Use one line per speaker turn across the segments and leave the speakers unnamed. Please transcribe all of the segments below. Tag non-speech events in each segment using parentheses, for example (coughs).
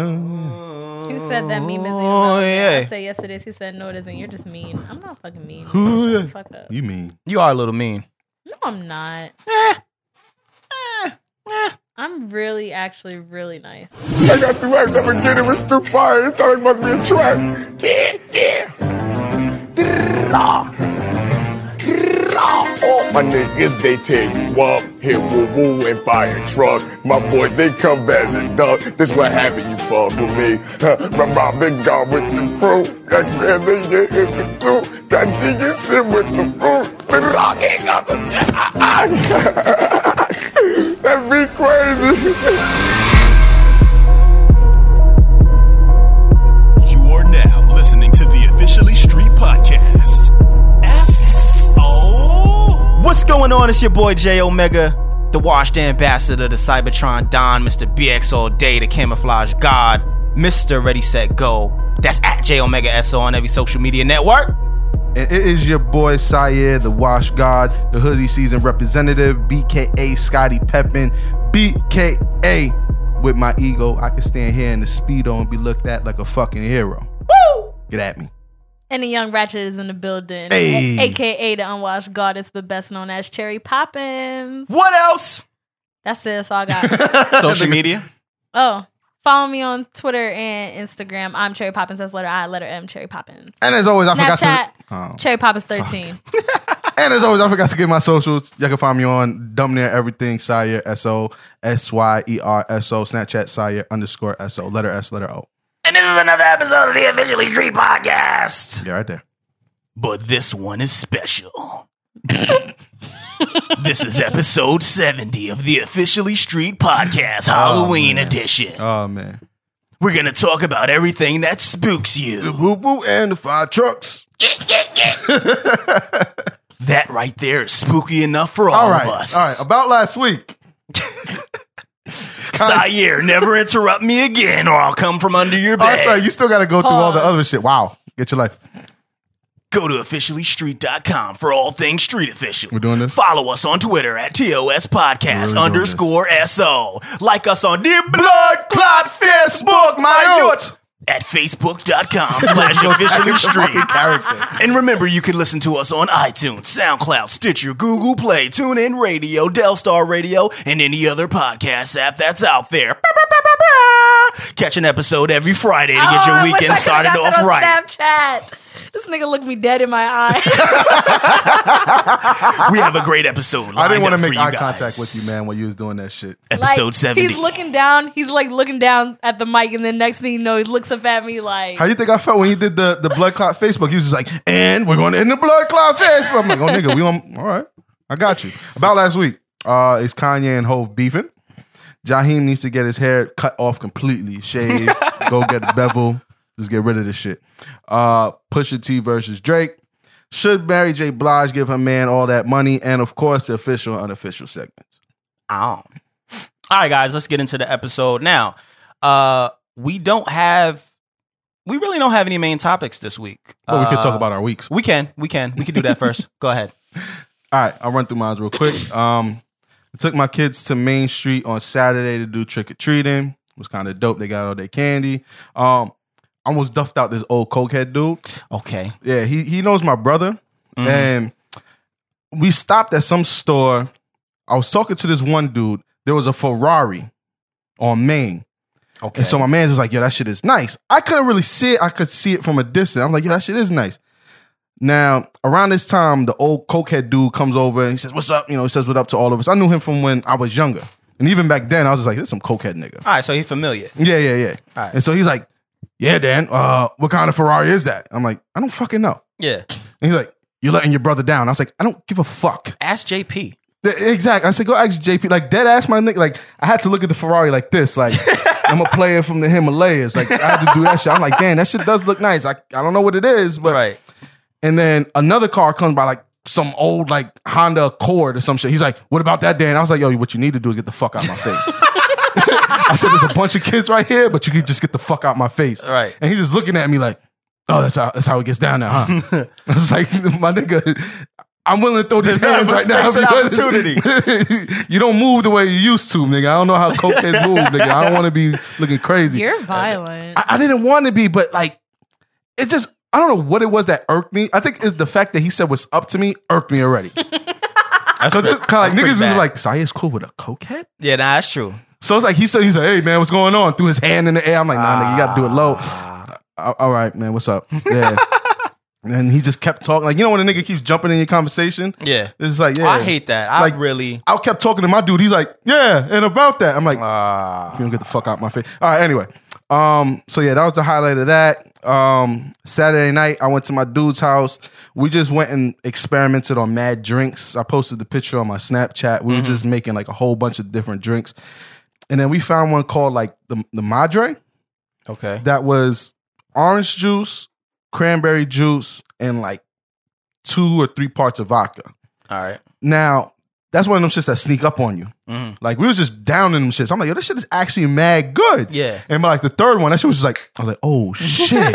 Huh?
He said that meme is evil.
Oh, yeah.
I said yes it is. He said no it isn't. You're just mean. I'm not fucking mean.
Who-
Shut the fuck up.
You Eh, mean?
You are a little mean.
No, I'm not.
eh,
I'm really, actually, really nice.
I got through, I never did, it was too far, it sounded like it must be a trap. Yeah, yeah. Draw. Draw. All my niggas, they tear you up, hit woo woo and fire trucks. My boys, they come back and duck. This what happened, you fuck with me. Huh, My mom been gone with the fruit. That grandma, yeah, is the fruit. That chicken sit with the fruit. Been rocking up the. (laughs) That'd be crazy.
You are now listening to the Officially Street Podcast. S.O.
What's going on? It's your boy J Omega, the washed ambassador, the Cybertron Don, Mr. BX all day, the camouflage god, Mr. Ready Set Go. That's at J Omega SO on every social media network.
And it is your boy Syed, the Wash God, the Hoodie Season representative, BKA Scotty Peppin, BKA. With my ego, I can stand here in the speedo and be looked at like a fucking hero. Woo! Get at me.
And the young ratchet is in the building,
Hey.
A- aka the unwashed goddess, but best known as Cherry Poppins.
What else?
That's it. That's all I got.
(laughs)
Social media.
oh, follow me on Twitter and Instagram. I'm Cherry Poppins. That's letter I, letter M, Cherry Poppins.
Eh.
And as always, I forgot
Snapchat,
to. Oh.
Cherry Poppins 13.
And as always, I forgot to get my socials. Y'all can find me on Dumb Near Everything, Sire, S O S Y E R S O, Snapchat, Sire underscore S O, letter S, letter O.
And this is another episode of the Officially Street Podcast.
Yeah, right there.
But this one is
Oh,
special. this is episode 70 of the Officially Street Podcast, Halloween edition.
Oh, man.
We're going to talk about everything that spooks you.
Boo Boo and the Five Trucks.
That right there is spooky enough for all,
All right.
of us.
All right. About last (laughs) week.
Sire, never interrupt me again, or I'll come from under your
Oh, that's
bed.
right. You still got to go through all the
Pause.
other shit. Wow. Get your life.
Go to officiallystreet.com for all things street official.
We're doing this?
Follow us on Twitter at TOS
We're really
Podcast
doing
underscore SO. Like us on Dear Blue
Blood clot Facebook, my youth.
at
(laughs)
Facebook.com slash officially street.
Character.
And remember, you can listen to us on iTunes, SoundCloud, Stitcher, Google Play, TuneIn Radio, Delstar Radio, and any other podcast app that's out there. Catch an episode every Friday to get
Oh, I
your
wish I
weekend
could've
started
got that
off
on
right.
Snapchat. This nigga looked me dead in my eye. (laughs)
We have a great episode.
I didn't want to make eye
guys.
contact with you, man, while you was doing that shit.
Episode
like,
70.
He's looking down. He's like looking down at the mic, and then next thing you know, he looks up at me like,
How you think I felt when he did the, the blood clot Facebook? He was just like, and we're going to end the blood clot Facebook. I'm like, oh, nigga, we on. All right. I got you. About last week, uh, it's Kanye and Hove beefing. Jaheim needs to get his hair cut off completely, shave, go get a bevel, just get rid of this shit. Uh, Pusha T versus Drake. Should Mary J. Blige give her man all that money? And of course, the official and unofficial segments.
Ow. All right, guys, let's get into the episode now. Uh, we don't have, we really don't have any main topics this week.
But we could
Uh,
talk about our weeks.
We can, we can, we can do that
(laughs)
first. Go ahead.
All right, I'll run through mine real quick. Um, I took my kids to Main Street on Saturday to do trick or treating. It was kind of dope. They got all their candy. Um, I almost duffed out this old cokehead dude.
Okay.
Yeah, he he knows my brother, and we stopped at some store. I was talking to this one dude. There was a Ferrari on Main.
Okay.
And so my man's was like, yo, that shit is nice. I couldn't really see it. I could see it from a distance. I'm like, yo, that shit is nice. Now, around this time, the old cokehead dude comes over and he says, What's up? You know, he says what up to all of us. I knew him from when I was younger. And even back then, I was just like, this is some cokehead nigga.
All right, so he's familiar.
Yeah, yeah, yeah.
All right.
And so he's like, Yeah, Dan, uh, what kind of Ferrari is that? I'm like, I don't fucking know.
Yeah.
And he's like, You're letting your brother down. I was like, I don't give a fuck.
Ask JP.
Th- Exactly. I said, go ask JP. Like dead ass my nigga. Like I had to look at the Ferrari like this. Like I'm a player from the Himalayas. Like I had to do that shit. I'm like, damn, that shit does look nice. I, I don't know what it is, but
Right.
and then another car comes by like some old like Honda Accord or some shit. He's like, what about that, Dan? I was like, yo, what you need to do is get the fuck out my face. (laughs) I said, there's a bunch of kids right here, but you can just get the fuck out my face.
Right.
And he's (laughs) just looking at me like, oh, that's how that's how it gets down there, huh? I was like, my nigga, I'm willing to throw these
There's
hands right
nothing
now.
but space and
opportunity. (laughs) you don't move the way you used to, nigga. I don't know how cokeheads move, nigga. I don't want to be looking crazy.
You're violent.
I, I didn't want to be, but like, it just, I don't know what it was that irked me. I think it's the fact that he said what's up to me irked me already. so just kind of like,
pretty
niggas was
bad.
like, Saya's cool with a cokehead?
Yeah, nah, that's true.
So it's like, he said, he's like, hey, man, what's going on? Threw his hand in the air. I'm like, nah, nigga, you got to do it low.
Ah.
Uh, "All- All right, man, what's up?
(laughs)
Yeah. and he just kept talking. Like, you know, when a nigga keeps jumping in your conversation?
Yeah.
It's like, yeah.
Oh, I hate that. I
Like-
really.
I kept talking to my dude. He's like, yeah, and about that. I'm like,
Uh,
you don't get the fuck out my face. All right, anyway. Um, so yeah, that was the highlight of that. Um, Saturday night, I went to my dude's house. We just went and experimented on mad drinks. I posted the picture on my Snapchat. We were just making like a whole bunch of different drinks. And then we found one called like the, the Madre
uh, okay.
that was orange juice, cranberry juice, and like two or three parts of vodka.
All right.
Now, that's one of them shits that sneak up on you.
Mm-hmm.
Like we was just down in them shits. I'm like, yo, this shit is actually mad good.
Yeah.
And by like the third one, that shit was just like, I was like, oh
(laughs)
shit. and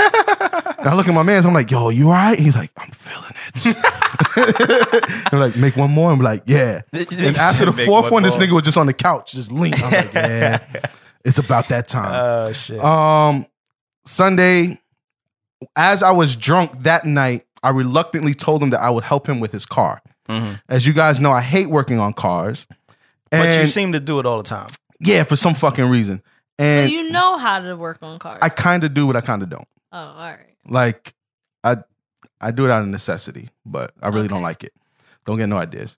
I look at my man's, I'm like, yo, you all right? He's like, I'm feeling it.
(laughs)
and I'm like, make one more. I'm like, yeah. And after the
Make
fourth
one
one, this
more.
nigga was just on the couch, just lean. I'm like,
(laughs)
yeah, it's about that time.
Oh shit.
Um, Sunday, as I was drunk that night, I reluctantly told him that I would help him with his car. As you guys know, I hate working on cars.
but you
And-
seem to do it all the time.
yeah, for some fucking reason.
so
And
you know how to work on cars.
I kind of do what I kind of don't.
oh, all right.
Like I I do it out of necessity, but I really don't like it. Don't get no ideas.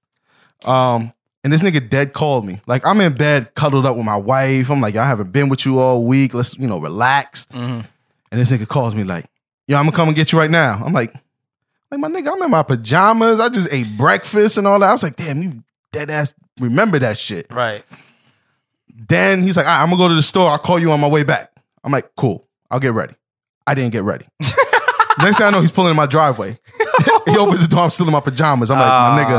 Um and this nigga dead called me. Like I'm in bed cuddled up with my wife. I'm like, I haven't been with you all week. Let's, you know, relax. And this nigga calls me like, yo, I'm gonna come and get you right now. I'm like, like my nigga, I'm in my pajamas. I just ate breakfast and all that. I was like, damn, you dead ass remember that shit.
Right.
Then he's like, All right, I'm gonna go to the store. I'll call you on my way back. I'm like, cool. I'll get ready. I didn't get ready. Next thing I know, he's pulling in my driveway. he opens the door. I'm still in my pajamas. I'm like, my
Ah.
nigga,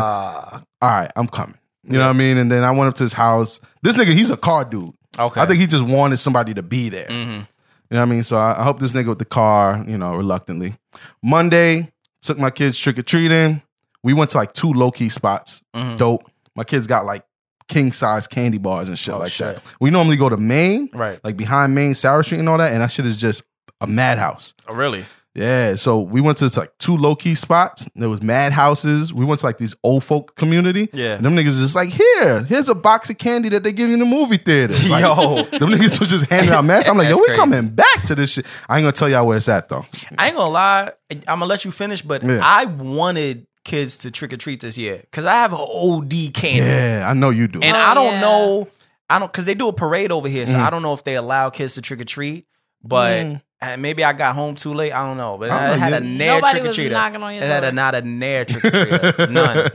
Uh,
all right, I'm coming. You know what I mean? And then I went up to his house. This nigga, he's a car dude.
Okay. Mm-hmm.
I think he just wanted somebody to be there. You know what I mean? So I, I helped this nigga with the car, you know, reluctantly. Monday, took my kids trick or treating. We went to like two low key spots.
Mm-hmm.
Dope. My kids got like king size candy bars and shit
Oh,
like
shit.
that. We normally go to Maine,
Right.
like behind Maine, Sarah Street, and all that. And that shit is just a madhouse.
Oh, really?
Yeah. So we went to like two low key spots. There was madhouses. We went to like these old folk community.
Yeah.
And them niggas just like, here, here's a box of candy that they give you in the movie
(laughs)
theater. Like,
Yo.
(laughs) them niggas was just handing out masks. I'm like, yo,
That's
we
crazy.
coming back to this shit. I ain't gonna tell y'all where it's at though.
I ain't gonna lie. I'm gonna let you finish, but
Yeah.
I wanted kids to trick or treat this year because I have OD candy,
Yeah, I know you do. (laughs)
and
Oh,
I don't
yeah.
know. I don't because they do a parade over here,
Mm-hmm.
so I don't know if they allow kids to trick or treat. But uh, maybe I got home too late. I don't know. But
I
I,
don't know,
had a
you-
nair
Nobody
trick or
was
treater.
knocking on your
It had a,
door.
not
(laughs)
a nair trick or treater. None.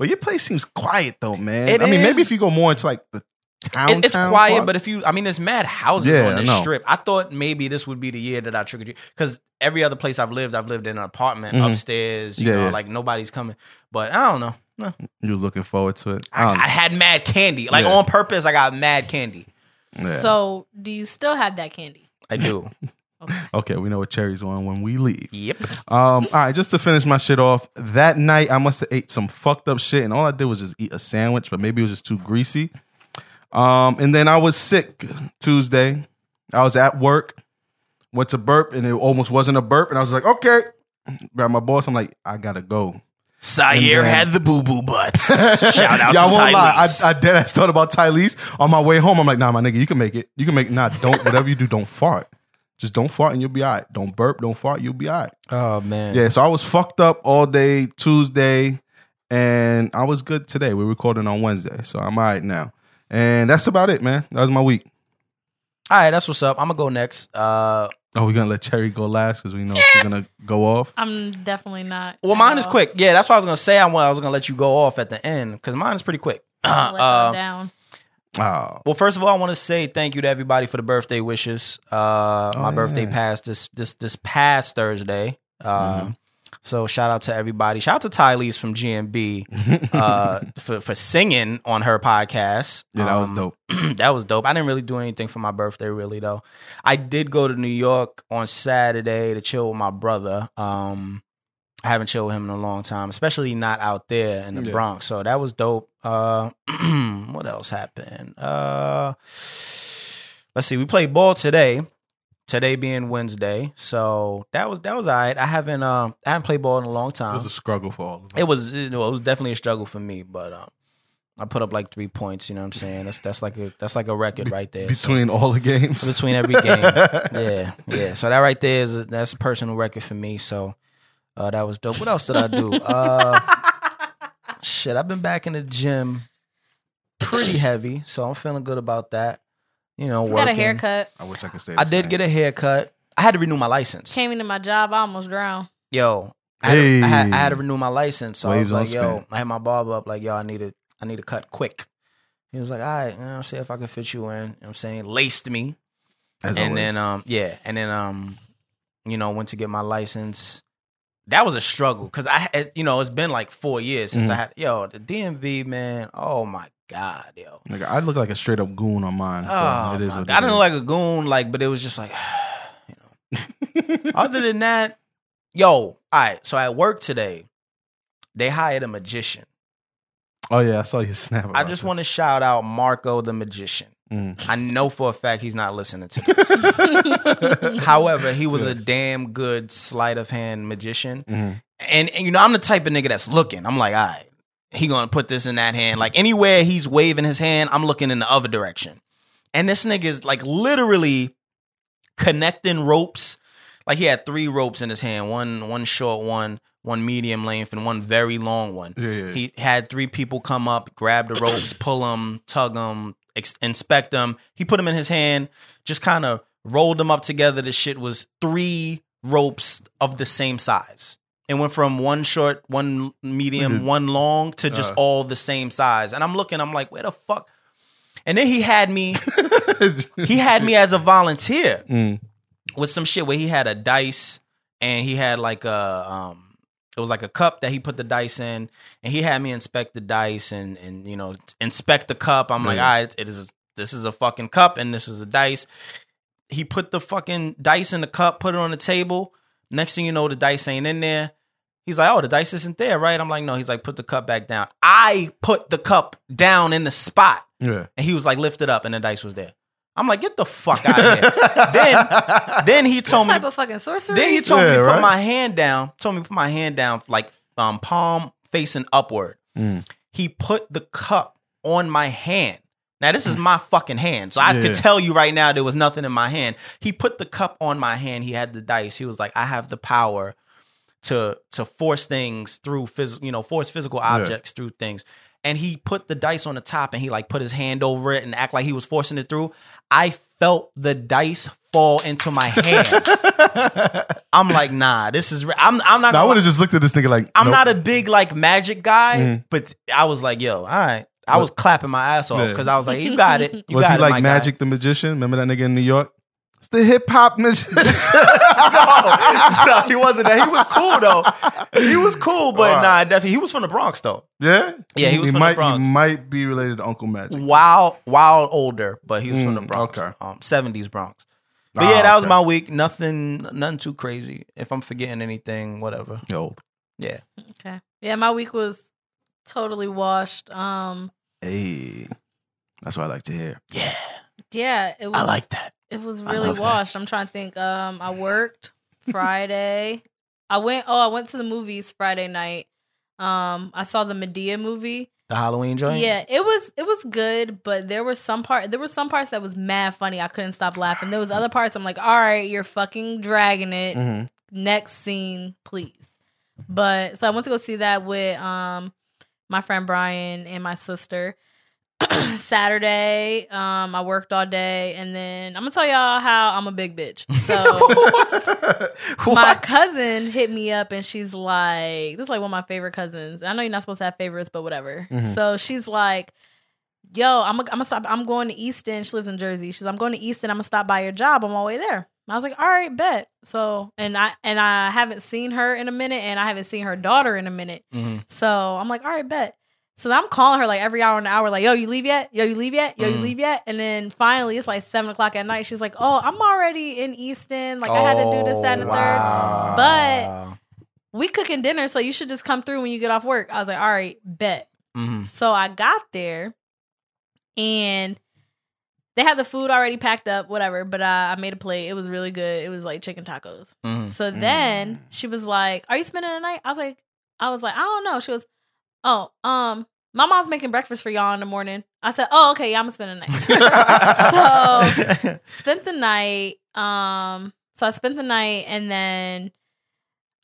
well, your place seems quiet though, man.
It
I mean, maybe
is.
if you go more into like the town,
It- it's quiet, but if you, I mean, there's mad houses
Yeah,
on
I
this
know.
strip. I thought maybe this would be the year that I trick or treat because every other place I've lived, I've lived in an apartment
Mhm.
upstairs. You
Yeah,
know,
yeah.
like nobody's coming. But I don't know. No.
you was looking forward to it. Um,
I, I had mad candy, like
Yeah.
on purpose. I got mad candy.
Yeah.
So do you still have that candy?
I do.
okay, we know what cherries on when we leave.
yep.
Um, all right, just to finish my shit off, that night I must have ate some fucked up shit, and all I did was just eat a sandwich, but maybe it was just too greasy. Um, and then I was sick Tuesday. I was at work, went to burp, and it almost wasn't a burp, and I was like, okay. Grab my boss. I'm like, I gotta go.
Sire had the boo
(laughs)
boo butts. Shout out
Y'all
to
won't lie.
Tyrese.
I, I dead ass thought about Tyrese on my way home. I'm like, nah, my nigga, you can make it. You can make nah. Don't whatever you do, don't fart. Just don't fart and you'll be all right. Don't burp, don't fart, you'll be all right.
Oh man.
Yeah, so I was fucked up all day Tuesday, and I was good today. We're recording on Wednesday, so I'm all right now. And that's about it, man. That was my week.
All right, that's what's up. I'm gonna go next. Uh,
Oh, we're gonna let Cherry go last because we know she's gonna go
(laughs)
off.
I'm definitely not.
well, mine is
I'll
quick. Yeah, that's what I was gonna say. I wa- I was gonna let you go off at the end because mine is pretty quick.
let y'all
Uh,
down.
Oh,
Well, first of all, I want to say thank you to everybody for the birthday wishes. Uh, my
Oh, yeah. Mm-hmm.
birthday passed this this this past Thursday. Uh, So shout out to everybody. Shout out to Tylese from GMB uh, for for singing on her podcast.
Oh. (laughs) yeah, that was
Um,
dope.
(clears throat) that was dope. I didn't really do anything for my birthday, really though. I did go to New York on Saturday to chill with my brother. Um, I haven't chilled with him in a long time, especially not out there in the
Yeah.
Bronx. So that was dope. Uh, (clears throat) what else happened? Uh, let's see. We played ball today. Today being Wednesday, so that was that was alright. I haven't um I haven't played ball in a long
It
time.
was a struggle for all of us.
uh, It was you know, it was definitely a struggle for me, but um, I put up like three points. You know what I'm saying? That's that's like a that's like a record right there. So,
between all the games.
between every
(laughs)
game, yeah, yeah. So that right there is that's a personal record for me. So uh, that was dope. What else did I do? Uh, shit, I've been back in the gym pretty heavy, so I'm feeling good about that. You know,
You
working.
got a haircut.
I wish I could say.
I did get a haircut. I had to renew my license.
Came into my job, I almost drowned.
yo, I had, to, I, had, I had to
Hey.
renew my license. So
Waves
I
on
was like, yo,
spin.
I had my barber up, like, yo, I need a, I need a cut quick. He was like, all right, you know, I'll see if I can fit you in. You know what I'm saying? Laced me.
As
and
always.
then um yeah, and then um, you know, went to get my license. That was a struggle because I had, you know, it's been like four years since I
Mm-hmm.
had yo, the DMV, man. Oh my God, yo.
Nigga, I look like a straight up goon on mine. So
Oh,
it is
my
what
God. I didn't like a goon, like, but it was just like, (sighs) you know. Other than that, yo, all right. So at work today, they hired a magician.
(laughs) Oh yeah, I saw you snap.
I
about
just
that.
want to shout out Marco the magician.
Mm.
I know for a fact he's not listening to this.
(laughs)
(laughs) However, he was a damn good sleight of hand magician.
Mhm.
And, and, you know, I'm the type of nigga that's looking. I'm like, all right, he gonna put this in that hand. Like anywhere he's waving his hand, I'm looking in the other direction. And this nigga is like literally connecting ropes. Like he had three ropes in his hand, one one short one, one medium length, and one very long one.
Yeah, yeah, yeah.
He had three people come up, grab the ropes, pull them, tug them, ex- inspect them. He put them in his hand, just kind of rolled them up together. The shit was three ropes of the same size. It went from one short, one medium,
Dude.
one long to just
Uh.
all the same size. And I'm looking, I'm like, where the fuck? And then he had me,
(laughs)
he had me as a volunteer
Mm.
with some shit where he had a dice and he had like a um it was like a cup that he put the dice in and he had me inspect the dice and and you know inspect the cup i'm like
Yeah.
all right it is this is a fucking cup and this is a dice he put the fucking dice in the cup put it on the table next thing you know the dice ain't in there he's like oh the dice isn't there right i'm like no he's like put the cup back down i put the cup down in the spot (laughs)
Yeah.
and he was like lift it up and the dice was there i'm like get the fuck out of here then then he told me
type
to
of fucking sorcery.
then he told me
Yeah,
to
right?
put my hand down. Told me to put my hand down, like um, palm facing upward. (laughs)
Mm.
He put the cup on my hand. Now this is my fucking hand, so I
Hmm. Yeah.
could tell you right now there was nothing in my hand. He put the cup on my hand. He had the dice. He was like, "I have the power to to force things through phys- you know, force physical objects through things." And he put the dice on the top, and he like put his hand over it and act like he was forcing it through. I felt the dice fall
(laughs)
into my hand. I'm like, nah, this is. Re- I'm. I'm not.
Now, I
gonna-
would have just looked at this nigga like
I'm
nope.
not a big like magic guy,
Mhm.
but I was like, yo, all right. I was clapping my ass off
Yeah.
because I was
(laughs)
like, you got it. You
was
got
he
it, my
like
guy.
Magic the Magician? Remember that nigga in New York? It's the hip hop (laughs) magician.
no, he wasn't that. He was cool though. (laughs) He was cool, but
All
nah,
right.
definitely. He was from the Bronx though.
yeah,
Yeah, he was from the
might,
Bronx.
He might be related to Uncle Magic.
Wild, wild older, but he was from the
Mm,
Bronx.
okay.
Um, 70s Bronx. But
Ah,
yeah, that was
okay.
my week. Nothing, nothing too crazy. If I'm forgetting anything, whatever.
Yo,
Yeah.
Okay. Yeah, my week was totally washed. Um
hey, that's what I like to hear.
Yeah.
yeah, it was
I like that.
it was
I
really
love that.
washed. I'm trying to think. Um I worked Friday. I went oh, I went to the movies Friday night. Um I saw the Medea movie.
The Halloween joint?
Yeah, it was it was good, but there were some part there were some parts that was mad funny. I couldn't stop laughing. There was other parts I'm like, "All right, you're fucking dragging it."
Mm-hmm.
next scene, please. But so I went to go see that with um my friend Brian and my sister. (clears throat) Saturday, um, I worked all day, and then I'm gonna tell y'all how I'm a big bitch.
(laughs)
So my
What?
cousin hit me up, and she's like, "This is like one of my favorite cousins. I know you're not supposed to have favorites, but whatever."
Mhm.
So she's like, "Yo, I'm a, I'm a stop. I'm going to Easton. She lives in Jersey. She's I'm going to Easton. I'm gonna stop by your job on my way there." And I was like, "All right, bet." So and I and I haven't seen her in a minute, and I haven't seen her daughter in a minute.
Mhm.
So I'm like, "All right, bet." So I'm calling her like every hour and hour, like, yo, you leave yet? Yo, you leave yet? Yo, you
Mhm.
leave yet? And then finally, it's like seven o'clock at night. She's like, oh, I'm already in Easton. Like, I had to do this, that, and the third. But we cooking dinner, so you should just come through when you get off work. I was like, all right, bet.
Mhm.
So I got there and they had the food already packed up, whatever, but uh, I made a plate. It was really good. It was like chicken tacos.
Mhm.
So then she was like, Are you spending the night? I was like, I was like, I don't know. She was, Oh, um, my mom's making breakfast for y'all in the morning. I said, Oh, okay, yeah, I'm gonna spend the night. (laughs) (laughs)
(laughs)
So- spent the night. Um, so I spent the night and then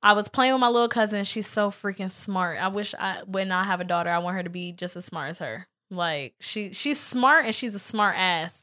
I was playing with my little cousin. She's so freaking smart. I wish I when I have a daughter, I want her to be just as smart as her. Like she she's smart and she's a smart ass.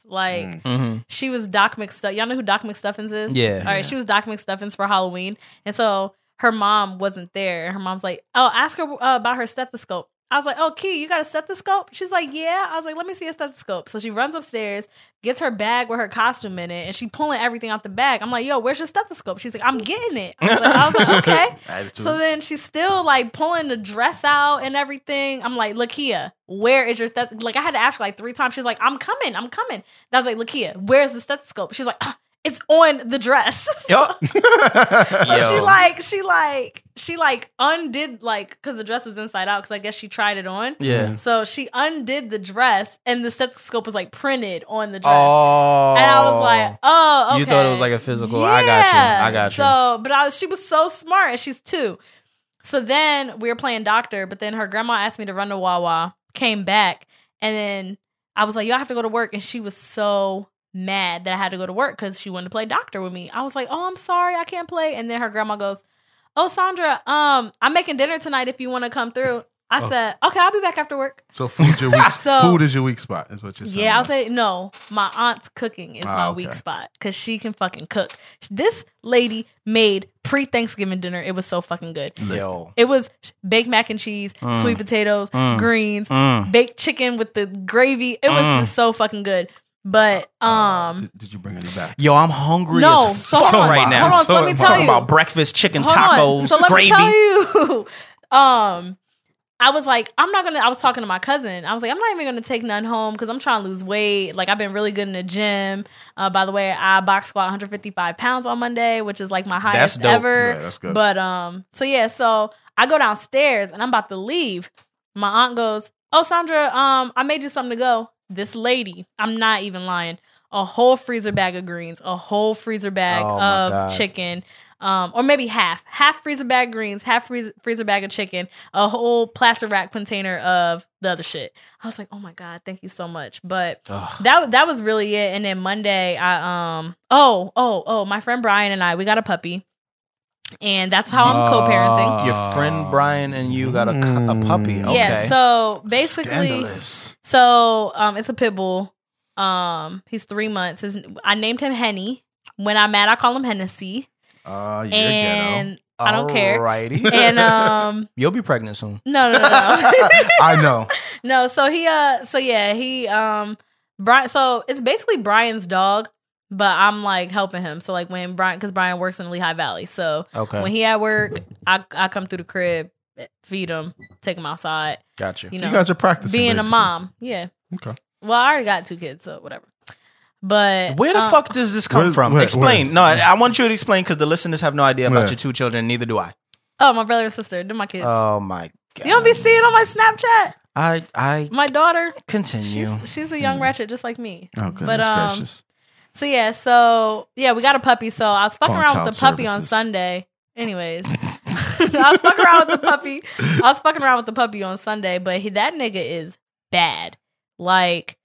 Mm.
Like
Mhm.
she was Doc McStuff. Y'all know who Doc McStuffins is?
Yeah.
All right, she was Doc McStuffins for Halloween, and so her mom wasn't there. Her mom's like, "Oh, ask her uh, about her stethoscope." I was like, "Oh, Key, you got a stethoscope?" She's like, "Yeah." I was like, "Let me see a stethoscope." So she runs upstairs, gets her bag with her costume in it, and she pulling everything out the bag. I'm like, "Yo, where's your stethoscope?" She's like, "I'm getting it." I was like, I was like "Okay." So then she's still like pulling the dress out and everything. I'm like, Lakia, where is your steth? Like I had to ask her like three times. She's like, I'm coming, I'm coming. And I was like, Lakia, where's the stethoscope? She's like, "Ah, it's on the dress. (laughs)
Yup.
So she
Yo.
like, she like, she like undid like because the dress was inside out because I guess she tried it on.
Mm-hmm.
Yeah.
So she undid the dress and the stethoscope was like printed on the dress.
Oh.
And I was like, oh, okay.
You thought it was like a physical. I got you.
Yeah.
I got you.
So, but I was, she was so smart and she's two. So then we were playing doctor, but then her grandma asked me to run to Wawa, came back, and then I was like, yo, I have to go to work. And she was so mad that I had to go to work because she wanted to play doctor with me. I was like, oh, I'm sorry, I can't play. And then her grandma goes, oh, Sandra, um, I'm making dinner tonight if you want to come through. I
Oh.
said, okay, I'll be back after work.
(laughs) So food your weak,
(laughs) So-
food is your weak spot, is what you're saying.
Yeah, I'll say no. My aunt's cooking is
Ah,
my
okay.
weak spot because she can fucking cook. This lady made pre Thanksgiving dinner. It was so fucking good.
Oh. Yo.
It was baked mac and cheese, sweet potatoes, greens,
Mm.
baked chicken with the gravy. It was
Mm.
just so fucking good. But um,
did, did you bring it back?
Yo, I'm hungry
no,
as
so
fuck
hold on,
right now.
Hold on,
So
so let me
am I.
tell
talking
you
about breakfast, chicken,
Hold
tacos,
on. So let
gravy.
me tell you. (laughs) um, I was like, I'm not gonna. I was talking to my cousin. I was like, I'm not even gonna take none home because I'm trying to lose weight. Like I've been really good in the gym. Uh, by the way, I box squat 155 pounds on Monday, which is like my highest
dope.
ever.
Yeah, that's good.
But um, so yeah, so I go downstairs and I'm about to leave. My aunt goes, "Oh, Sandra, um, I made you something to go." This lady, I'm not even lying. A whole freezer bag of greens, a whole freezer bag
Oh, my
of
God.
chicken, um, or maybe half, half freezer bag greens, half freezer, freezer bag of chicken, a whole plaster rack container of the other shit. I was like, oh my god, thank you so much. But that that was really it. And then Monday, I um, oh oh oh, my friend Brian and I, we got a puppy, and that's how
Ah.
I'm co-parenting.
Your friend Brian and you got a, cu- a puppy. Oh.
Mm.
Okay.
Yeah. So basically,
Scandalous.
so um, it's a pit bull. Um, he's three months. His, I named him Henny. When I'm mad, I call him Hennessy,
Ah, you're
and I don't care.
Alrighty.
(laughs) and um,
You'll be pregnant soon.
no, no, no,
(laughs)
no.
ghetto. I know.
no so he uh so yeah he um brian so it's basically brian's dog but i'm like helping him so like when brian because brian works in lehigh valley so
Okay.
when he at work i i come through the crib eh, feed him take him outside
got you.
you
You
know
guys are practicing.
being a
basically.
mom yeah
Okay.
well i already got two kids so whatever but
Where the
um,
fuck does this come
Where-
from?
where-
explain.
where?
no, I, I want you to explain because the listeners have no idea about
Where?
your two children. Neither do I.
oh my brother and sister they're my kids
Oh my god.
you don't be seeing on my snapchat
I I
my daughter she's,
continue.
she's a young ratchet just like me
Oh,
but
goodness
um
gracious.
So yeah, so yeah, we got a puppy. So I was fucking
Call
around with the
child
puppy on
services.
Sunday.
(laughs)
Anyways, (laughs) I was fucking around with the puppy. I was fucking around with the puppy on Sunday, but he, that nigga is bad. Like,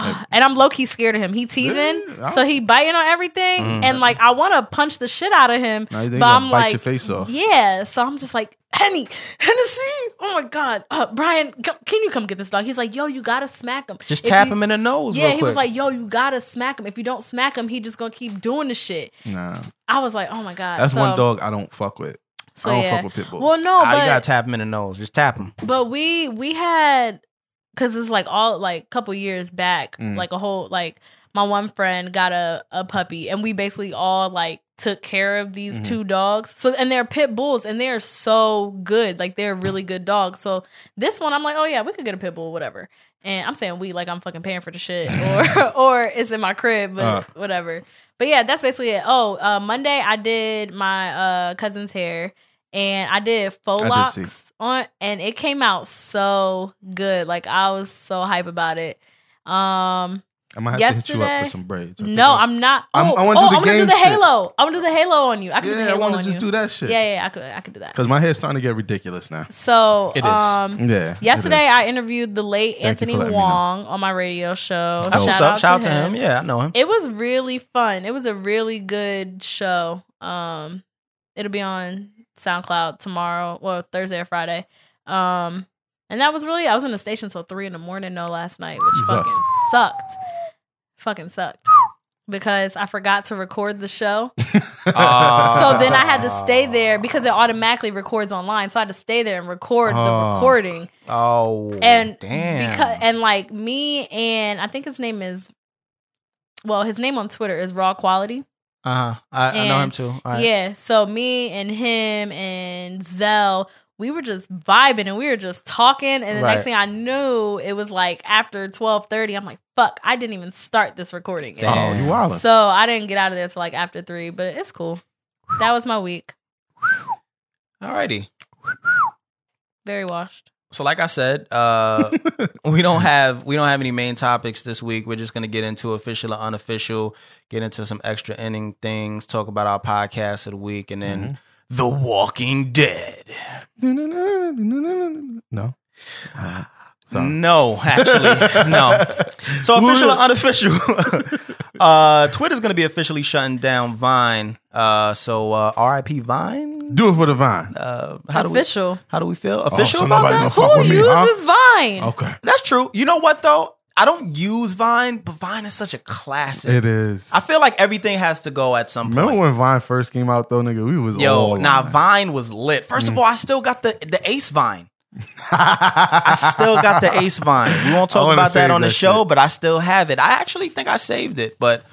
Like-
(sighs) and I'm low key scared of him. He
Yeah,
teething,
I-
so he biting on everything,
Mm.
and like I want to punch the shit out of him,
Now you think
but
he'll
I'm
bite
like,
your face off.
yeah. So I'm just like, Henny, Hennessy. Oh my god, uh, Brian, c- can you come get this dog? He's like, yo, you gotta smack him.
Just
If
tap
you-
him in the nose.
yeah,
real
he was
quick.
like, "Yo, you gotta smack him. If you don't smack him, he just gonna keep doing the shit."
Nah,
I was like, "Oh my god."
that's
so,
one dog I don't fuck with.
So
I don't
yeah.
fuck with pit bulls.
well, no,
Ah, you gotta
but
tap him in the nose. Just tap him.
but we we had because it's like all like couple years back,
Mm.
like a whole like my one friend got a a puppy, and we basically all like took care of these
Mhm.
two dogs. So and they're pit bulls, and they're so good, like they're really good dogs. So this one, I'm like, oh yeah, we could get a pit bull, whatever. And I'm saying we like I'm fucking paying for
(laughs)
the shit, or (laughs) or it's in my crib, but
Uh.
whatever. But yeah, that's basically it. Oh, uh, Monday I did my uh, cousin's hair, and I did faux
I did
locks
see.
on, and it came out so good. Like I was so hype about it. Um,
I might have to hit you up
Yesterday-
for some braids. I think
no,
I-
I'm not. Oh,
I'm-
oh,
I
I
wanna do the
want to do
game
the
shit.
halo. I want to do the halo on you. I could do the
yeah, I
halo
want
on
to just
you.
do that shit.
Yeah, yeah, yeah, I could, I could do that.
Because my hair's starting to get ridiculous
(laughs)
now.
So,
It is.
um,
Yeah. Mm, it
yesterday
is.
I interviewed the late
you
Anthony
for letting me know.
Wong on my radio show.
That's what's up. Oh, Shout out to him. Yeah, I know him.
It was really fun. It was a really good show. Um, it'll be on SoundCloud tomorrow, well Thursday or Friday. Um, and that was really I was in the station till three in the morning no last night, which
Jesus.
fucking sucked. Fucking sucked because I forgot to record
(laughs)
the show.
(laughs) Ah.
So then I had to stay there because it automatically records online. So I had to stay there and record
Oh.
the recording
Oh,
and
damn.
because and like me and I think his name is well his name on Twitter is Raw Quality.
uh huh. I, I know him
and-
too. All right.
Yeah, so me and him and Zell we were just vibing and we were just talking and the
Right.
next thing I knew it was like after 12:30 I'm like fuck I didn't even start this recording.
(laughs)
yet.
Oh, you wildin'.
So I didn't get out of there till like after 3, but it's cool. That was my week.
Alrighty.
Very washed.
So like I said, (laughs) uh, we don't have we don't have any main topics this week. We're just gonna get into official or unofficial, get into some extra inning things, talk about our podcast of the week, and then The Walking Dead.
(laughs) No. Sorry.
No, (laughs) actually, no. So official or unofficial, (laughs) uh, Twitter's gonna be officially shutting down Vine. Uh, so uh, R.I.P. Vine.
Do it for the vine.
Uh, how do we
Official.
how do we feel? Official
so
about
nobody
that?
gonna fuck
Who
with me,
uses
huh?
Vine?
Oh,
Okay.
That's true. You know what though? I don't use Vine, but Vine is such a classic.
It is.
I feel like everything has to go at some
Remember
point.
when Vine first came out though, nigga? We was
Yo,
all
nah,
on
Vine was lit. First
Mm.
of all, I still got the the Ace Vine.
that.
I still got the Ace Vine. We won't
I
talk
wanna
about
save
that on the
that
show,
shit.
but I still have it. I actually think I saved it, but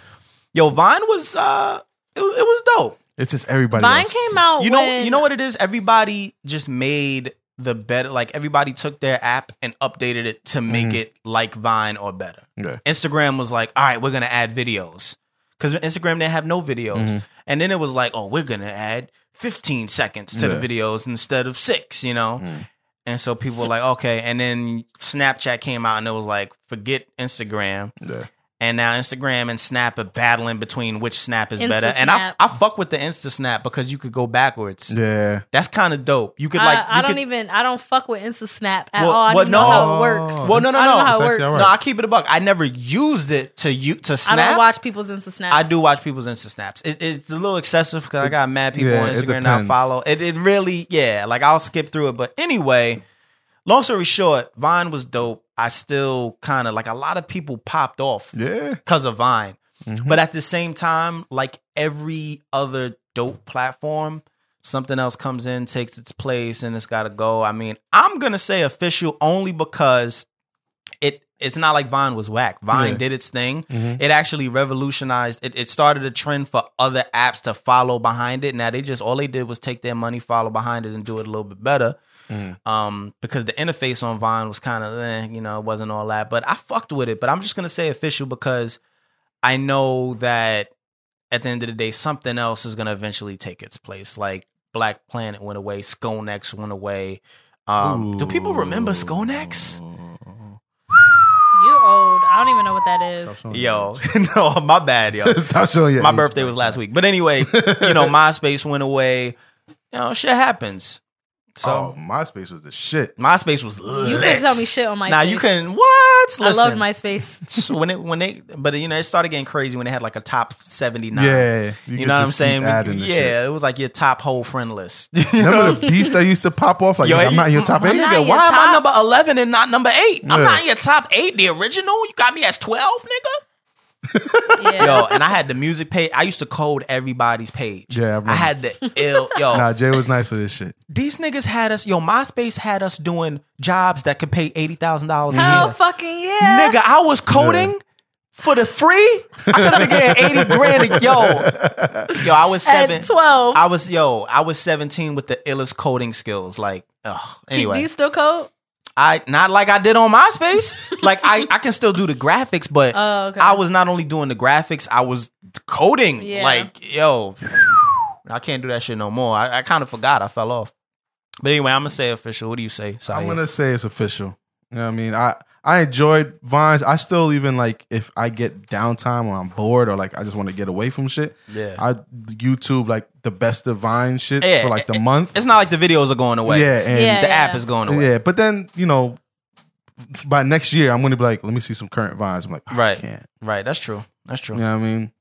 yo, Vine was uh it was, it was dope.
(laughs) It's just everybody.
Vine
else.
came out
You know
Oh, when-
you know what it is? Everybody just made the better like everybody took their app and updated it to make
Mm-hmm.
it like Vine or better.
Yeah.
Instagram was like, all right, we're gonna add videos because Instagram didn't have no videos,
Mm-hmm.
and then it was like, oh, we're gonna add 15 seconds to
Yeah.
the videos instead of six, you know.
Mm.
And so people were like, okay, and then Snapchat came out and it was like, forget Instagram,
Yeah.
and now Instagram and Snap are battling between which Snap is better. And I,
Insta-Snap.
I fuck with the Insta Snap because you could go backwards.
Yeah.
That's kind of dope. You could like,
I, I
you
don't
could-
even I don't fuck with InstaSnap at
Well-
all. I
well,
don't know
no.
how it works.
Oh,
Well, no, no,
I don't
no.
know how
It's
it works.
actually all
No, I keep it a buck. I never used it to you to
I
snap.
don't watch people's Insta snaps.
I do watch people's Insta snaps. It, it's a little excessive because I got mad people
Yeah,
on
it
Instagram that I
depends.
follow. It, it really, yeah, like I'll skip through it. But anyway, long story short, Vine was dope. I still kind of like a lot of people popped off
Yeah.
because of Vine.
Mhm.
But at the same time, like every other dope platform, something else comes in, takes its place, and it's got to go. I mean, I'm gonna say official only because it it's not like Vine was whack. Vine
Yeah.
did its thing.
Mhm.
It actually revolutionized. It, it started a trend for other apps to follow behind it. Now they just all they did was take their money, follow behind it, and do it a little bit better.
Mm.
Um, because the interface on Vine was kind of, eh, you know, it wasn't all that. But I fucked with it. But I'm just gonna say official because I know that at the end of the day, something else is gonna eventually take its place. Like Black Planet went away, Skonex went away. Um, do people remember Skonex?
You're old. I don't even know what that is.
Yo, (laughs) no, my bad,
(laughs)
yo.
Stop showing your
my
age,
birthday
bro.
was last week. But anyway, you
(laughs)
know, MySpace went away. You know, shit happens.
Oh,
So
MySpace was the shit.
MySpace was lit.
You can tell me shit on my.
Now you can what?
I
Listen,
loved MySpace.
when it when they but you know it started getting crazy when they had like a top seventy nine.
Yeah.
You,
could
know what I'm
just keep
saying?
adding this
yeah, (laughs)
shit.
it was like your top whole friend list. (laughs)
Remember the beefs that used to pop off? Like,
Yo, mm,
I'm not in your
you-
top
my
eight?
nigga,
Not your
why am I
top.
number eleven and not number eight? I'm
Yeah.
not in your top eight, the original. You got me as twelve, nigga.
(laughs)
Yeah.
(laughs) Yo, and I had the music page. I used to code everybody's page.
Yeah, I remember.
I had the ill.
(laughs)
Yo,
Nah, Jay was nice for this shit.
these niggas had us. Yo, MySpace had us doing jobs that could pay eighty thousand dollars a year.
Hell fucking yeah.
Nigga, I was coding for the free. I could have been getting eighty grand. A, yo, yo, I was seven.
(laughs) At twelve.
I was yo, I was seventeen with the illest coding skills. Like, ugh.
Do
Anyway,
you still code?
I not like I did on MySpace. like, I I can still do the graphics, but
Oh, okay.
I was not only doing the graphics, I was coding.
Yeah.
Like, yo, I can't do that shit no more. I, I kind of forgot. I fell off. But anyway, I'm gonna say official. What do you say? Saeed?
I'm gonna say it's official. You know what I mean? I I enjoyed Vines. I still even like if I get downtime or I'm bored or like I just want to get away from shit.
Yeah.
I YouTube like the best of Vine shit
Yeah,
for like the
it-
month.
It's not like the videos are going away.
yeah, and
The
Yeah,
app
yeah.
is going away.
yeah, but then you know by next year I'm gonna be like, let me see some current Vines. I'm like, oh,
Right.
I can't.
Right. That's true. That's true.
You know what I mean?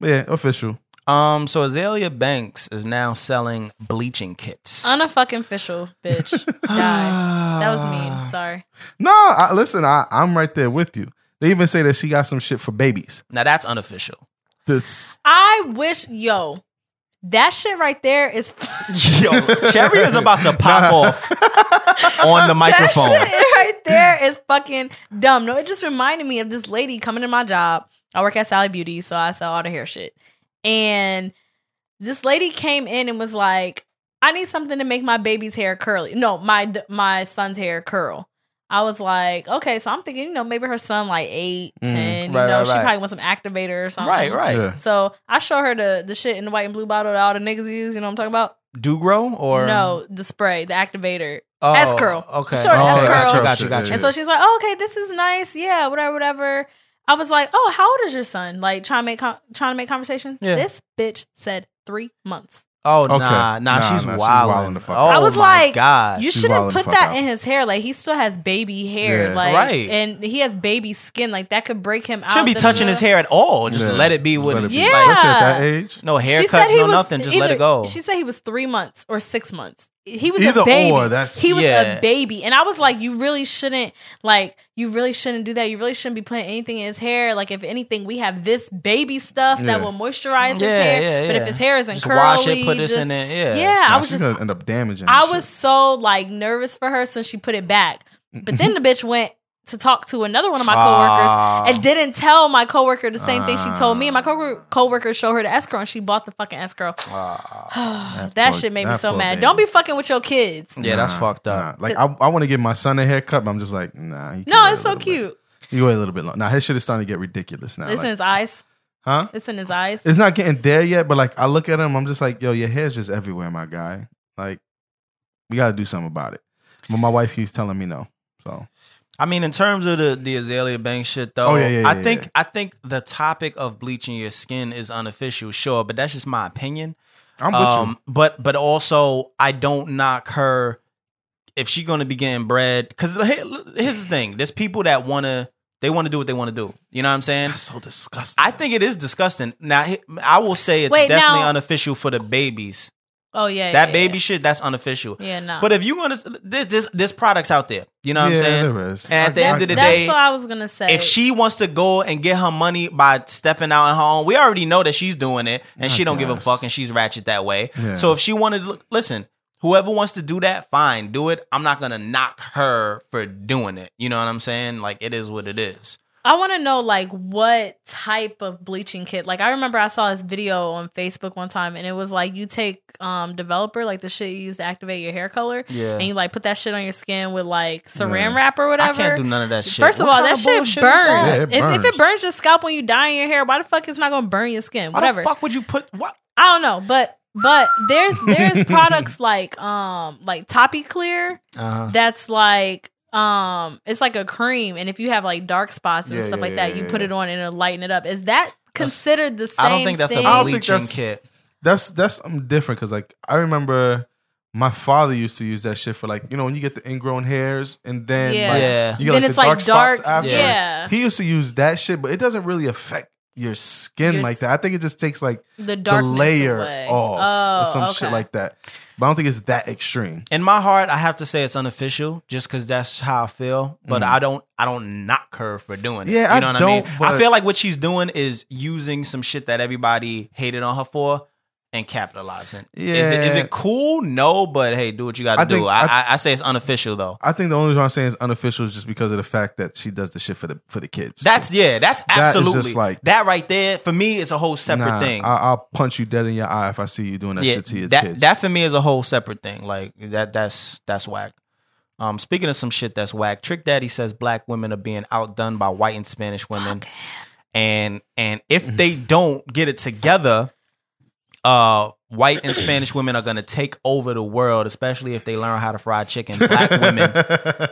But yeah, official.
Um. So Azalea Banks is now selling bleaching kits.
Unfucking official, bitch.
(laughs)
Die. That was mean. Sorry.
No, I, listen, I, I'm right there with you. They even say that she got some shit for babies.
Now that's
(laughs)
unofficial.
This,
I wish, yo, that shit right there is.
Yo, Cherry Oh, is about to pop off on the microphone.
That shit right there is fucking dumb. No, it just reminded me of this lady coming to my job. I work at Sally Beauty, so I sell all the hair shit. And this lady came in and was like, "I need something to make my baby's hair curly. No, my my son's hair curl." I was like, "Okay," so I'm thinking, you know, maybe her son like eight,
Mm,
ten. you
Mm-hmm. right,
know,
right,
she
right.
probably wants some activator or something.
Right. Right.
yeah.
So I show her the the shit in the white and blue bottle that all the niggas use. You know what I'm talking about?
Dugro or
no, the spray, the activator.
Oh,
S-curl.
Okay.
Sure,
okay.
S-curl.
Got you. Got you.
Shit,
Got you.
And so she's like, oh, okay, this is nice. Yeah, whatever, whatever. I was like, oh, how old is your son? Like trying to make con- trying to make conversation.
Yeah.
This bitch said three months.
Oh
Okay.
nah, nah,
Nah,
she's
nah, she's
wilding.
wildin' the fuck
oh
out.
I was
my
like,
God,
You
she's
shouldn't
wilding Ah, the
put
fuck
that
out.
in his hair. Like he still has baby hair.
Yeah.
Like
Right.
and he has baby skin. Like that could break him out.
shouldn't be
da, da,
touching
da.
his hair at all. Just
Yeah.
let it be
Just
with
let
it.
it be.
Yeah.
Especially at that age.
no
She said
haircuts,
he
no
was
nothing. Just let
either-
it go.
She said he was three months or six months. He was
Either
a baby.
or, that's-
he was
Yeah.
a baby, and I was like, you really shouldn't like, you really shouldn't do that. You really shouldn't be putting anything in his hair. Like, if anything, we have this baby stuff
Yeah.
that will moisturize
Yeah,
his hair.
yeah,
But
yeah.
if his hair isn't
Just
curly,
wash it, put this
just-
in it.
Yeah,
Yeah.
Nah,
I was
she's
just,
gonna end up damaging.
I
shit.
was so like nervous for her since she put it back. But then the bitch went to talk to another one of my coworkers
Ah.
and didn't tell my coworker the same thing she told me. And my co- coworker showed her the escrow and she bought the fucking escrow.
Ah.
(sighs) that
poor-
shit made me
that
so
poor
mad.
baby.
Don't be fucking with your kids.
yeah, that's
Nah,
fucked up.
nah. Like I, I want to give my son a haircut, but I'm just like, nah. you can
No,
wait
it's
a
so
little bit.
cute.
You wait a little bit long. Now his shit is starting to get ridiculous now.
It's in
like,
his eyes.
huh?
It's in his eyes.
It's not getting there yet, but like I look at him, I'm just like, yo, your hair's just everywhere, my guy. Like, we gotta do something about it. But my wife keeps telling me no. So
I mean, in terms of the the Azalea Banks shit, though,
Oh, yeah, yeah,
I
yeah,
think
yeah.
I think the topic of bleaching your skin is unofficial, sure, but that's just my opinion.
I'm with
Um, but but also, I don't knock her if she's gonna be getting bread. Because here's the thing: there's people that wanna they want to do what they want to do. You know what I'm saying?
you. So disgusting.
I think it is disgusting. Now he- I will say it's
Wait,
definitely
now-
unofficial for the babies.
Oh yeah,
That
yeah,
baby shit, that's unofficial.
Yeah, yeah no.
But if you want to, there's, there's there's products out there. You know what I'm saying?
There is.
And at the
That-
end of the
that's
day,
what I was gonna say.
if she wants to go and get her money by stepping out at home, we already know that she's doing it and she don't give a
gosh.
fuck and she's ratchet that way.
Yeah.
So if she wanted to listen, whoever wants to do that, fine, do it. I'm not gonna knock her for doing it. You know what I'm saying? Like it is what it is.
I want to know like what type of bleaching kit. Like I remember I saw this video on Facebook one time, and it was like you take um developer like the shit you use to activate your hair color,
Yeah.
and you like put that shit on your skin with like Saran
Yeah.
wrap or whatever.
I can't do none of that shit.
First of
What
all,
kind
that shit burns.
bullshit is that?
Yeah, it
If, if
burns.
it burns your scalp when you dye in your hair, why the fuck it's not gonna burn your skin?
Why
Whatever.
the fuck would you put what?
I don't know, but but there's
(laughs)
there's products like um like Toppy Clear
Uh-huh.
that's like um it's like a cream and if you have like dark spots and
Yeah,
stuff
yeah,
like
yeah,
that you
yeah,
put
yeah.
it on and it'll lighten it up is that considered the same
I don't think that's
thing?
a
think
bleaching
that's-
kit.
That's that's something different because like I remember my father used to use that shit for like you know when you get the ingrown hairs and then
Yeah.
like,
Yeah.
you get
Then
like
it's,
the
like,
dark, spots
dark-
after.
yeah.
he used to use that shit, but it doesn't really affect your skin
Your
like
s-
that. I think it just takes like
the dark
the layer off
oh,
or some
okay.
shit like that. But I don't think it's that extreme.
in my heart, I have to say it's unofficial, just because that's how I feel. But I don't, I don't knock her for doing it.
Mm. Yeah,
you
I
know what I
don't,
mean. I
but-
feel like what she's doing is using some shit that everybody hated on her for and capitalizing. Is it, is
Yeah.
it cool? No, but hey, do what you got to
I
do.
think-
I,
I-
I, I say it's unofficial though.
I think the only reason I'm saying it's unofficial is just because of the fact that she does the shit for the for the kids.
That's yeah. That's
is just
absolutely
like-
that right there. For me, it's a whole separate
Nah,
thing.
I, I'll punch you dead in your eye if I see you doing that
yeah,
shit to your
that
kids.
that for me is a whole separate thing. Like that, that's that's whack. Um, speaking of some shit that's whack, Trick Daddy says black women are being outdone by white and
Mm-hmm.
Spanish women, and and if they don't get it together, uh, white and Spanish women are gonna take over the world, especially if they learn how to fry chicken. Black women,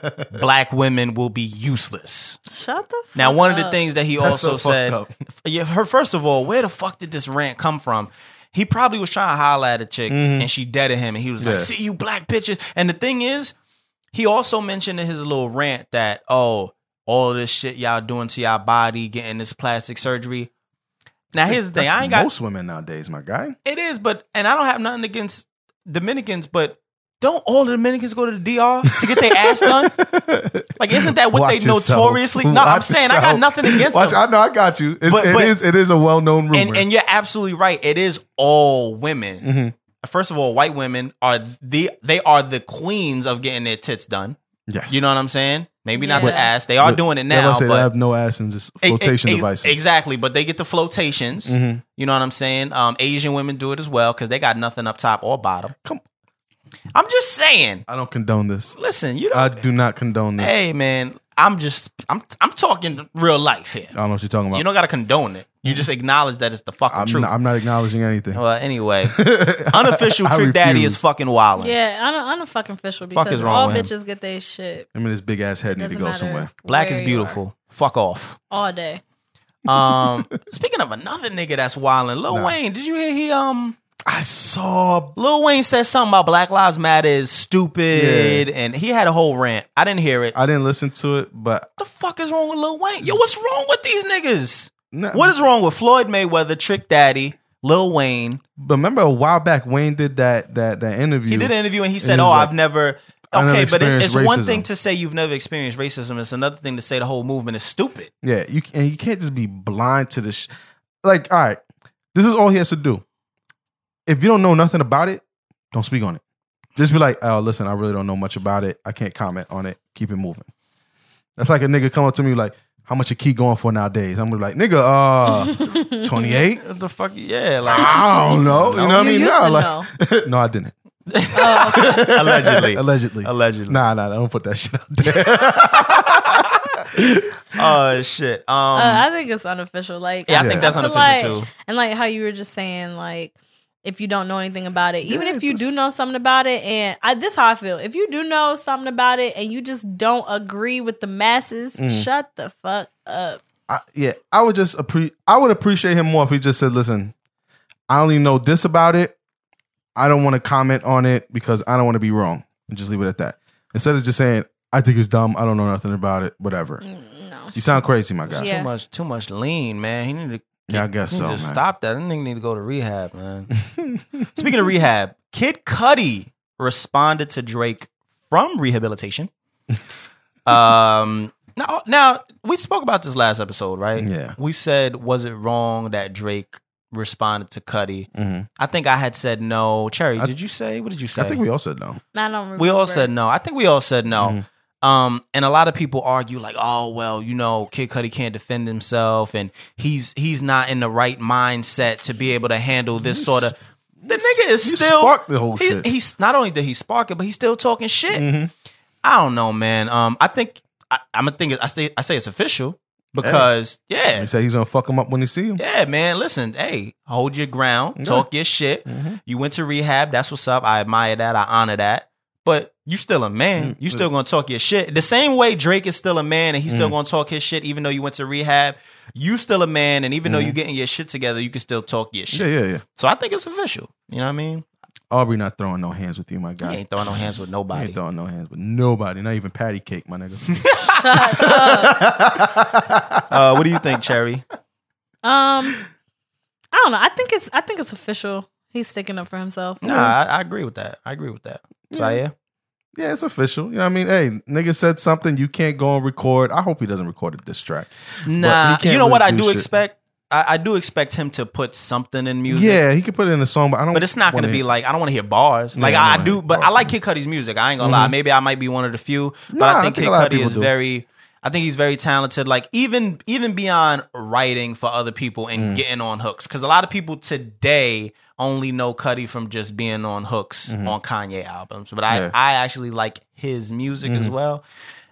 (laughs)
black women will be useless.
Shut the fuck
Now, one of
(laughs)
the
up.
things that he also said, yeah, her first of all, where the fuck did this rant come from? He probably was trying to holler at a chick, and she deaded him, and he was
Mm-hmm. Yeah.
like, "See you, black bitches." And the thing is, he also mentioned in his little rant that, "Oh, all this shit y'all doing to y'all body, getting this plastic surgery." Now, here's the thing: I ain't got
most women nowadays, my guy.
it is, but and I don't have nothing against Dominicans, but don't all the Dominicans go to the DR to get their
(laughs)
ass done? Like, isn't (laughs) that what
Watch
they
yourself.
notoriously? No, I'm
Watch
saying I got
yourself.
nothing against
Watch,
them.
I know I got you. It's,
But-
it
but-
is it is a well known rumor.
and and you're absolutely right. It is all women.
Mhm.
First of all, white women are the they are the queens of getting their tits done.
yes.
You know what I'm saying? Maybe not
Yeah.
with ass. They are
But-
doing it
That's why I
now,
say they
but
have no ass and just
Eh, eh,
flotation
eh,
devices.
Exactly, but they get the flotations.
Mhm.
You know what I'm saying? Um, Asian women do it as well because they got nothing up top or bottom.
Come-
I'm just saying.
I don't condone this.
Listen, you don't.
I do not condone this.
(laughs) hey, man. I'm just. I'm. I'm talking real life here.
I don't know what you're talking about.
You don't got to condone it. You just acknowledge that it's the fucking
I'm,
truth.
not, I'm not acknowledging anything.
well,
(laughs)
anyway, unofficial
Unofficial
trick daddy is fucking wild.
Yeah, I don't, I don't fucking official
Fuck
because
is wrong
all
with him.
bitches get their shit.
I mean, this big ass head need to
Doesn't
go
matter
somewhere.
Black
where
is
you are.
beautiful. Fuck off.
all day.
(laughs)
Um, speaking of another nigga that's wilding, Lil
Nah.
Wayne. Did you hear he um
I saw.
Lil Wayne said something about Black Lives Matter is stupid, and he had a whole rant. I didn't hear it.
I didn't listen to it, but
what the fuck is wrong with Lil Wayne? Yo, what's wrong with these niggas?
nah.
What is wrong with Floyd Mayweather, Trick Daddy, Lil Wayne?
But remember a while back, Wayne did that that that interview.
He did an interview and he said,
he
"Oh,
was like,
I've never."
"I never
Okay, but it's, it's
experienced
one
racism."
thing to say you've never experienced racism. It's another thing to say the whole movement is stupid.
Yeah, you and you can't just be blind to this. Sh- like, all right, this is all he has to do. If you don't know nothing about it, don't speak on it. Just be like, oh, listen, I really don't know much about it. I can't comment on it. Keep it moving. That's like a nigga come up to me like, how much a key going for nowadays? I'm gonna be like, nigga, uh, twenty eight.
What the fuck? Yeah, like
I don't know. You know what I
You
mean?
used
Nah,
to
like, (laughs) no, I didn't.
Oh,
(laughs)
okay.
(laughs)
allegedly,
Allegedly.
allegedly.
Nah, nah, don't put that (laughs) shit out there.
Oh shit. Um,
Uh, I think it's unofficial. Like,
yeah, I
Yeah.
think that's
But,
unofficial
like,
too.
And like how you were just saying, like if you don't know anything about it, even
Yeah,
if you
just-
do know something about it, and I, this how I feel. If you do know something about it and you just don't agree with the masses,
Mm.
shut the fuck up.
I, yeah, I would just appre- I would appreciate him more if he just said, "Listen, I only know this about it. I don't want to comment on it because I don't want to be wrong." And just leave it at that. Instead of just saying, "I think it's dumb. I don't know nothing about it. Whatever."
Mm, No,
You sound crazy, my guy.
Yeah.
(laughs) Too much, too much lean, man. He need to.
Yeah, I guess
he
so,
need to
man.
stop that. That nigga need to go to rehab, man. Speaking of rehab, Kid Cudi responded to Drake from
(laughs)
rehabilitation. Um. Now, now we spoke about this last episode, right?
Yeah.
We said, was it wrong that Drake responded to Cudi?
Mhm.
I think I had said no. Cherry,
I-
did you say? What did you say?
I think we all said no.
I don't. Remember.
we all said no. I think we all said no.
Mm-hmm.
Um, and a lot of people argue like, oh well, you know, Kid Cudi can't defend himself, and he's he's not in the right mindset to be able to handle this sort of. The nigga is
you
still
sparked the whole
he-
shit.
He's not only did he spark it, but he's still talking shit.
Mm-hmm.
I don't know, man. Um, I think I, I'm gonna think it- I say I say it's official because yeah,
He said he's gonna fuck him up when he see him.
yeah, man. Listen, hey, hold your ground, talk your shit.
Mm-hmm.
You went to rehab. That's what's up. I admire that. I honor that. But you still a
Mm,
man. You still gonna talk your shit. The same way Drake is still a man and he's
Mm.
still gonna talk his shit, even though you went to rehab. You still a man, and even though you getting your shit together, you can still talk your shit.
Mm-hmm. Yeah, yeah, yeah.
So I think it's official. You know what I mean?
Aubrey not throwing no hands with you, my
He
guy.
ain't throwing no hands with
He
nobody.
ain't throwing no hands with nobody, not even patty cake, my nigga. (laughs)
Shut
(laughs)
up.
(laughs) Uh, what do you think, Cherry?
(laughs)
Um, I don't know. I think it's. I think it's official. He's sticking up for himself.
Nah, I, I agree with that. I agree with that. So yeah,
Yeah, it's official. You know what I mean? Hey, nigga said something. You can't go and record. I hope he doesn't record a diss track.
nah.
can't
You know what I
really do
do
shit.
expect? I, I do expect him to put something in music.
Yeah, he could put it in a song, but I don't.
But it's not going to
wanna-
be like I don't want to hear bars. Like
Yeah, I
I,
don't
do,
wanna hear
but I
bars.
like Kid Cudi's music. I ain't gonna lie. Maybe I might be one of the few, but
Nah,
I
I
think
think
Kid
a lot of
Cudi
people
is
do.
very. I think he's very talented. Like even even beyond writing for other people and
Mm.
getting on hooks, because a lot of people today only know Cudi from just being on hooks on Kanye albums. But I
Mm-hmm. Yeah. Mm-hmm.
I actually like his music as well.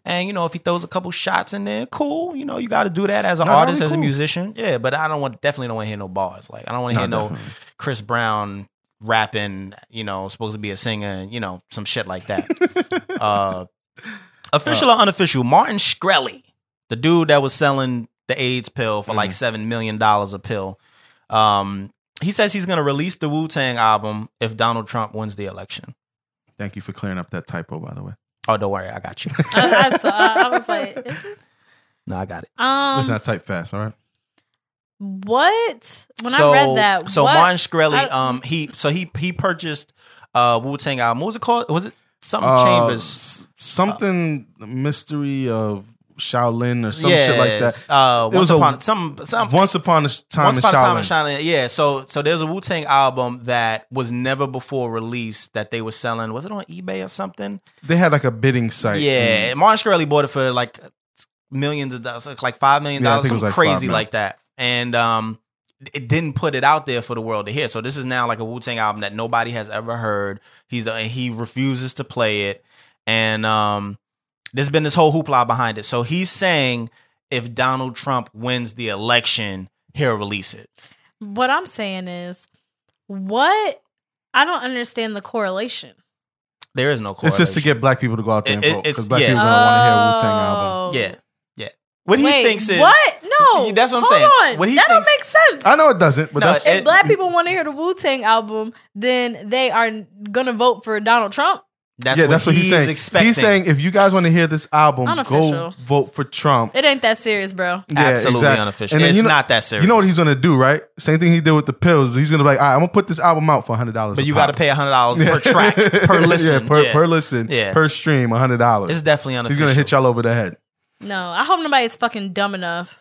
And you know, if he throws a couple shots in there, cool. You know, you got to do that as an
No, that'd
artist,
be
as a
cool.
musician. Yeah, but I don't want definitely don't want to hear no bars. Like I don't want to hear no Chris Brown rapping. You know, supposed to be a singer. You know, some shit like (laughs) that. uh, official or unofficial, Martin Shkreli, the dude that was selling the AIDS pill for like seven million dollars a pill. Um, he says he's going to release the Wu Tang album if Donald Trump wins the election.
Thank you for clearing up that typo, by the way.
Oh, don't worry, I (laughs) got you.
I, I, saw, I, I was like, is this?
no, I got it.
Um,
Listen, I type fast, all right?
what? When I read that,
so
what?
Martin Shkreli,
I-
um, he so he he purchased uh Wu Tang album. What was it called? Was it something
Uh,
Chambers?
s- Something mystery of Shaolin or some shit like
Yes,
that.
Uh,
It
once
was a-
upon some some
Once upon a s- time
Once
in
upon a time in
Shaolin.
China, yeah. So, so there's a Wu Tang album that was never before released that they were selling. Was it on eBay or something?
They had like a bidding site.
Yeah, and Martin Shkreli bought it for like millions of dollars, like five million
Yeah, I
dollars,
think it was
something
like five
crazy
mil.
like that. And um, it didn't put it out there for the world to hear. So this is now like a Wu Tang album that nobody has ever heard. He's the, and he refuses to play it, and um, there's been this whole hoopla behind it. So he's saying if Donald Trump wins the election, he'll release it.
what I'm saying is, what? I don't understand the correlation.
There is no
And
correlation.
it's just to get black people to go out there
It-
and
it-
vote
it's-
because black
yeah.
people don't want to hear Wu Tang
Oh.
album.
yeah, yeah. What he
Wait,
thinks is
what? No,
Yeah, that's what I'm
hold
saying.
On.
What he
that don't make
thinks-
sense.
I know it doesn't, but
No,
that's
it-
if black people want to hear the Wu Tang album, then they are gonna vote for Donald Trump.
That's
yeah,
what
that's what he's,
he's
saying.
expecting.
He's saying if you guys want to hear this album,
Unofficial.
go vote for Trump.
It ain't that serious, bro.
Yeah,
absolutely
exact-
unofficial.
then
It's
you know-
not that serious.
You know what he's gonna do, right? Same thing he did with the pills. He's gonna be like, All right, I'm gonna put this album out for hundred dollars.
But you got to pay hundred
(laughs)
dollars per track per listen.
yeah, per,
Yeah.
per listen,
Yeah.
per stream, hundred dollars.
It's definitely
He's
unofficial.
gonna hit y'all over the head.
No, I hope nobody's fucking dumb enough.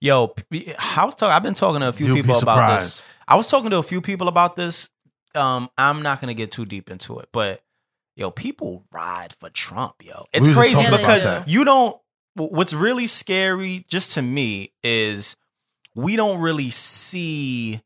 Yo, p- I was talking. I've been talking to a few
You'll be
people about this.
surprised.
I was talking to a few people about this. Um, I'm not gonna get too deep into it, but yo, people ride for Trump. Yo, it's
We was just
crazy
talking
about
because
that.
you don't. wh- What's really scary, just to me, is we don't really see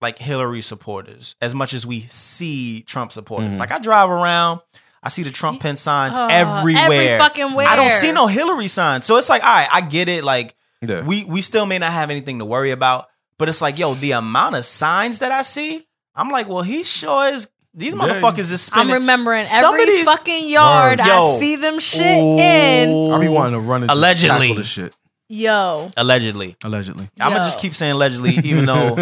like Hillary supporters as much as we see Trump supporters.
Mhm.
Like I drive around, I see the Trump pen signs
Uh,
everywhere.
every fucking where.
I don't see no Hillary signs, so it's like, all right, I get it. Like
Yeah.
we we still may not have anything to worry about, but it's like, yo, the amount of signs that I see, I'm like, well, he sure is. These
Yeah.
motherfuckers is
I'm
spending.
remembering
Some of
every
these-
fucking yard
Word, yo.
I see them shit in.
I be wanting to run and just
Allegedly.
tackle this shit.
Yo,
allegedly.
Allegedly.
I'm gonna
Yo.
just keep saying allegedly, even though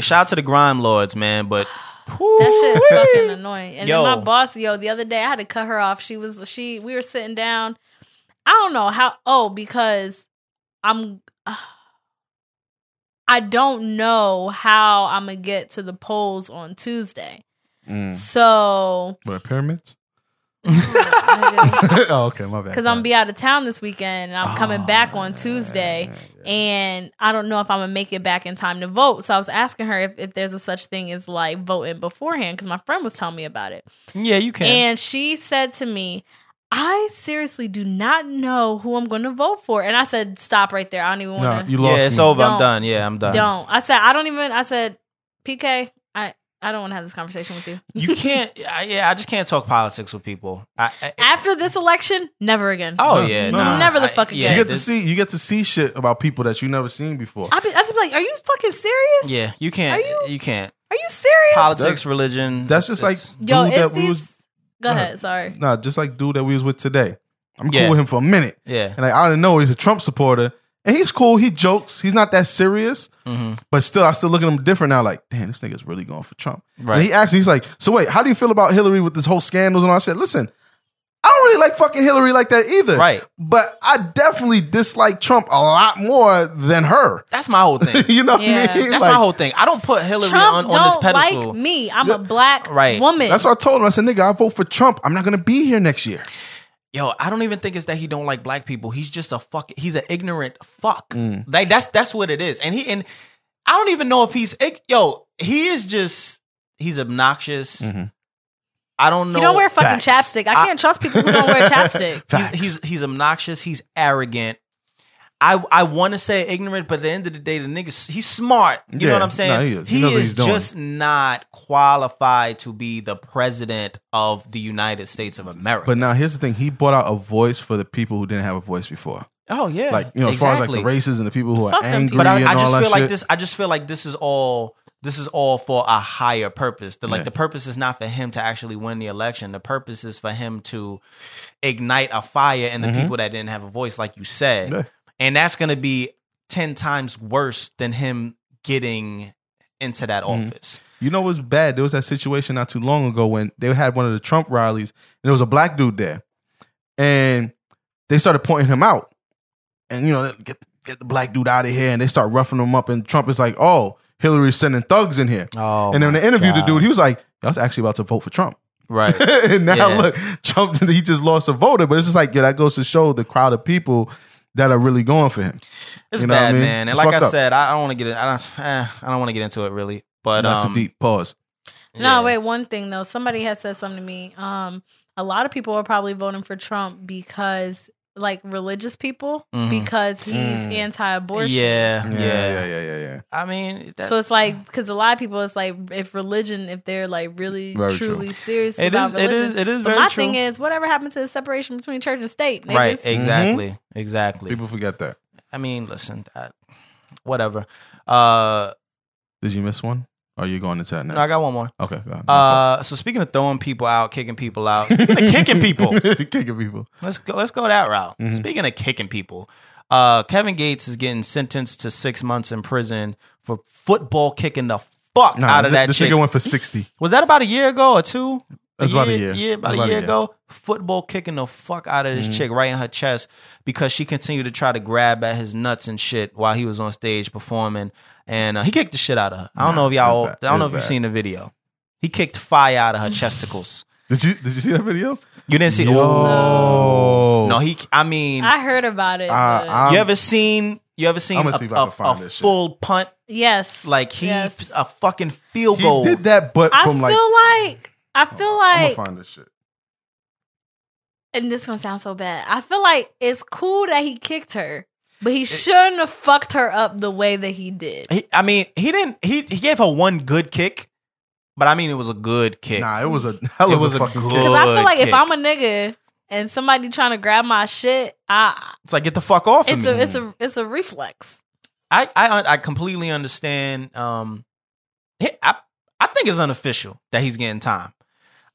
shout out to the grime lords, man. But
that shit is fucking annoying. And
Yo.
then my boss, yo, the other day I had to cut her off. She was she we were sitting down. I don't know how. Oh, because I'm. (sighs) I don't know how I'm gonna get to the polls on Tuesday.
(laughs) Mm. (laughs)
So
What
(laughs)
pyramids?
because
oh, okay, my bad.
I'm gonna be out of town this weekend and I'm coming
Oh,
back on Tuesday. And I don't know if I'm gonna make it back in time to vote. So I was asking her if, if there's a such thing as like voting beforehand because my friend was telling me about it.
yeah, you can.
And she said to me, I seriously do not know who I'm gonna vote for. And I said, Stop right there. I don't even
No,
wanna
you lost
yeah, it's
me.
over. I'm
Don't.
done. Yeah, I'm done.
don't. I said, I don't even I said, PK, I, I don't wanna have this conversation with you. (laughs)
You can't. I, yeah, I just can't talk politics with people. I, I,
After this election, never again.
oh
No,
yeah,
no.
nah.
Never the
I-
fuck
yeah,
again.
you get to
this-
see you get to see shit about people that you never seen before.
I, be, I just be like, Are you fucking serious?
Yeah, you can't.
Are
You,
you-
can't.
Are you serious?
Politics, religion.
That's just like
it's-
dude
Yo,
that
it's
we
these.
was
Go
ahead.
ahead. Sorry.
nah, just like dude that we was with today. I'm
Yeah.
cool with him for a minute,
yeah.
and like I didn't know he's a Trump supporter, and he's cool. He jokes. He's not that serious,
Mhm.
but still, I still look at him different now. Like, damn, this nigga's really going for Trump.
Right.
And he asked me, he's like, so wait, how do you feel about Hillary with this whole scandals? And all? I said, listen, I don't really like fucking Hillary like that either.
Right.
But I definitely dislike Trump a lot more than her.
That's my
(laughs)
whole thing.
you know what I
Yeah.
mean?
That's
Like,
my whole thing. I don't put Hillary on,
Trump
on this
don't
pedestal.
like me. I'm a black
Right.
woman.
That's what I told him. I said, nigga, I vote for Trump. I'm not gonna be here next year.
Yo, I don't even think it's that he don't like black people. He's just a fuck. He's an ignorant fuck. Like that's that's what it is. And he and I don't even know if he's ig- yo. He is just he's obnoxious.
Mhm.
I don't know.
you don't wear fucking
facts.
chapstick. I can't trust people who don't wear chapstick.
He's, he's he's obnoxious. He's arrogant. I I want to say ignorant, but at the end of the day, the nigga he's smart. You know
Yeah,
what I'm saying?
nah, he is. He knows what
is
he's doing.
just not qualified to be the president of the United States of America.
But now here's the thing: he brought out a voice for the people who didn't have a voice before.
oh yeah,
Like you know, as far as like the races and the people who
Fuck
are
them
angry
people.
But I,
and
I
all
just
that
feel like
shit.
this. I just feel like this is all. This is all for a higher purpose. The, like
Yeah.
the purpose is not for him to actually win the election. The purpose is for him to ignite a fire in the
Mhm.
people that didn't have a voice, like you said.
Yeah.
And that's going to be ten times worse than him getting into that
Mhm.
office.
You know what's bad? There was that situation not too long ago when they had one of the Trump rallies and there was a black dude there. And they started pointing him out. And you know, get get the black dude out of here and they start roughing him up and Trump is like, "Oh, Hillary's sending thugs in here."
Oh,
and then when they interviewed
God.
the dude, he was like, "I was actually about to vote for Trump."
right?
(laughs) and now
Yeah.
look, Trump (laughs) he just lost a voter, but it's just like, yeah, that goes to show the crowd of people that are really going for him.
It's
You know what
bad,
I mean?
man. And
It's
like
fucked
I
up.
said, I don't want to get it. I don't. Eh, I don't want to get into it really. But
Not
um,
too deep. Pause.
yeah.
No, wait, one thing though. Somebody had said something to me. Um, a lot of people are probably voting for Trump because like religious people
Mhm.
because he's
Mm.
anti-abortion.
Yeah, yeah,
yeah, yeah, yeah, yeah.
I mean, that,
So it's like because a lot of people, it's like if religion, if they're like really
Very true.
truly serious
It
about
is- it
religion,
is- it is
But
very
my
true.
thing is, whatever happened to the separation between church and state? Niggas?
right, exactly, exactly.
People forget that.
I mean, listen, I, whatever. Uh,
Did you miss one? Or are you going into that next?
no, I got one more.
Okay. Go ahead. (laughs)
Uh, so speaking of throwing people out, kicking people out, speaking of kicking people,
(laughs) kicking people.
let's go. Let's go that route.
Mhm.
Speaking of kicking people, uh, Kevin Gates is getting sentenced to six months in prison for football kicking the fuck
Nah,
out of
this-
that
This
chick.
nigga went for sixty.
Was that about a year ago or two?
That's about a year. Mm-hmm.
Yeah, about,
That's
a year ago. Football kicking the fuck out of this chick right in her chest because she continued to try to grab at his nuts and shit while he was on stage performing, and uh, he kicked the shit out of her. I don't
Nah,
know if y'all,
that's bad.
I don't know if
That's
you've
bad.
seen the video. He kicked fire out of her chesticles.
Did you Did you see that video?
You didn't see?
Yo.
Oh no, he. I mean,
I heard about it.
I-
but-
I'm-
you ever seen? You ever seen
I'ma
a,
see if I can
a-
find
a
this shit.
full punt
yes,
like he
Yes.
a fucking field
he
goal?
did that, but
I
from
feel
like.
like I feel
I'm
like
gonna find this shit.
and this one sounds so bad. I feel like it's cool that he kicked her, but he shouldn't have fucked her up the way that he did.
He, I mean, he didn't. He he gave her one good kick, but I mean, it was a good kick.
Nah, it was a hell
It
of
was
a
a
fucking
good-
kick.
Because I feel
Good
like
kick.
if I'm a nigga and somebody trying to grab my shit, I
It's like get the fuck off
it's
of
a
me.
it's a it's a reflex.
I, I I completely understand. Um, he- I I think it's unofficial that he's getting time.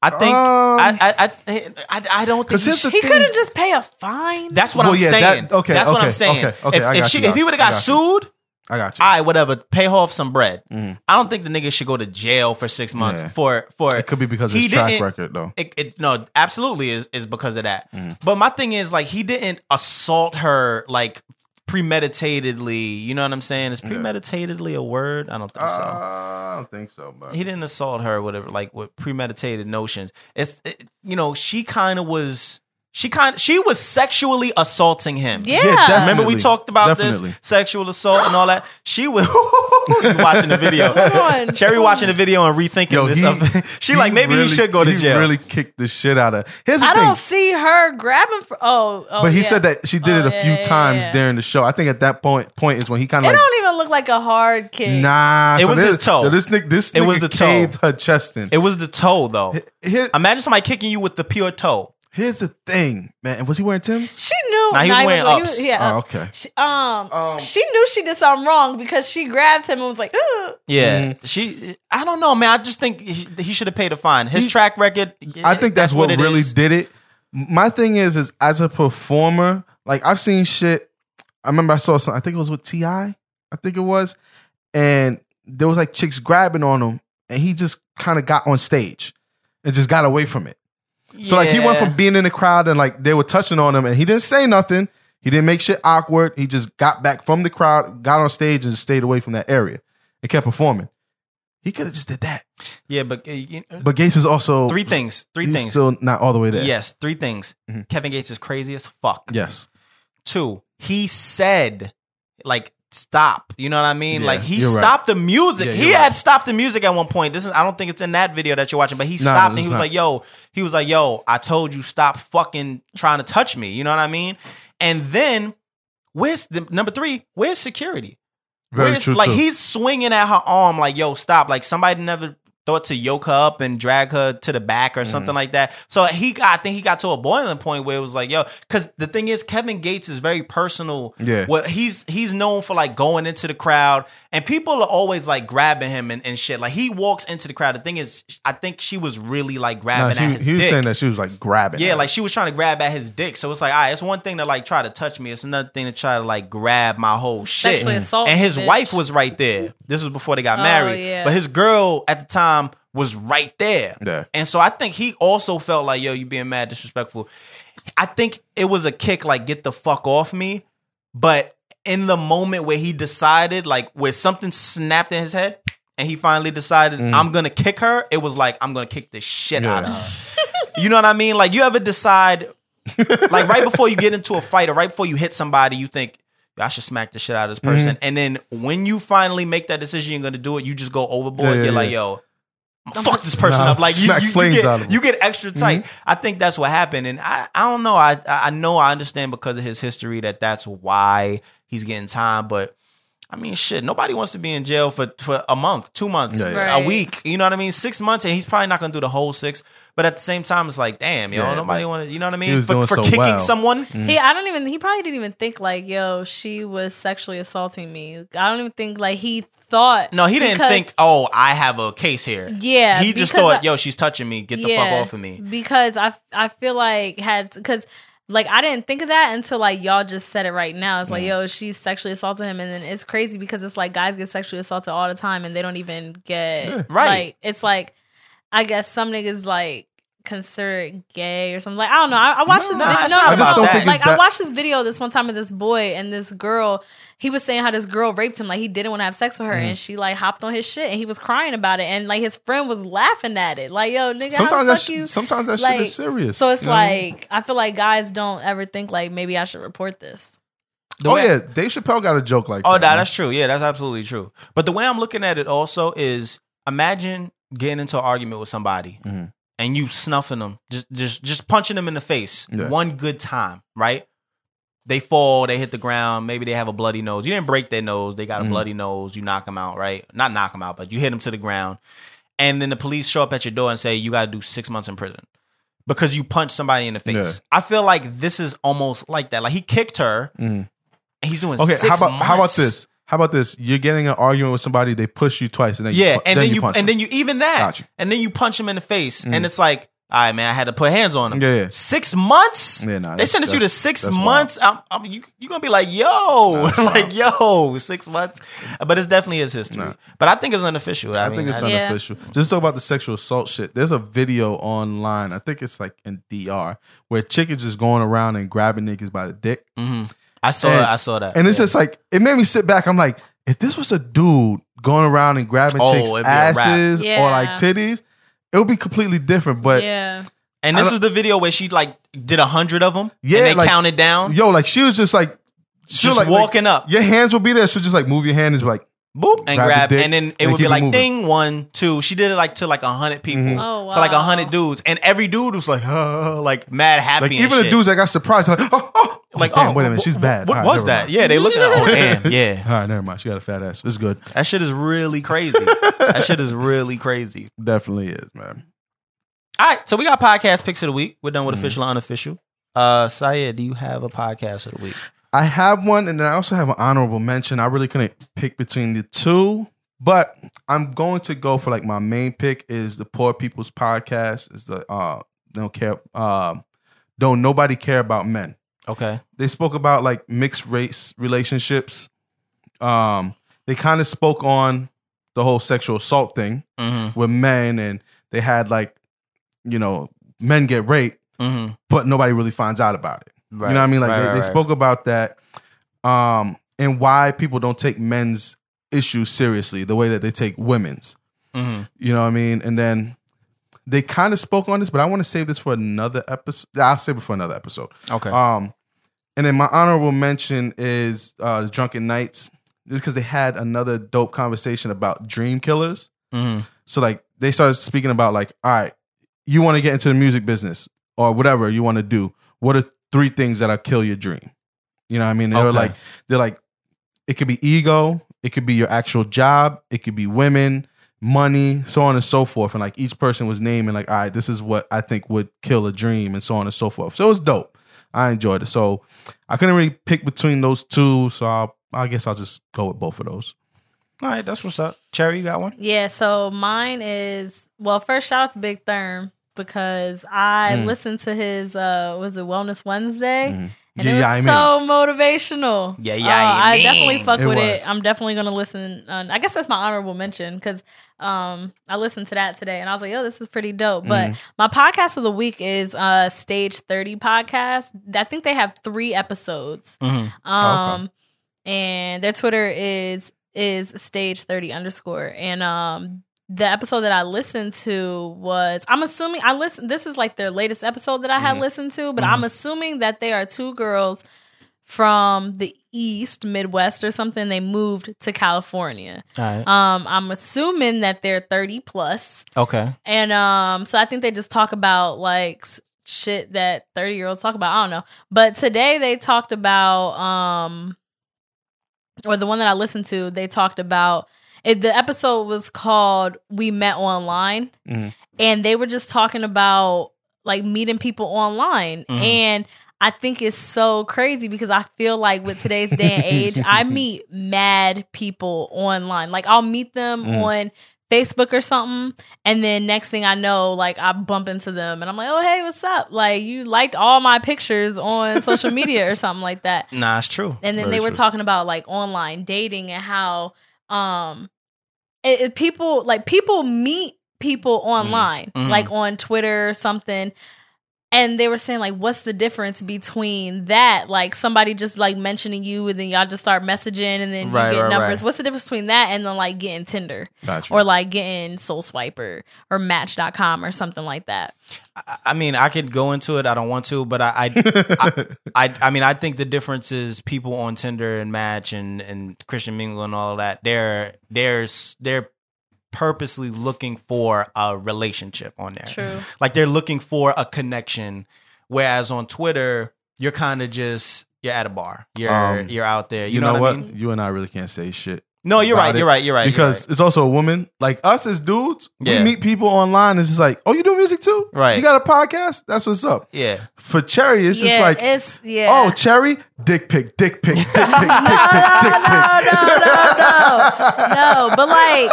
I think
Um,
I, I I I I don't think
'cause
he
here's the
should-
He
thing-
couldn't just pay a fine.
that's what
Well,
I'm
yeah, that-
saying.
okay,
that's what
okay,
I'm saying.
okay, okay,
if
I
if,
got
she,
you,
if he would have got
I got
sued,
I got you.
I would have pay her off some bread.
Mhm.
I don't think the nigga should go to jail for six months
Yeah.
for for
it could be because of
He
his track
didn't-
record, though.
It, it no, absolutely is is because of that.
Mm.
But my thing is like he didn't assault her like premeditatedly. You know what I'm saying? Is premeditatedly a word? I don't think
Uh,
so.
I don't think so, but
He didn't assault her with like with premeditated notions. It's it, you know she kind of was she kind she was sexually assaulting him.
yeah.
definitely.
Remember we talked about
Definitely.
this sexual assault and all that. She was (laughs)
(laughs)
you watching the video.
Come on.
Cherry watching the video and rethinking
Yo,
this.
he-
stuff. (laughs) she like maybe
really-
he should go to jail.
He really kicked the shit out of. Here's the
I
thing.
don't see her grabbing for oh, oh
but he
yeah.
said that she did
Oh,
it a
yeah,
few
yeah,
times
yeah.
during the show. I think at that point point is when he kind
it
of like
don't even look like a hard kick.
Nah,
It
so
was
this,
his toe.
yo, This nigga, this
It
nigga
was the toe.
caved her chest in.
It was the toe though.
Here-
Imagine somebody kicking you with the pure toe.
here's the thing, man. Was he wearing Tim's?
She knew.
Nah, he was
nah,
wearing
he
ups.
was, yeah,
Oh,
ups.
okay.
She, um,
Um,
she knew she did something wrong because she grabbed him and was like, Ugh.
Yeah,
Mm-hmm.
she. I don't know, man. I just think he, he should have paid a fine. His
He-
track record.
I think that's, what,
it
really
is.
did it. My thing is, is as a performer, like I've seen shit. I remember I saw something. I think it was with Ti. I think it was, and there was like chicks grabbing on him, and he just kind of got on stage and just got away from it. So like he went
Yeah.
from being in the crowd and like they were touching on him and he didn't say nothing. He didn't make shit awkward. He just got back from the crowd, got on stage and stayed away from that area and kept performing. He could have just did that.
yeah, but uh, you-
But Gates is also
three things. Three
he's
things.
Still not all the way there.
Yes, three things.
Mhm.
Kevin Gates is crazy as fuck.
Yes.
Two, he said, like, stop. You know what I mean?
Yeah,
like he
you're right.
stopped the music.
Yeah,
he
you're
had stopped the music at one point. This is I don't think it's in that video that you're watching, but he stopped and he
it's
was
not.
like, yo, he was like, yo, I told you stop fucking trying to touch me. You know what I mean? And then Where's the number three? Where's security?
Very
Where's-
true.
Like
too.
he's swinging at her arm, like "Yo, stop!" Like somebody never thought to yoke her up and drag her to the back or
Mm-hmm.
something like that. So he, got, I think he got to a boiling point where it was like, "Yo," because the thing is, Kevin Gates is very personal.
Yeah.
well, he's he's known for like going into the crowd, and people are always like grabbing him and, and shit. Like he walks into the crowd. The thing is, I think she was really like
Nah,
grabbing
she,
at his
he was
dick.
saying that she was like grabbing.
Yeah,
at
like she was trying to grab at his dick. So it's like, all right, it's one thing to like try to touch me. It's another thing to try to like grab my whole shit.
Sexually assault
and his
bitch.
wife was right there. This was before they got
Oh,
married.
yeah.
But his girl at the time was right there.
Yeah.
And so I think he also felt like, yo, you being mad disrespectful. I think it was a kick like get the fuck off me. But in the moment where he decided, like where something snapped in his head and he finally decided,
Mm.
I'm gonna kick her, it was like, I'm gonna kick the shit out of
Yeah.
her. You know what I mean? Like you ever decide, like right before you get into a fight or right before you hit somebody, you think I should smack the shit out of this
Mm-hmm.
person, and then when you finally make that decision, you're gonna do it. You just go overboard.
Yeah, yeah,
you're like,
yeah.
yo. Fuck this person
Nah,
up! Like you,
smack
you, you
flames out of Mm-hmm.
get,
'em.
you get extra tight. I think that's what happened, and I, I don't know. I, I I know I understand because of his history that that's why he's getting time. But I mean, shit, nobody wants to be in jail for for a month, two months,
Yeah,
yeah.
a
Right.
week. You know what I mean? Six months, and he's probably not gonna do the whole six. But at the same time, it's like, damn, yo,
Yeah,
nobody
but
want to. You know what I
he
mean?
was
For,
doing
for
so
kicking
well. Mm-hmm.
someone,
He, I don't even. He probably didn't even think like, yo, she was sexually assaulting me. I don't even think like he thought.
no, he didn't
because-
think, oh, I have a case here.
Yeah,
he just
because
thought,
I-
yo, she's touching me. Get the fuck off of me.
Because I I feel like had because like I didn't think of that until like y'all just said it right now.
Mm.
It's like yo, she's sexually assaulting him, and then it's crazy because it's like guys get sexually assaulted all the time, and they don't even get
right.
Like, it's like I guess some niggas like considered gay or something. Like I don't know. I, I watched this.
Nah,
video.
it's not
no,
I just
no,
don't
no.
think it's
like I
that-
watched this video this one time of this boy and this girl. He was saying how this girl raped him, like he didn't want to have sex with her, and
Mm.
she like hopped on his shit, and he was crying about it, and like his friend was laughing at it, like yo, nigga, how
sometimes
the
that
fuck
shit-
you?
sometimes that shit
like,
is serious.
So it's
you know what I mean?
like I feel like guys don't ever think like maybe I should report this.
The
oh
way-
yeah, Dave Chappelle got a joke like
Oh,
that.
nah,
man.
that's true. Yeah, that's absolutely true. But the way I'm looking at it also is imagine getting into an argument with somebody
Mhm.
and you snuffing them, just just just punching them in the face
Yeah.
one good time, right? They fall, they hit the ground, maybe they have a bloody nose. You didn't break their nose, they got a
Mhm.
bloody nose, you knock them out, right? Not knock them out, but you hit them to the ground. And then the police show up at your door and say you got to do 6 months in prison because you punched somebody in the face. I feel like this is almost like that. Like he kicked her
Mhm.
and he's doing
okay.
six
How about how about
months.
this? How about this? You're getting in an argument with somebody. They push you twice, and then
yeah,
you, pu-
and then, you,
punch
and
them.
then you even that,
Got you.
and then you punch him in the face, and
Mhm.
it's like, all right, man, I had to put hands on him.
Yeah, yeah.
Six months.
Yeah, nah,
they
that's-
sentenced you to
that's-
six
that's wild.
months. I'm, I'm, you you gonna be like, (laughs) yo, like yo, six months. But it's definitely his history.
Nah.
But I think it's unofficial. I,
I
mean,
think it's
I-
Yeah.
unofficial. Just talk about the sexual assault shit. There's a video online. I think it's like in DR where chick is just going around and grabbing niggas by the dick,
Mhm. I saw
And-
I saw that,
and it's
Yeah.
just like it made me sit back. I'm like, if this was a dude going around and grabbing
Oh,
chicks'
it'd be a wrap.
asses
Yeah.
or like titties, it would be completely different. But
yeah,
and
I
this
don't-
is the video where she like did a hundred of them.
Yeah,
and they
like-
counted down.
yo, like she was just like she was
Just
like
walking up.
Your hands will be there. So just like move your hand and be like,
boop and
Grab the
grab,
dick
and then it
and
would be
keep it
like
moving.
ding one two she did it like to like a hundred people
Mhm.
Oh,
to like a
wow.
hundred dudes and every dude was like (laughs) "Huh," like mad happy
like
and
even the
shit.
dudes that got surprised, like, (laughs) oh, oh,
like
damn,
oh
wait a minute,
wh-
she's
wh-
bad.
what
All right,
was
never
that
mind.
yeah they looked at (laughs) her oh damn yeah
(laughs) All right, never mind. She got a fat ass. It's good.
that shit is really crazy that shit is really crazy
Definitely is, man.
(laughs) all right so we got podcast picks of the week we're done with official and unofficial uh Saya do you have a podcast of the week
I have one, and then I also have an honorable mention. I really couldn't pick between the two, but I'm going to go for like my main pick is the Poor People's Podcast. Is the uh don't care um don't nobody care about men.
okay
They spoke about like mixed race relationships. Um, they kind of spoke on the whole sexual assault thing
mm-hmm
with men, and they had like you know men get raped,
mm-hmm
but nobody really finds out about it.
right
You know what I mean? Like
Right,
they,
right,
they
right.
spoke about that um, and why people don't take men's issues seriously the way that they take women's.
Mhm.
You know what I mean? And then they kind of spoke on this, but I want to save this for another episode. I'll save it for another episode.
okay
Um, and then my honorable mention is uh, Drunken Knights, just because they had another dope conversation about dream killers.
mm-hmm.
So like they started speaking about like, all right, you want to get into the music business or whatever you want to do. What are three things that'll kill your dream? You know what I mean? They were
Okay.
like they're like it could be ego, it could be your actual job, it could be women, money, so on and so forth. And like each person was naming like, all right, this is what I think would kill a dream and so on and so forth. So it was dope. I enjoyed it. So I couldn't really pick between those two, so I'll, I guess I'll just go with both of those.
All right, that's what's up. Cherry, you got one?
Yeah, so mine is well, first shout out to Big Therm because I
Mm.
listened to his uh was it Wellness Wednesday?
Mhm.
And
Yeah,
it was
yeah, I mean.
so motivational.
Yeah, yeah,
Uh,
I
I,
mean.
definitely fuck
It
with
was.
it. I'm definitely gonna listen. Uh, I guess that's my honorable mention because um, I listened to that today and I was like, "Yo, this is pretty dope."
Mm.
But my podcast of the week is uh, Stage Thirty podcast. I think they have three episodes.
Mm-hmm.
Um, and their Twitter is is stage thirty underscore. And um, the episode that I listened to was I'm assuming I listen. This is like their latest episode that I had listened to, but I'm assuming that they are two girls from the East Midwest or something. They moved to California.
All right.
Um, I'm assuming that they're thirty plus.
Okay.
And um, so I think they just talk about like s- shit that 30 year olds talk about. I don't know. But today they talked about um or the one that I listened to, they talked about it, the episode was called We Met Online.
Mhm.
And they were just talking about like meeting people online.
Mhm.
And I think it's so crazy because I feel like with today's day and age, I meet mad people online. Like I'll meet them
Mhm.
on Facebook or something. And then next thing I know, like I bump into them and I'm like, oh, hey, what's up? Like you liked all my pictures on social media or something like that
Nah, it's true.
and then
Very
they were
true.
talking about like online dating and how um it, it- people like people meet people
Mm-hmm.
online
Mhm.
like on twitter or something and they were saying like what's the difference between that like somebody just like mentioning you and then y'all just start messaging and then
Right,
you get
right,
numbers
right.
what's the difference between that and then like getting tinder
Gotcha.
or like getting soul swiper or match.com or something like that
I, I mean, I could go into it. I don't want to, but I, I,
(laughs)
I, I mean, I think the difference is people on Tinder and Match and and Christian Mingle and all of that. They're they're s- they're purposely looking for a relationship on there. Like they're looking for a connection. Whereas on Twitter, you're kind of just you're at a bar. You're
Um,
you're out there. You,
you, know,
what,
what?
I mean?
You and I really can't say shit.
No, you're
about
right.
it
You're right. You're right. you're
because it's also a woman. Like us as dudes,
Yeah.
we meet people online. It's just like, oh, you do music too?
Right.
You got a podcast? That's what's up.
right. yeah.
For Cherry, it's
yeah
just like,
it's yeah
oh, Cherry, dick pic, dick pic, dick pic,
(laughs)
dick pic, dick pic.
no, no, no, no,
(laughs)
no. But like,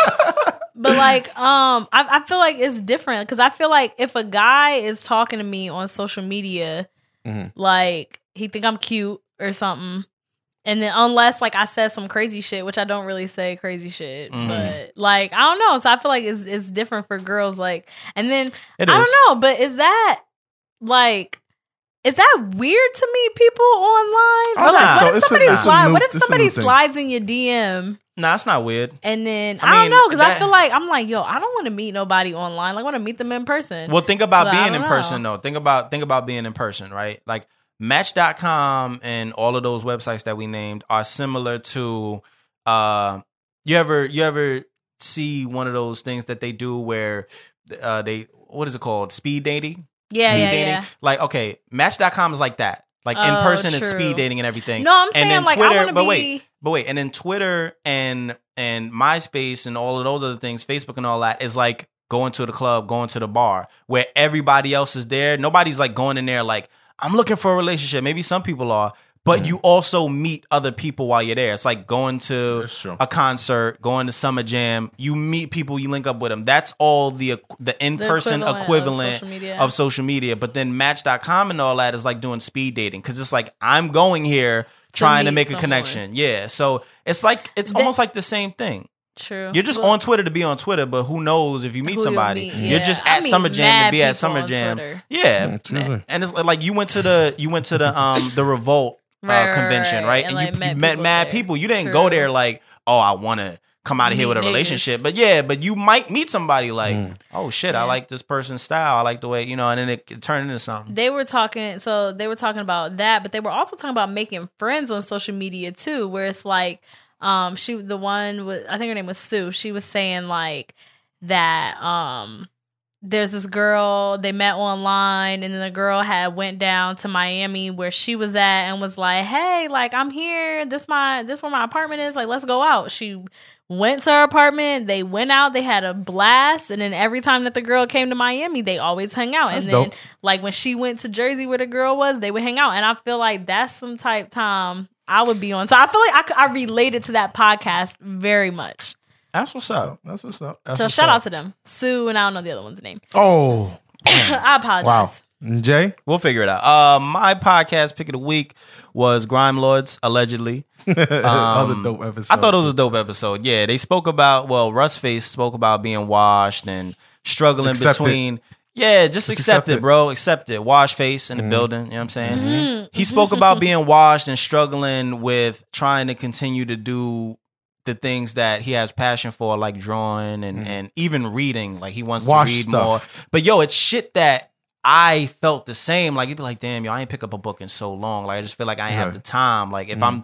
but like, um, I, I feel like it's different because I feel like if a guy is talking to me on social media,
Mhm.
like he think I'm cute or something, and then unless like I said some crazy shit, which I don't really say crazy shit,
Mm-hmm.
Mhm.
but like I don't know. So I feel like it's it's different for girls. Like, and then
It is.
I don't know, but is that like is that weird to meet people online?
I
Or like,
think
so.
what if
It's a-
somebody
it's a
slide?
new-
What if
it's a new
somebody
thing.
slides in your DM
Nah, it's not weird.
and then
I
I,
mean,
don't know because
that-
I feel like I'm like yo, I don't want to meet nobody online. Like, I want to meet them in person.
Well, think about
But I
being in
don't
person though. Think about think about being in person, right? Like Match.com and all of those websites that we named are similar to. Uh, you ever you ever see one of those things that they do where uh, they what is it called speed dating?
yeah,
speed
yeah,
dating.
yeah.
Like okay, Match.com is like that. Like in
Oh,
person, it's
true.
speed dating and everything.
No, I'm
and
saying
then
like
Twitter,
I want to
but
be.
wait, but wait, and then Twitter and and MySpace and all of those other things, Facebook and all that is like going to the club, going to the bar where everybody else is there. Nobody's like going in there like I'm looking for a relationship. Maybe some people are, but you also meet other people while you're there. It's like going to
That's true.
a concert, going to summer jam. You meet people, you link up with them. That's all the equ- the in
equivalent
person
of
equivalent,
social media.
of social media. But then Match.com and all that is like doing speed dating because it's like I'm going here trying to
meet
make a
someone.
connection. Yeah. So it's like it's
That-
almost like the same thing.
True.
You're just
Well,
on Twitter to be on Twitter, but who knows if you meet
who you'll
somebody?
meet,
You're
yeah.
just
I
at
meet
summer jam to
mad
be at
people
summer
on
jam.
Twitter.
Yeah,
Yeah.
it's usually-
and it's like you went to the you went to the um the revolt
(laughs)
uh,
Right, right,
convention,
right.
right?
And,
And,
like,
you,
met
you met
people
mad
there.
people. You didn't
True.
go there like, oh, I want to come out of here
Meet
with a
niggas.
relationship. But yeah, but you might meet somebody like, oh shit, I
Yeah.
like this person's style. I like the way you know, and then it, it turned into something.
They were talking, so they were talking about that, but they were also talking about making friends on social media too, where it's like, um, she the one with I think her name was Sue. She was saying like that, um, there's this girl they met online and then the girl had went down to Miami where she was at and was like, "Hey, like I'm here. This my this where my apartment is. Like let's go out." She went to her apartment, they went out, they had a blast, and then every time that the girl came to Miami, they always hung out.
That's
and then
dope.
like when she went to Jersey where the girl was, they would hang out. And I feel like that's some type time I would be on. So I feel like I could- I, related to that podcast very much.
That's what's up.
That's what's up.
so shout out to them. Sue and I don't know the other one's name.
Oh
(laughs) I apologize.
wow, Jay. (laughs)
We'll figure it out. Uh, my podcast pick of the week was Grime Lords, allegedly.
that was a dope episode.
Um, I thought it was a dope episode. Yeah, they spoke about well, Rustface spoke about being washed and struggling
Accept it.
between. Yeah, just, accept,
accept
it,
it.
bro. Accept it. Wash face
Mm-hmm.
in the building. You know what I'm saying? He spoke about being washed and struggling with trying to continue to do the things that he has passion for, like drawing and, and even reading. Like he wants
Mm-hmm. Wash
to read
stuff.
more. But yo, it's shit that I felt the same. Like you'd be like, damn, yo, I ain't pick up a book in so long. Like I just feel like I ain't have
Right. Mm-hmm.
the time. Like if I'm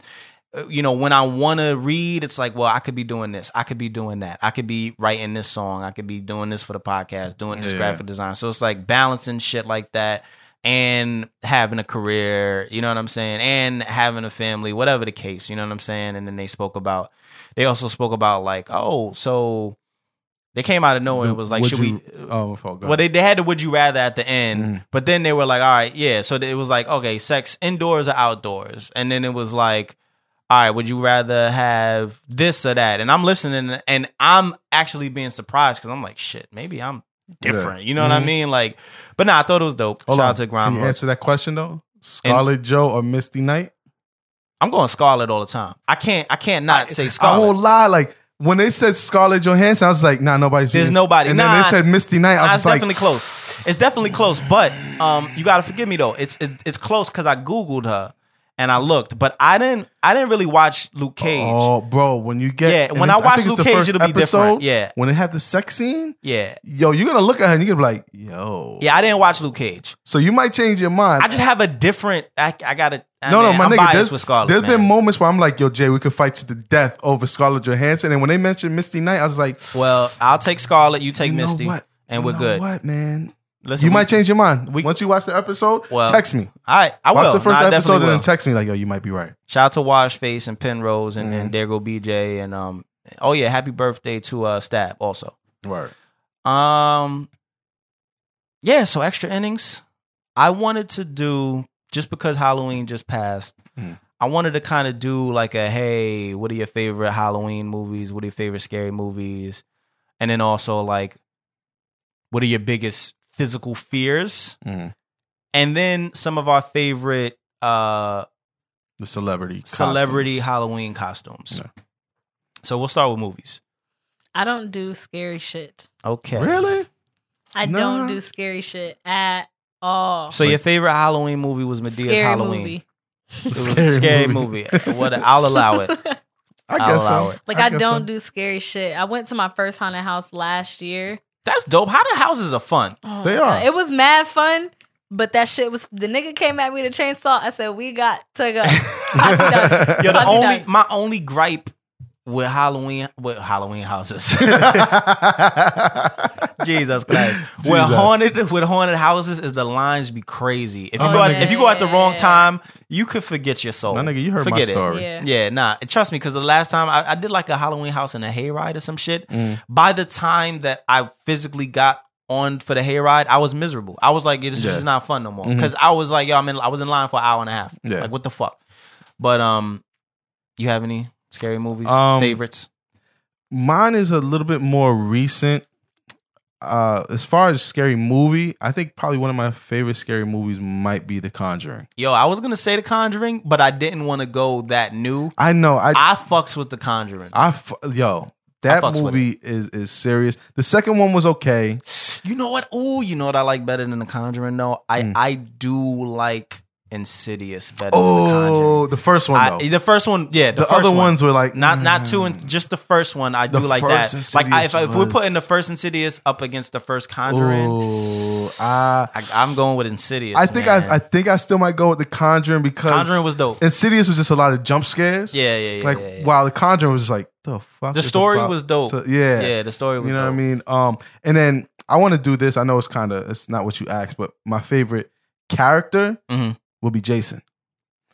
uh, you know, when I want to read, it's like, well, I could be doing this, I could be doing that, I could be writing this song, I could be doing this for the podcast, doing this
Yeah.
graphic design. So it's like balancing shit like that and having a career, you know what I'm saying, and having a family, whatever the case, you know what I'm saying. And then they spoke about, they also spoke about like, oh, so they came out of nowhere. It was like,
Would
should
you-
we?
Oh, fuck.
Well, they, they had the would you rather at the end,
Mhm.
but then they were like, all right, yeah. So it was like, okay, sex indoors or outdoors. And then it was like, all right, would you rather have this or that? And I'm listening and I'm actually being surprised because I'm like, shit, maybe I'm different. You know what I
Mhm.
mean? Like, but nah, I thought it was dope.
Hold
Shout
on.
out to
Can
Grime.
you
Lord.
answer that question though? Scarlet Joe or Misty Knight?
I'm going Scarlet all the time. I can't, I can't not say
I
Scarlet.
won't lie. Like when they said Scarlett Johansson, I was like, nah, nobody's.
There's
reading-
nobody.
And
Nah.
then they said Misty Knight. I
Nah,
was
it's
just like,
definitely close. It's definitely close, but um, you gotta forgive me though. It's it's, it's close because I googled her and I looked, but I didn't I didn't really watch Luke Cage.
Oh, bro, when you get
Yeah,
and
when I
it's-
watch
think it's
Luke
the
Cage,
first
it'll be different. Yeah.
when they have the sex scene,
Yeah,
yo, you're gonna look at her and you're gonna be like, yo,
yeah, I didn't watch Luke Cage.
So you might change your mind.
I just have a different. I, I gotta. I
no,
mean,
no, my
I'm
nigga.
biased
There's,
with Scarlett.
there's
man.
been moments where I'm like, yo, Jay, we could fight to the death over Scarlett Johansson. And when they mentioned Misty Knight, I was like,
Well, I'll take Scarlett. You take
you know
Misty,
what?
and
You
we're
know
good.
What man?
Listen,
You
we-
might change your mind
we-
once you watch the episode.
Well,
text me.
All right, I will.
Watch the first
Nah, I
episode
definitely
and
will.
then text me like, yo, you might be right.
Shout out to Washface and Penrose and, and
Mhm.
there go BJ and um. Oh yeah, happy birthday to uh Stab also.
Right.
Um Yeah, so extra innings. I wanted to do just because Halloween just passed.
Mm.
I wanted to kind of do like a hey, what are your favorite Halloween movies? What are your favorite scary movies? And then also like what are your biggest physical fears?
Mm.
And then some of our favorite uh
The celebrity.
celebrity
costumes.
Halloween costumes.
Yeah.
So we'll start with movies.
I don't do scary shit.
Okay. (laughs)
Really?
I
Nah.
don't do scary shit at all.
So your favorite Halloween movie was Medea's
scary
Halloween.
movie.
It (laughs)
It was a scary movie. what I'll allow it.
I
I'll
guess
allow
so.
it.
(laughs) Like I,
guess
don't
so.
do scary shit. I went to my first haunted house last year.
That's dope. How the houses are fun.
Oh
They
my God.
are.
It was mad fun, but that shit was the nigga came at me with a chainsaw. I said, "We got to go."
(laughs)
Hot to go.
Yo, the
Hot to
only
go.
my only gripe with Halloween with Halloween (laughs) houses. Jesus (laughs) Christ. With
Jesus.
haunted with haunted houses is the lines be crazy. If you
Oh,
go out,
yeah.
if you go out the wrong
Yeah.
time, you could forget your (laughs) soul.
Nah, nigga, you heard
Forget
my
it.
story.
Yeah.
Yeah, nah. And Trust me, because the last time I, I did like a Halloween house and a hayride or some shit.
Mm.
By the time that I physically got on for the hayride, I was miserable. I was like, yeah, this
Yeah.
is just not fun no more.
Mhm.
Because I was like, yo, I'm in, I was in line for an hour and a half.
Yeah.
Like, what the fuck? But um, you have any scary movies
Um,
favorites?
Mine is a little bit more recent. Uh, as far as scary movie, I think probably one of my favorite scary movies might be The Conjuring.
Yo, I was gonna say The Conjuring, but I didn't want to go that new.
I know, I, I,
I fucks with The Conjuring.
f- yo, that
fucks with
movie is is serious. The second one was okay.
You know what? Ooh, you know what I like better than The Conjuring though. I
Hmm.
I do like Insidious better. than The Conjuring.
Oh, the first one though.
I, the first one, yeah. The,
the
first
other
one.
ones were like
not not two,
mm.
and just the first one. I do
The
like that.
first
Like I, if, I, if
Insidious
we're putting the
was-
first Insidious up against the first Conjuring,
Ooh, I,
I, I'm going with Insidious.
I think
man.
I, I think I still might go with The Conjuring because
Conjuring was dope.
Insidious was just a lot of jump scares.
Yeah, yeah, yeah.
like
yeah, yeah.
while the Conjuring was just like the fuck?
The
is
story
about
was dope.
to- yeah,
yeah, the story was.
you know
dope.
what I mean. Um, and then I want to do this. I know it's kind of it's not what you asked, but my favorite character
Mhm.
will be Jason.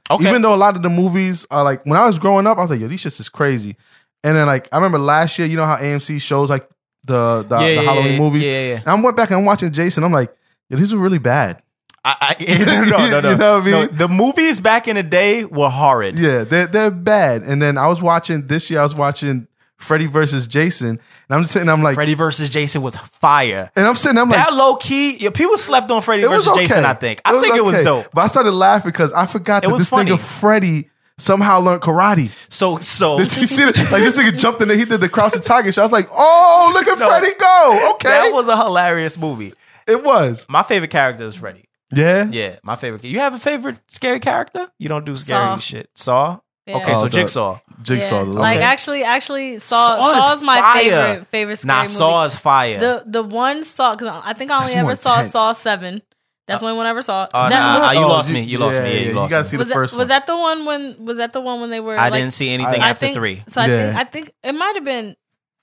Okay.
Even though a lot of the movies are like when I was growing up, I was like, yo, these shits is crazy. And then like I remember last year, you know how AMC shows like the the,
yeah,
the
yeah,
Halloween
yeah,
movies.
Yeah, yeah.
And I went back and I'm watching Jason. I'm like, yo, these are really bad.
I, I,
(laughs)
(laughs) no, no, no,
You know what I
no.
mean?
The movies back in the day were horrid.
Yeah, they're they're bad. And then I was watching this year, I was watching Freddy versus Jason, and I'm just sitting, I'm like,
Freddy versus Jason was fire.
and I'm sitting, I'm like,
that low key, yeah, people slept on Freddy
it was
versus
okay.
Jason. I think. I think it was
okay.
dope.
But I started laughing because I forgot
It
that
was
this
funny.
nigga Freddy somehow learned karate.
So,
(laughs)
so
Did you see that? Like this nigga jumped in there, he did the crouching tiger shot. I was like, oh, look at
No.
Freddy go. Okay,
(laughs) that was a hilarious movie.
it was.
My favorite character is Freddy.
Yeah.
Yeah, my favorite. You have a favorite scary character? You don't do scary
Saw.
shit. Saw.
Yeah.
Okay,
Oh,
so
the-
Jigsaw.
Jigsaw.
Yeah.
the
Like
love.
actually, actually, Saw
Saw is
Saw is my
fire.
favorite favorite scary
Nah,
movie.
Saw is fire.
the the one Saw because I think I only
That's more
ever saw
intense. Uh,
Saw Seven. That's the only one I ever saw. That-
Oh, nah,
was-
I- you
Oh,
lost me. You lost me. Yeah, you lost
gotta
me.
see
was
the
that,
first
was
one.
that the one when was that the one when they were?
I
like,
didn't see anything
I
after
think,
three.
So I think
Yeah.
I think it might have been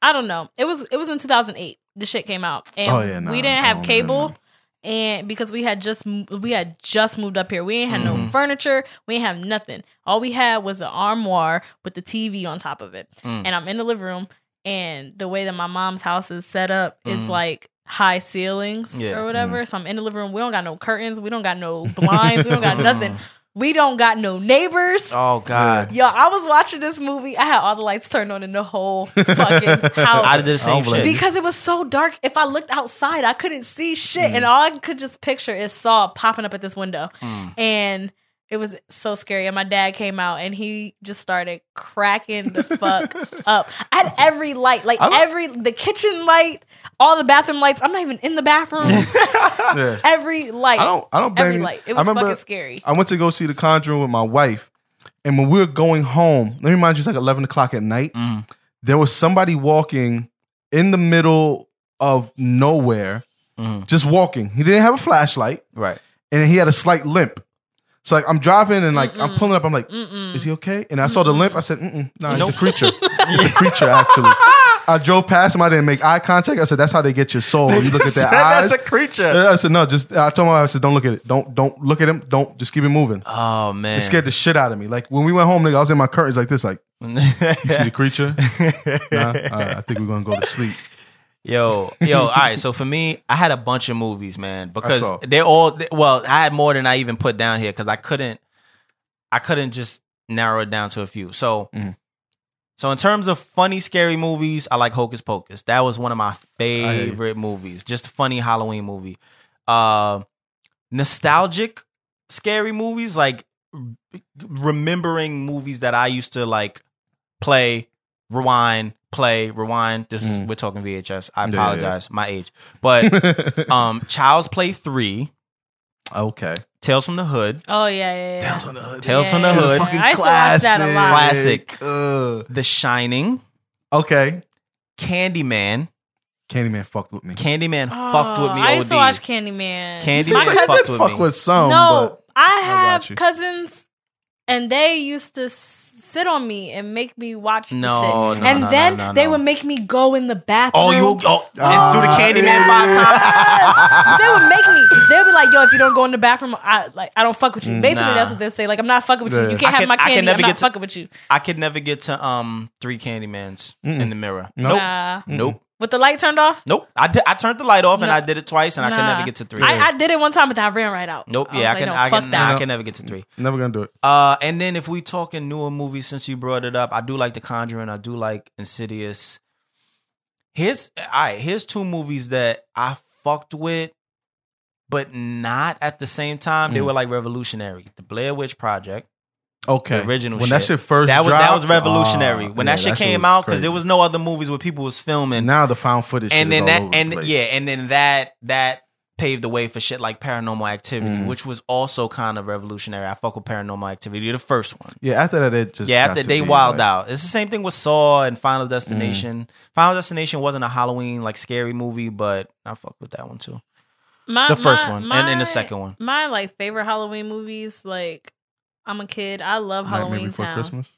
I don't know. It was it was in 2008. The shit came out, and
Oh, yeah, nah,
we didn't
I
have
don't
cable.
remember.
And because we had just mo- we had just moved up here, we ain't had no
Mhm.
furniture, we ain't have nothing. All we had was an armoire with the TV on top of it.
Mm.
And I'm in the living room, and the way that my mom's house is set up is
Mhm.
like high ceilings
Yeah. Mm.
or whatever. So I'm in the living room. We don't got no curtains, we don't got no blinds, we don't
(laughs)
got nothing. We don't got no neighbors.
Oh God.
Yo, I was watching this movie. I had all the lights turned on in the whole fucking
I
house
did the
(laughs) I don't
same
blame
shit.
you.
because it was so dark. If I looked outside, I couldn't see shit, and
Mm.
all I could just picture is Saw popping up at this window,
Mm.
and it was so scary. And my dad came out, and he just started cracking
(laughs)
the fuck up at every light, like
I don't-
every the kitchen light, all the bathroom lights. I'm not even in
(laughs)
the bathroom.
Yeah.
every light,
I don't. I don't blame
every
you.
light. It
I
was
remember
fucking scary.
I went to go see The Conjuring with my wife, and when we were going home, let me remind you, it's like eleven o'clock at night.
Mm.
There was somebody walking in the middle of nowhere,
Mhm.
just walking. He didn't have a flashlight,
Right.
and he had a slight limp. So like I'm driving and like I'm
Mm-mm.
pulling up. I'm like,
Mm-mm.
is he okay? And I saw the limp. I said, Mm-mm, nah,
Nope.
it's a
(laughs)
creature. it's a creature actually. I drove past him. I didn't make eye contact. I said, that's how they get your soul. You
(laughs)
look at
(laughs)
Said
their eyes.
That's a creature.
I said, no, just I told my wife, I said, don't look at it. Don't don't look at him. Don't just keep it moving.
Oh man.
It scared the shit out of me. Like when we went home, nigga, I was in my curtains like this, like, you
(laughs)
see the creature?
(laughs)
nah, All right, I think we're gonna go to sleep.
Yo,
(laughs)
yo, all right. So for me, I had a bunch of movies, man, because
saw.
they're all they- well. I had more than I even put down here because I couldn't, I couldn't just narrow it down to a few. So,
Mhm.
so in terms of funny scary movies, I like Hocus Pocus. That was one of my
you.
favorite movies. Just a funny Halloween movie. Uh, nostalgic scary movies like remembering movies that I used to like play, rewind, play, rewind. This is
Mm.
we're talking VHS. I
Yeah, yeah, yeah.
apologize, my age.
(laughs)
But um Child's Play 3,
okay.
Tales from the Hood,
Oh yeah, yeah, yeah.
from the hood.
Tales from the
Yeah.
Hood,
I used to watch that a lot.
Classic.
Ugh.
The Shining,
okay.
Candyman.
Candyman fucked with me.
Candyman fucked with me
Oh, Ah, I used to
OD.
watch Candyman.
Candyman
my cousin.
fucked with
fuck
me.
with some.
no, I
got
have
you.
cousins, and they used to s- sit on me and make me watch the
No,
shit.
no,
and
no,
then
no, no,
they
no.
would make me go in the bathroom.
Oh, you oh,
Ah,
and threw the Candyman
yeah.
five times. (laughs)
Yes! they would make me. They'd be like, "Yo, if you don't go in the bathroom, I like I don't fuck with you."
Mm,
Basically,
nah.
that's what they say. Like, I'm not fucking with you.
Yeah.
You can't
I
have
can-
my
I can
candy.
never
I'm not
get to-
fucking with you.
I could never get to um three Candymans
Mm-mm.
in the mirror.
No.
Nope.
Nah.
Nope.
With the light turned off.
Nope. I did, I turned the light off and
No.
I did it twice and I could
Nah.
never get to three.
I, I did it one time, but I ran right out.
nope.
was
Yeah, I
like,
can.
no,
I
fuck
can.
that.
Nah, I
No.
can never get to three.
but never gonna do it.
Uh, and then if we talking newer movies, since you brought it up, I do like The Conjuring. I do like Insidious. Here's all right. Here's two movies that I fucked with, but not at the same time. They
Mm.
were like revolutionary. The Blair Witch Project,
Okay.
the original.
when
shit.
that shit first
that was that was
dropped,
revolutionary.
ah,
when
yeah,
that shit came
was
out, because there
crazy.
was no other movies where people was filming.
now the found footage. shit
and
is
then
all
that
over the
and
place.
yeah and then that that paved the way for shit like paranormal activity
Mm.
which was also kind of revolutionary i fuck with paranormal activity the first one
yeah. After that, it just
yeah
got
after
to
they
be
wild
like- Mm-hmm.
out it's the same thing with saw and final destination final destination wasn't a halloween like scary movie but i fuck with that one too
My-
the first
Uh, my-
one and,
my-
and the second one
my like favorite Halloween movies, like I'm a kid. I love
Nightmare
Halloween
Before
Town.
Christmas.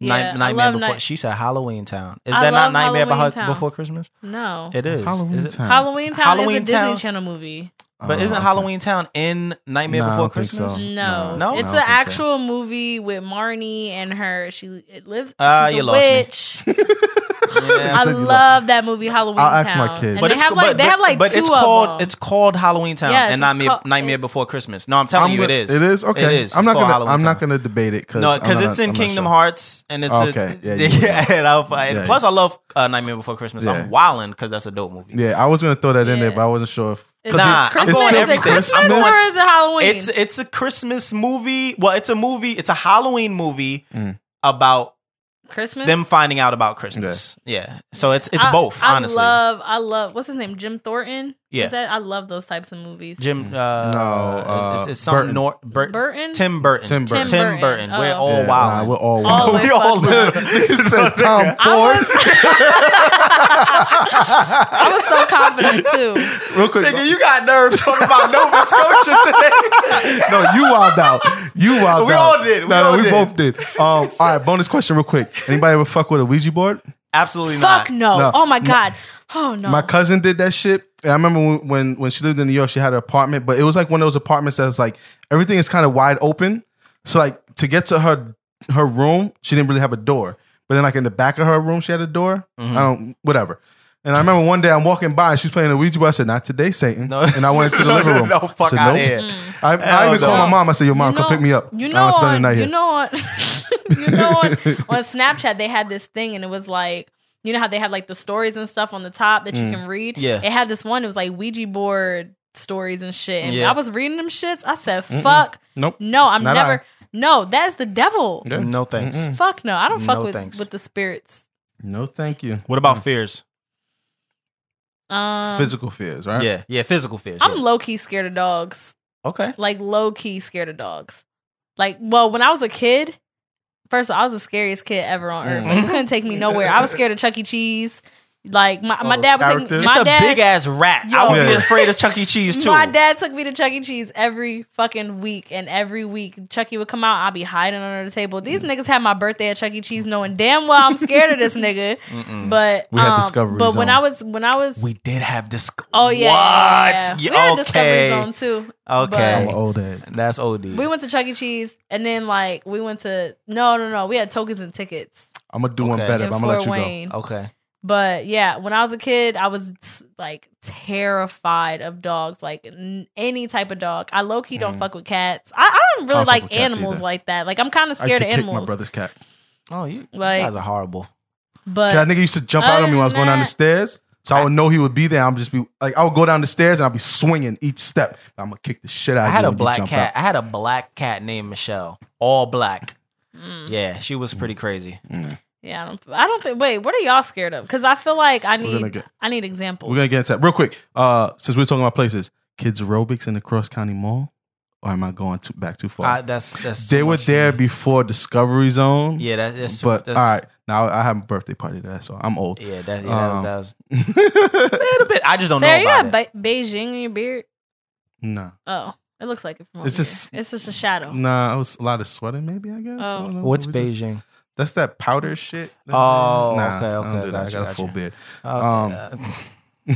Yeah,
Night,
I
Nightmare
love
Before.
Night-
she said Halloween Town. Is
I
that not
love
Nightmare
Halloween
Behi-
Town.
Before Christmas?
No.
It is.
Halloween
is it?
Town.
Halloween Town is
Halloween
a
Town-
Disney Channel movie.
But isn't
Oh, okay.
Halloween Town in Nightmare
No, I
Before
don't think so.
Christmas?
No,
I
it's
No?
don't
an
think so.
actual movie with Marnie and her. She it lives.
Ah,
she's
you
a
lost me.
witch.
(laughs) Yeah.
Mm-hmm. I
said you lost-
love that movie Halloween
I'll ask my
Town.
kid.
And
But
they have like they have like
but
two
it's
of
called
them.
it's called Halloween Town
Yes,
and
it's
Nightmare,
called-
Nightmare
it-
Before Christmas. No, I'm telling
I'm
you,
gonna-
it is.
It is okay.
It is.
I'm
It's
not
called
gonna.
Halloween
I'm not
Town.
gonna debate it. Cause
No,
I'm
because
not-
it's in
I'm not
Kingdom
sure.
Hearts, and it's
Okay,
A,
yeah,
(laughs) yeah,
you-
and I'll find-
Yeah,
Plus, I love uh, Nightmare Before Christmas.
Yeah.
I'm wilding because that's a dope movie.
Yeah, I was gonna throw that in there,
Yeah.
but I wasn't sure. If, 'cause
Nah,
it's,
I'm
it's
Christmas.
still
going
is it
everything.
Christmas
I'm going-
or is it Halloween?
It's it's a Christmas movie. Well, it's a movie. It's a Halloween movie
Mm.
about
Christmas.
them finding out about Christmas. Yeah, so it's it's
I-
both.
I
honestly,
love. I love. What's his name? Jim Thornton.
Yeah.
Is that, I love those types of movies.
Jim. Uh,
Mm. No,
it's,
uh,
it's some
Burton.
Nor- Bur-
Burton.
Tim Burton.
Tim Burton.
Tim
Tim Burton.
Burton. We're
Oh.
all
Yeah,
wild.
nah, we're all
All
wild.
the way
(laughs) we all
fucked up.
He said Tom
I
Ford.
was, I was
(laughs)
so confident too.
Real quick,
Nigga, you got nerves talking about Nova Scotia today.
(laughs) no, you wild out. You wild
We
out.
all did. We
no,
all
no, we
did.
both
(laughs)
did. Um, all right, bonus question, real quick. Anybody ever fuck with a Ouija board?
Absolutely
Fuck no.
not.
No.
Oh my god. Oh no.
My cousin did that shit. And I remember when, when when she lived in New York, she had an apartment, but it was like one of those apartments that's like everything is kind of wide open. So like to get to her her room, she didn't really have a door. But then like in the back of her room, she had a door.
Mm-hmm.
I don't whatever. And I remember one day I'm walking by and she's playing a Ouija board. I said, "Not today, Satan."
No.
And I went to the
(laughs) No,
living
no,
room.
no,
I
fuck
said,
outta
"Nope."
here.
I, I even
Hell
called
no.
my mom. I said, "Your
You
mom,
know-
come pick me up.
You
I
know,
don't spend the
on,
night
you
here."
know, on, (laughs) you know, on,
(laughs)
on Snapchat they had this thing, and it was like, you know how they had like the stories and stuff on the top
Mm.
that you can read.
Yeah.
it had this one. It was like Ouija board stories and shit. And
Yeah.
I was reading them shits. I said, "Fuck,
nope.
no, I'm
Not
never. No, that's the devil.
Yeah.
No thanks.
Mm-mm.
Fuck no, I don't fuck
No
with
thanks.
with the spirits.
No, thank you. Uh-huh.
What about fears?
Um,
physical fears? Right?
Yeah, yeah, physical fears.
I'm
yeah.
low key scared of dogs.
okay.
like low key scared of dogs. Like, well, when I was a kid, first of all, I was the scariest kid ever on earth.
Mm.
Like, you couldn't take me nowhere. I was scared of Chuck E. Cheese. Like my, my
those
dad would take me.
characters.
My
it's a
dad,
big ass rat. I would be
Yo.
afraid of Chuck E. Cheese too.
my dad took me to Chuck E. Cheese every fucking week, and every week Chucky would come out. I'd be hiding under the table. These
Mm.
niggas had my birthday at Chuck E. Cheese, knowing damn well I'm scared of
(laughs)
this nigga. But
We had
um,
Discovery
But when
Zone.
I was when I was
we did have this.
oh yeah, yeah,
What?
yeah.
Yeah,
we had
okay.
Discovery Zone too.
Okay.
I'm an old head.
That's OD.
We went to Chuck E. Cheese, and then like we went to no, no, no. We had tokens and tickets
I'm gonna do one
Okay.
better.
in
But I'm gonna
Fort
let you go.
Wayne.
okay.
But yeah, when I was a kid, I was like terrified of dogs, like n- any type of dog. I low key don't fuck with cats. I, I don't really
Mm. I don't fuck with
like
cats
animals
either.
like that. Like I'm kind of
I used
scared
to
of
kick my
animals.
brother's cat.
Oh, you,
Like-
you guys are horrible.
But
That nigga used to jump out on me when I was
Other
going
than
down the
that-
stairs. So I would know he would be there. I'm just be like, I would go down the stairs and I'd be swinging each step. I'm gonna kick the shit out.
I
of
had
you
a
when you
black
jump
cat.
out.
I had a black cat named Michelle. All black.
Mm-hmm.
Yeah, she was pretty crazy.
mm, yeah, I don't. I don't think. Wait, what are y'all scared of? Because I feel like I
gonna
need.
get-
I need examples.
We're gonna get into that real quick. Uh, since we're talking about places, kids aerobics in the Cross County Mall, or am I going too, back too far?
I, that's Uh, that's.
they
too
were
much for
there
me.
before Discovery Zone.
Yeah, that, that's.
but
that's,
all right, now I have a birthday party there, so I'm old.
Yeah, that, yeah, that, was-
Um,
that was
(laughs)
(laughs) a little bit. I just don't
Sarah,
know
you
about
got
it.
Be- Beijing in your beard.
nah,
Oh, it looks like it. From
It's
over
just-
here. it's just a shadow.
nah, it was a lot of sweating, maybe I guess.
Oh.
I don't know.
What's
We just-
Beijing?
That's that powder shit. that-
Oh,
Nah,
okay,
I don't
okay,
do that.
gotcha,
I got a
gotcha.
full beard.
Uh,
(laughs) do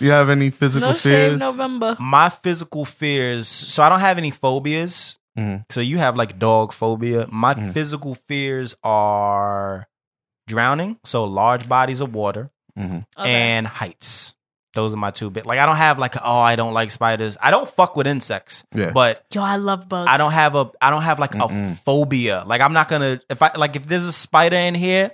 you have any physical
No shave
fears?
November.
my physical fears. So I don't have any phobias.
Mhm.
So you have like dog phobia. My
Mhm.
physical fears are drowning, so large bodies of water,
Mm-hmm.
Okay.
and heights. Those are my two bit. Like I don't have like oh I don't like spiders. I don't fuck with insects.
Yeah.
But
Yo, I love bugs.
I don't have a I don't have like a
Mm-mm.
phobia. Like I'm not gonna if I like if there's a spider in here,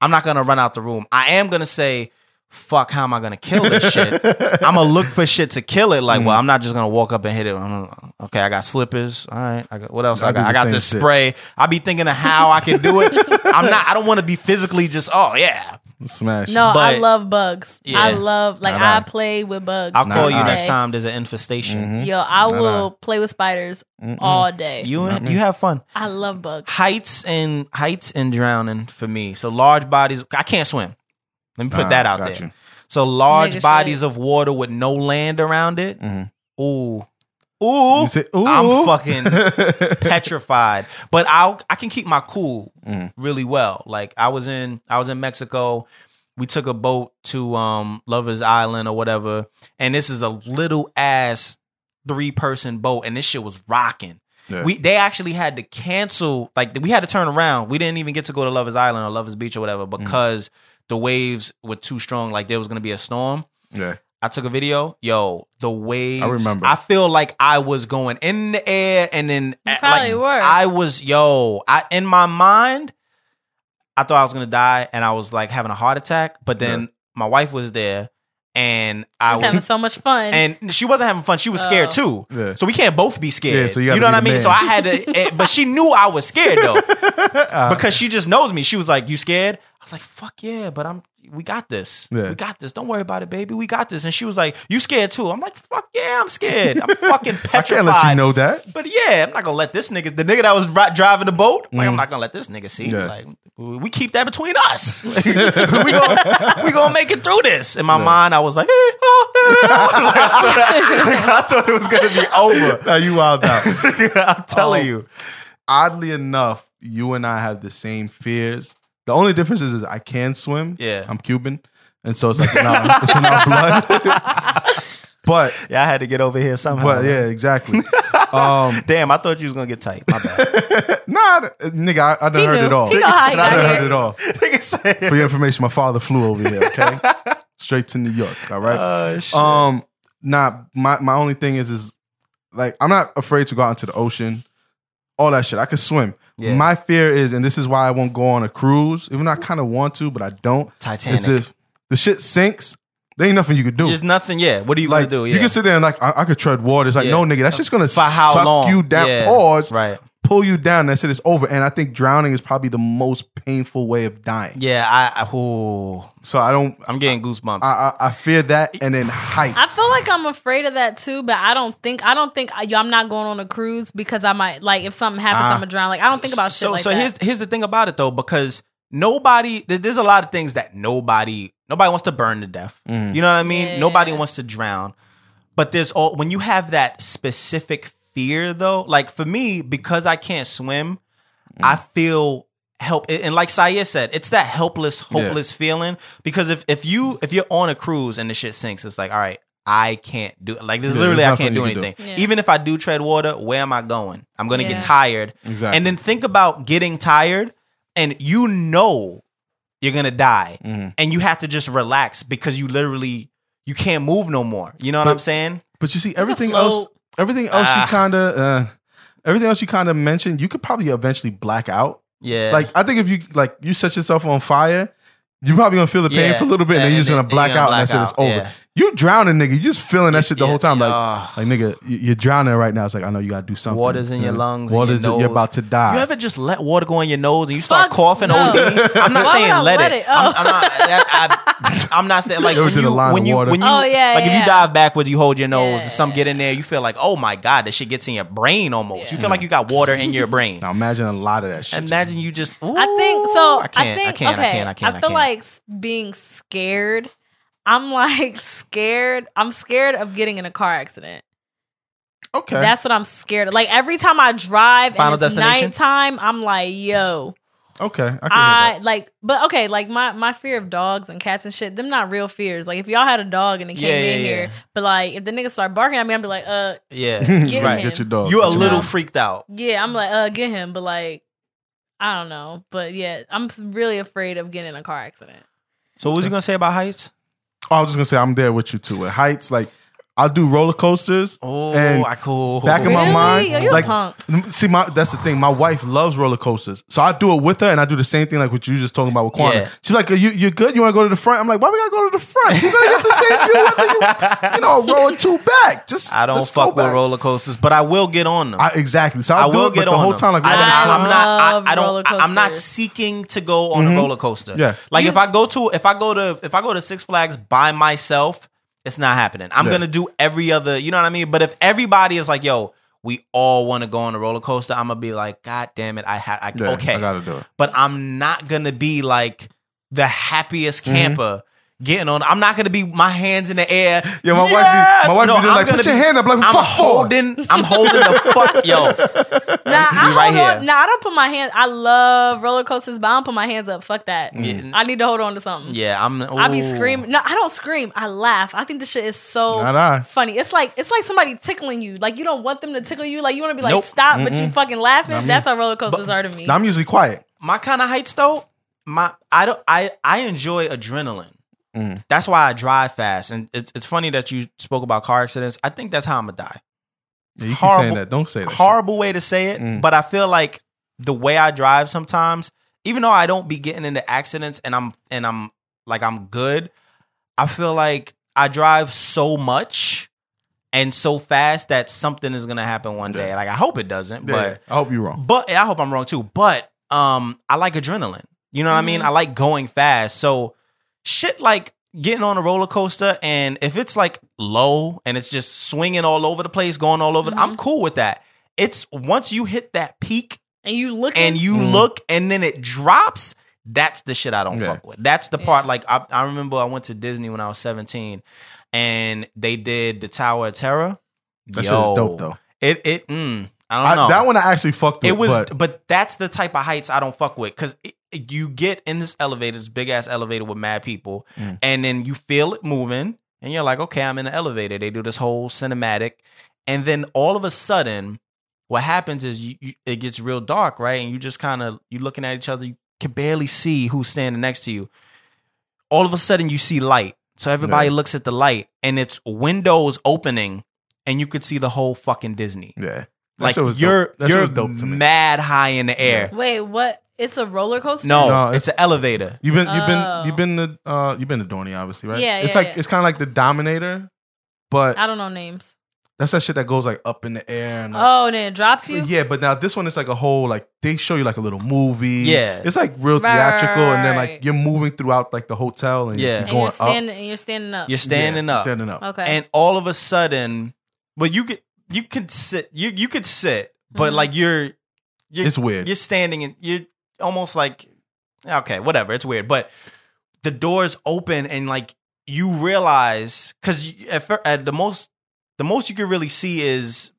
I'm not gonna run out the room. I am gonna say, fuck, how am I gonna kill this
(laughs)
shit? I'm gonna look for shit to kill it. Like, well,
Mm.
I'm not just gonna walk up and hit it. I'm- okay, I got slippers. All right, I got what else? I,
I do
got.
the
I got
same
this
shit.
spray. I be thinking of how I can
(laughs)
do it. I'm not. I don't want to be physically just. Oh yeah,
Smash.
No, I
But-
love bugs. I
Yeah.
love like
Not
I
I.
play with bugs.
I'll
Nah,
call you
all
nah.
next
day.
time. There's an infestation.
Mhm.
Yo, I
Not
will play with spiders
Mm-mm.
all day.
You
Not me.
you have fun.
I love bugs.
Heights and heights and drowning for me. So large bodies. I can't swim. Let me put
Ah,
that out
got
there.
you.
So large
Nigga
bodies
should.
of water with no land around it.
Mhm.
Ooh,
(laughs)
ooh,
You say, ooh. (laughs)
I'm fucking petrified. But I'll I can keep my cool
Mm.
really well. Like I was in I was in Mexico. We took a boat to um Lover's Island or whatever, and this is a little ass three person boat, and this shit was rocking.
Yeah.
We they actually had to cancel, like we had to turn around. We didn't even get to go to Lover's Island or Lover's Beach or whatever
Mm-hmm.
because the waves were too strong. Like there was gonna be a storm.
yeah.
I took a video. Yo, the waves.
remember.
I feel like I was going in the air, and then at-
probably
like,
were.
I was yo. I in my mind, I thought I was gonna die, and I was like having a heart attack. But then my wife was there, and I
was having so much fun. Oh.
and she wasn't having fun. She was scared too.
Yeah.
So we can't both be scared.
Yeah, so you gotta be
know what I
the
mean?
man.
So I
(laughs)
had to, eh, but she knew I was scared though,
Uh-huh.
because she just knows me. She was like, "You scared?" I was like, "Fuck yeah!" But I'm, we got this.
Yeah.
We got this. Don't worry about it, baby. We got this. And she was like, "You scared too?" I'm like, "Fuck yeah, I'm scared. I'm
(laughs)
fucking
I
petrified."
can't let you know that.
(laughs) But yeah, I'm not gonna let this nigga, the nigga that was ri- driving the boat, like I'm not gonna let this nigga see.
Mm. Yeah.
Like we keep that between us. (laughs) we gonna we gonna make it through this. In my mind, I was like, eh, oh, (laughs) eh, oh. Like, I, thought I- I thought it was gonna be over.
Nah, you wild (laughs) out.
I'm telling
Oh.
you,
Oddly enough, you and I have the same fears. The only difference is, is I can swim.
Yeah.
I'm Cuban. And so it's like, nah, it's in our blood. (laughs) but,
yeah, I had to get over here somehow.
but yeah, exactly. (laughs) Um,
Damn, I thought you was gonna get tight.
(laughs)
My bad.
nah, th- nigga, I, I done
He
heard
knew.
it all.
He know how he
I
got
done
here.
heard it all.
Nigga said-
For your information, my father flew over here, (laughs) okay? Straight to New York, all right?
Oh, shit.
Um, nah. My my only thing is is like I'm not afraid to go out into the ocean, all that shit. I can swim.
Yeah.
My fear is, and this is why I won't go on a cruise, even though I kind of want to, but I don't.
Titanic.
Is if the shit sinks, there ain't nothing you could do.
There's nothing. Yeah, what are you
like
gonna do? Yeah.
you can sit there and like I, I could tread water. It's like
Yeah.
no nigga, that's just gonna
For how
suck
long?
you down,
Yeah.
pause,
right.
pull you down. That shit is over. And I think drowning is probably the most painful way of dying.
Yeah, I. I ooh,
So I don't.
I'm getting goosebumps.
I, I I fear that, and then heights.
I feel like I'm afraid of that too, but I don't think I don't think I, I'm not going on a cruise because I might like if something happens,
Ah.
I'm gonna drown. Like I don't think about shit
Uh-huh. so
like
so
that.
here's here's the thing about it though because nobody there- there's a lot of things that nobody nobody wants to burn to death
Mm.
you know what i mean
Yeah.
nobody wants to drown but there's all when you have that specific fear though like for me because i can't swim
Mm.
i feel help and like Sayer said it's that helpless hopeless feeling because if if you if you're on a cruise and the shit sinks it's like all right I can't do like this. is
Yeah,
literally,
there's
I can't
nothing
do
you can do.
anything.
Yeah.
Even if I do tread water, where am I going? I'm gonna
Yeah.
get tired,
Exactly.
and then think about getting tired and you know you're gonna die
Mm-hmm.
and you have to just relax because you literally you can't move no more. You know what I'm saying?
But you see, everything
float.
else, everything else
Ah.
you kind of, uh, everything else you kind of mentioned, you could probably eventually black out.
Yeah.
Like I think if you like you set yourself on fire, you're probably gonna feel the pain
Yeah.
for a little bit, and,
And
then you're just
then-
gonna black
then you're
out,
gonna
and that's
black
it. It's over.
out, yeah.
You drowning, nigga. You just feeling that shit the
Yeah,
whole time, like.
ah.
Like nigga, you- you're drowning right now. It's like I know you gotta do something.
Water's in your lungs and
Water's
your
you're
nose.
about to die.
you ever just let water go in your nose and you start
Fuck
coughing?
no.
OD? I'm not
Why would
saying
I
let,
let
it.
it?
I'm,
Oh.
I'm not.
(laughs)
That, I, am not saying like
Yo,
when
did a
you
line of
when you
water.
when you
Oh, yeah,
like if
yeah.
you dive backwards, you hold your nose, and some
Yeah.
get in there, you feel like oh my god, that shit gets in your brain almost. You feel like you got water in
(laughs)
your brain.
now imagine a lot of that shit.
Imagine you just.
I think so.
"Ooh, I can't. I,
think
can't.
okay.
I can't. I can't.
feel
I can't.
like s- being scared. I'm like (laughs) scared. I'm scared of getting in a car accident.
okay.
That's what I'm scared of. Like every time I drive
Final
and it's
Destination?
nighttime, I'm like, yo,
okay. I can hear that.
I like, but okay, like my my fear of dogs and cats and shit, them not real fears. Like if y'all had a dog and it came
Yeah, yeah,
in
yeah.
here, but like if the nigga start barking at me, I'd be like, uh,
yeah,
get
right.
him.
Get your dog.
You're a
Get your
little
dog.
freaked out.
yeah, I'm like, uh, get him. But like, I don't know. But yeah, I'm really afraid of getting in a car accident.
So what was you gonna say about heights?
Oh, I was just gonna say I'm there with you too. At heights, like I'll do roller coasters.
Oh,
And
I cool.
Back in my
Really?
mind,
Yo, you a
like
punk.
see, my that's the thing. My wife loves roller coasters, so I do it with her, and I do the same thing like what you just talking about with Kwana.
Yeah.
She's like, Are "You you good? You want to go to the front?" I'm like, "Why we gotta go to the front? You're gonna get the same view, whether you, you know, row or two back." Just
I don't
let's go
fuck with
back.
roller coasters, but I will get on them.
I, exactly. So I'll
I
do
will
it,
get
but the
on
whole
them.
time, like,
I,
"Why we gotta
am
go?"
not.
love
I, I
roller
don't. I, am not
coasters.
seeking to go on a roller coaster.
Mm-hmm. Yeah.
Like if I go to if I go to if I go to Six Flags by myself, it's not happening. I'm
Yeah.
gonna do every other. You know what I mean? But if everybody is like, "Yo, we all want to go on a roller coaster," I'm gonna be like, "God damn it! I have. I,
Yeah,
okay,
I gotta do it. Mm-hmm.
but I'm not gonna be like the happiest camper. getting on. I'm not gonna be my hands in the air.
Yeah, my wife be- my wife be doing like,
gonna
"Put your hand up," like,
I'm
"Fuck for."
holding. I'm holding the fuck. Yo,
Nah, I
uh, You right
hold on.
here.
Nah, I don't put my hands. I love roller coasters, but I don't put my hands up. Fuck that.
Yeah.
I need to hold on to something.
yeah, I'm.
I be
ooh.
screaming. No, I don't scream. I laugh. I think this shit is so
Not I.
funny. It's like it's like somebody tickling you. Like you don't want them to tickle you. Like you want to be like
Nope.
stop, but you fucking laughing. That's how roller coasters
But-
are to me.
Now, I'm usually quiet.
my kind of heights though my i don't i i enjoy adrenaline
Mm.
that's why i drive fast and it's, it's funny that you spoke about car accidents i think that's how i'm gonna die
Yeah, you keep saying
Horrible-
that. Don't say that. shit.
horrible way to say it
Mm.
but i feel like the way i drive sometimes even though i don't be getting into accidents and i'm and i'm like i'm good i feel like i drive so much and so fast that something is gonna happen one day like i hope it doesn't
Yeah,
but
I hope you're wrong.
but and I hope I'm wrong too. But um, I like adrenaline. You know what I mean? I like going fast. So shit, like getting on a roller coaster, and if it's like low and it's just swinging all over the place, going all over, I'm cool with that. It's once you hit that peak
and you look
and you
Mm.
look, and then it drops. That's the shit I don't
Yeah.
fuck with. That's the part. Like I, I remember I went to Disney when I was 17, and they did the Tower of Terror.
That shit is dope though.
It it. Mm, I don't
I,
know
that one I actually fucked with.
it was
but
but, that's the type of heights i don't fuck with because you get in this elevator this big ass elevator with mad people
Mm.
and then you feel it moving and you're like okay i'm in the elevator they do this whole cinematic and then all of a sudden what happens is you, you it gets real dark right and you just kind of you looking at each other you can barely see who's standing next to you all of a sudden you see light so everybody looks at the light and it's windows opening and you could see the whole fucking disney
yeah, That
like
shit was
you're
dope. That shit
you're
was dope to me.
mad high in the air.
Wait, what? It's a roller coaster.
No,
No,
it's, an elevator.
You've been you've
Oh.
been you've been the uh you've been to Dorney obviously right?
Yeah,
It's
yeah,
like
yeah.
it's kind of like the Dominator, but
I don't know names.
that's that shit that goes like up in the air and like,
Oh, and then it
(laughs)
drops you.
Yeah, but now this one is like a whole like they show you like a little movie.
Yeah.
it's like real
Right,
theatrical, and then like
right.
you're moving throughout like the hotel, and
Yeah.
you're
and
going
you're
up,
standing. And you're standing up.
You're standing
Yeah,
up,
standing up.
okay.
and all of a sudden, but you could you could sit you you could sit, but
Mhm.
like you're you're
It's weird.
you're standing and you're almost like okay, whatever. It's weird, but the doors open and like you realize because at, fir- at the most the most you can really see is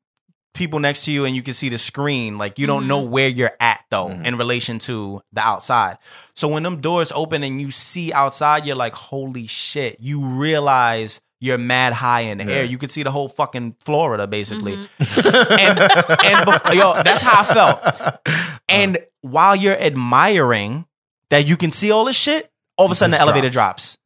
people next to you and you can see the screen like you don't
Mhm.
know where you're at though
Mhm.
in relation to the outside so when them doors open and you see outside you're like holy shit you realize you're mad high in the
Yeah.
air you could see the whole fucking florida basically
Mm-hmm.
(laughs) and, and bef- yo that's how i felt
(laughs)
and while you're admiring that you can see all this shit all of a
It
sudden the
just
elevator drops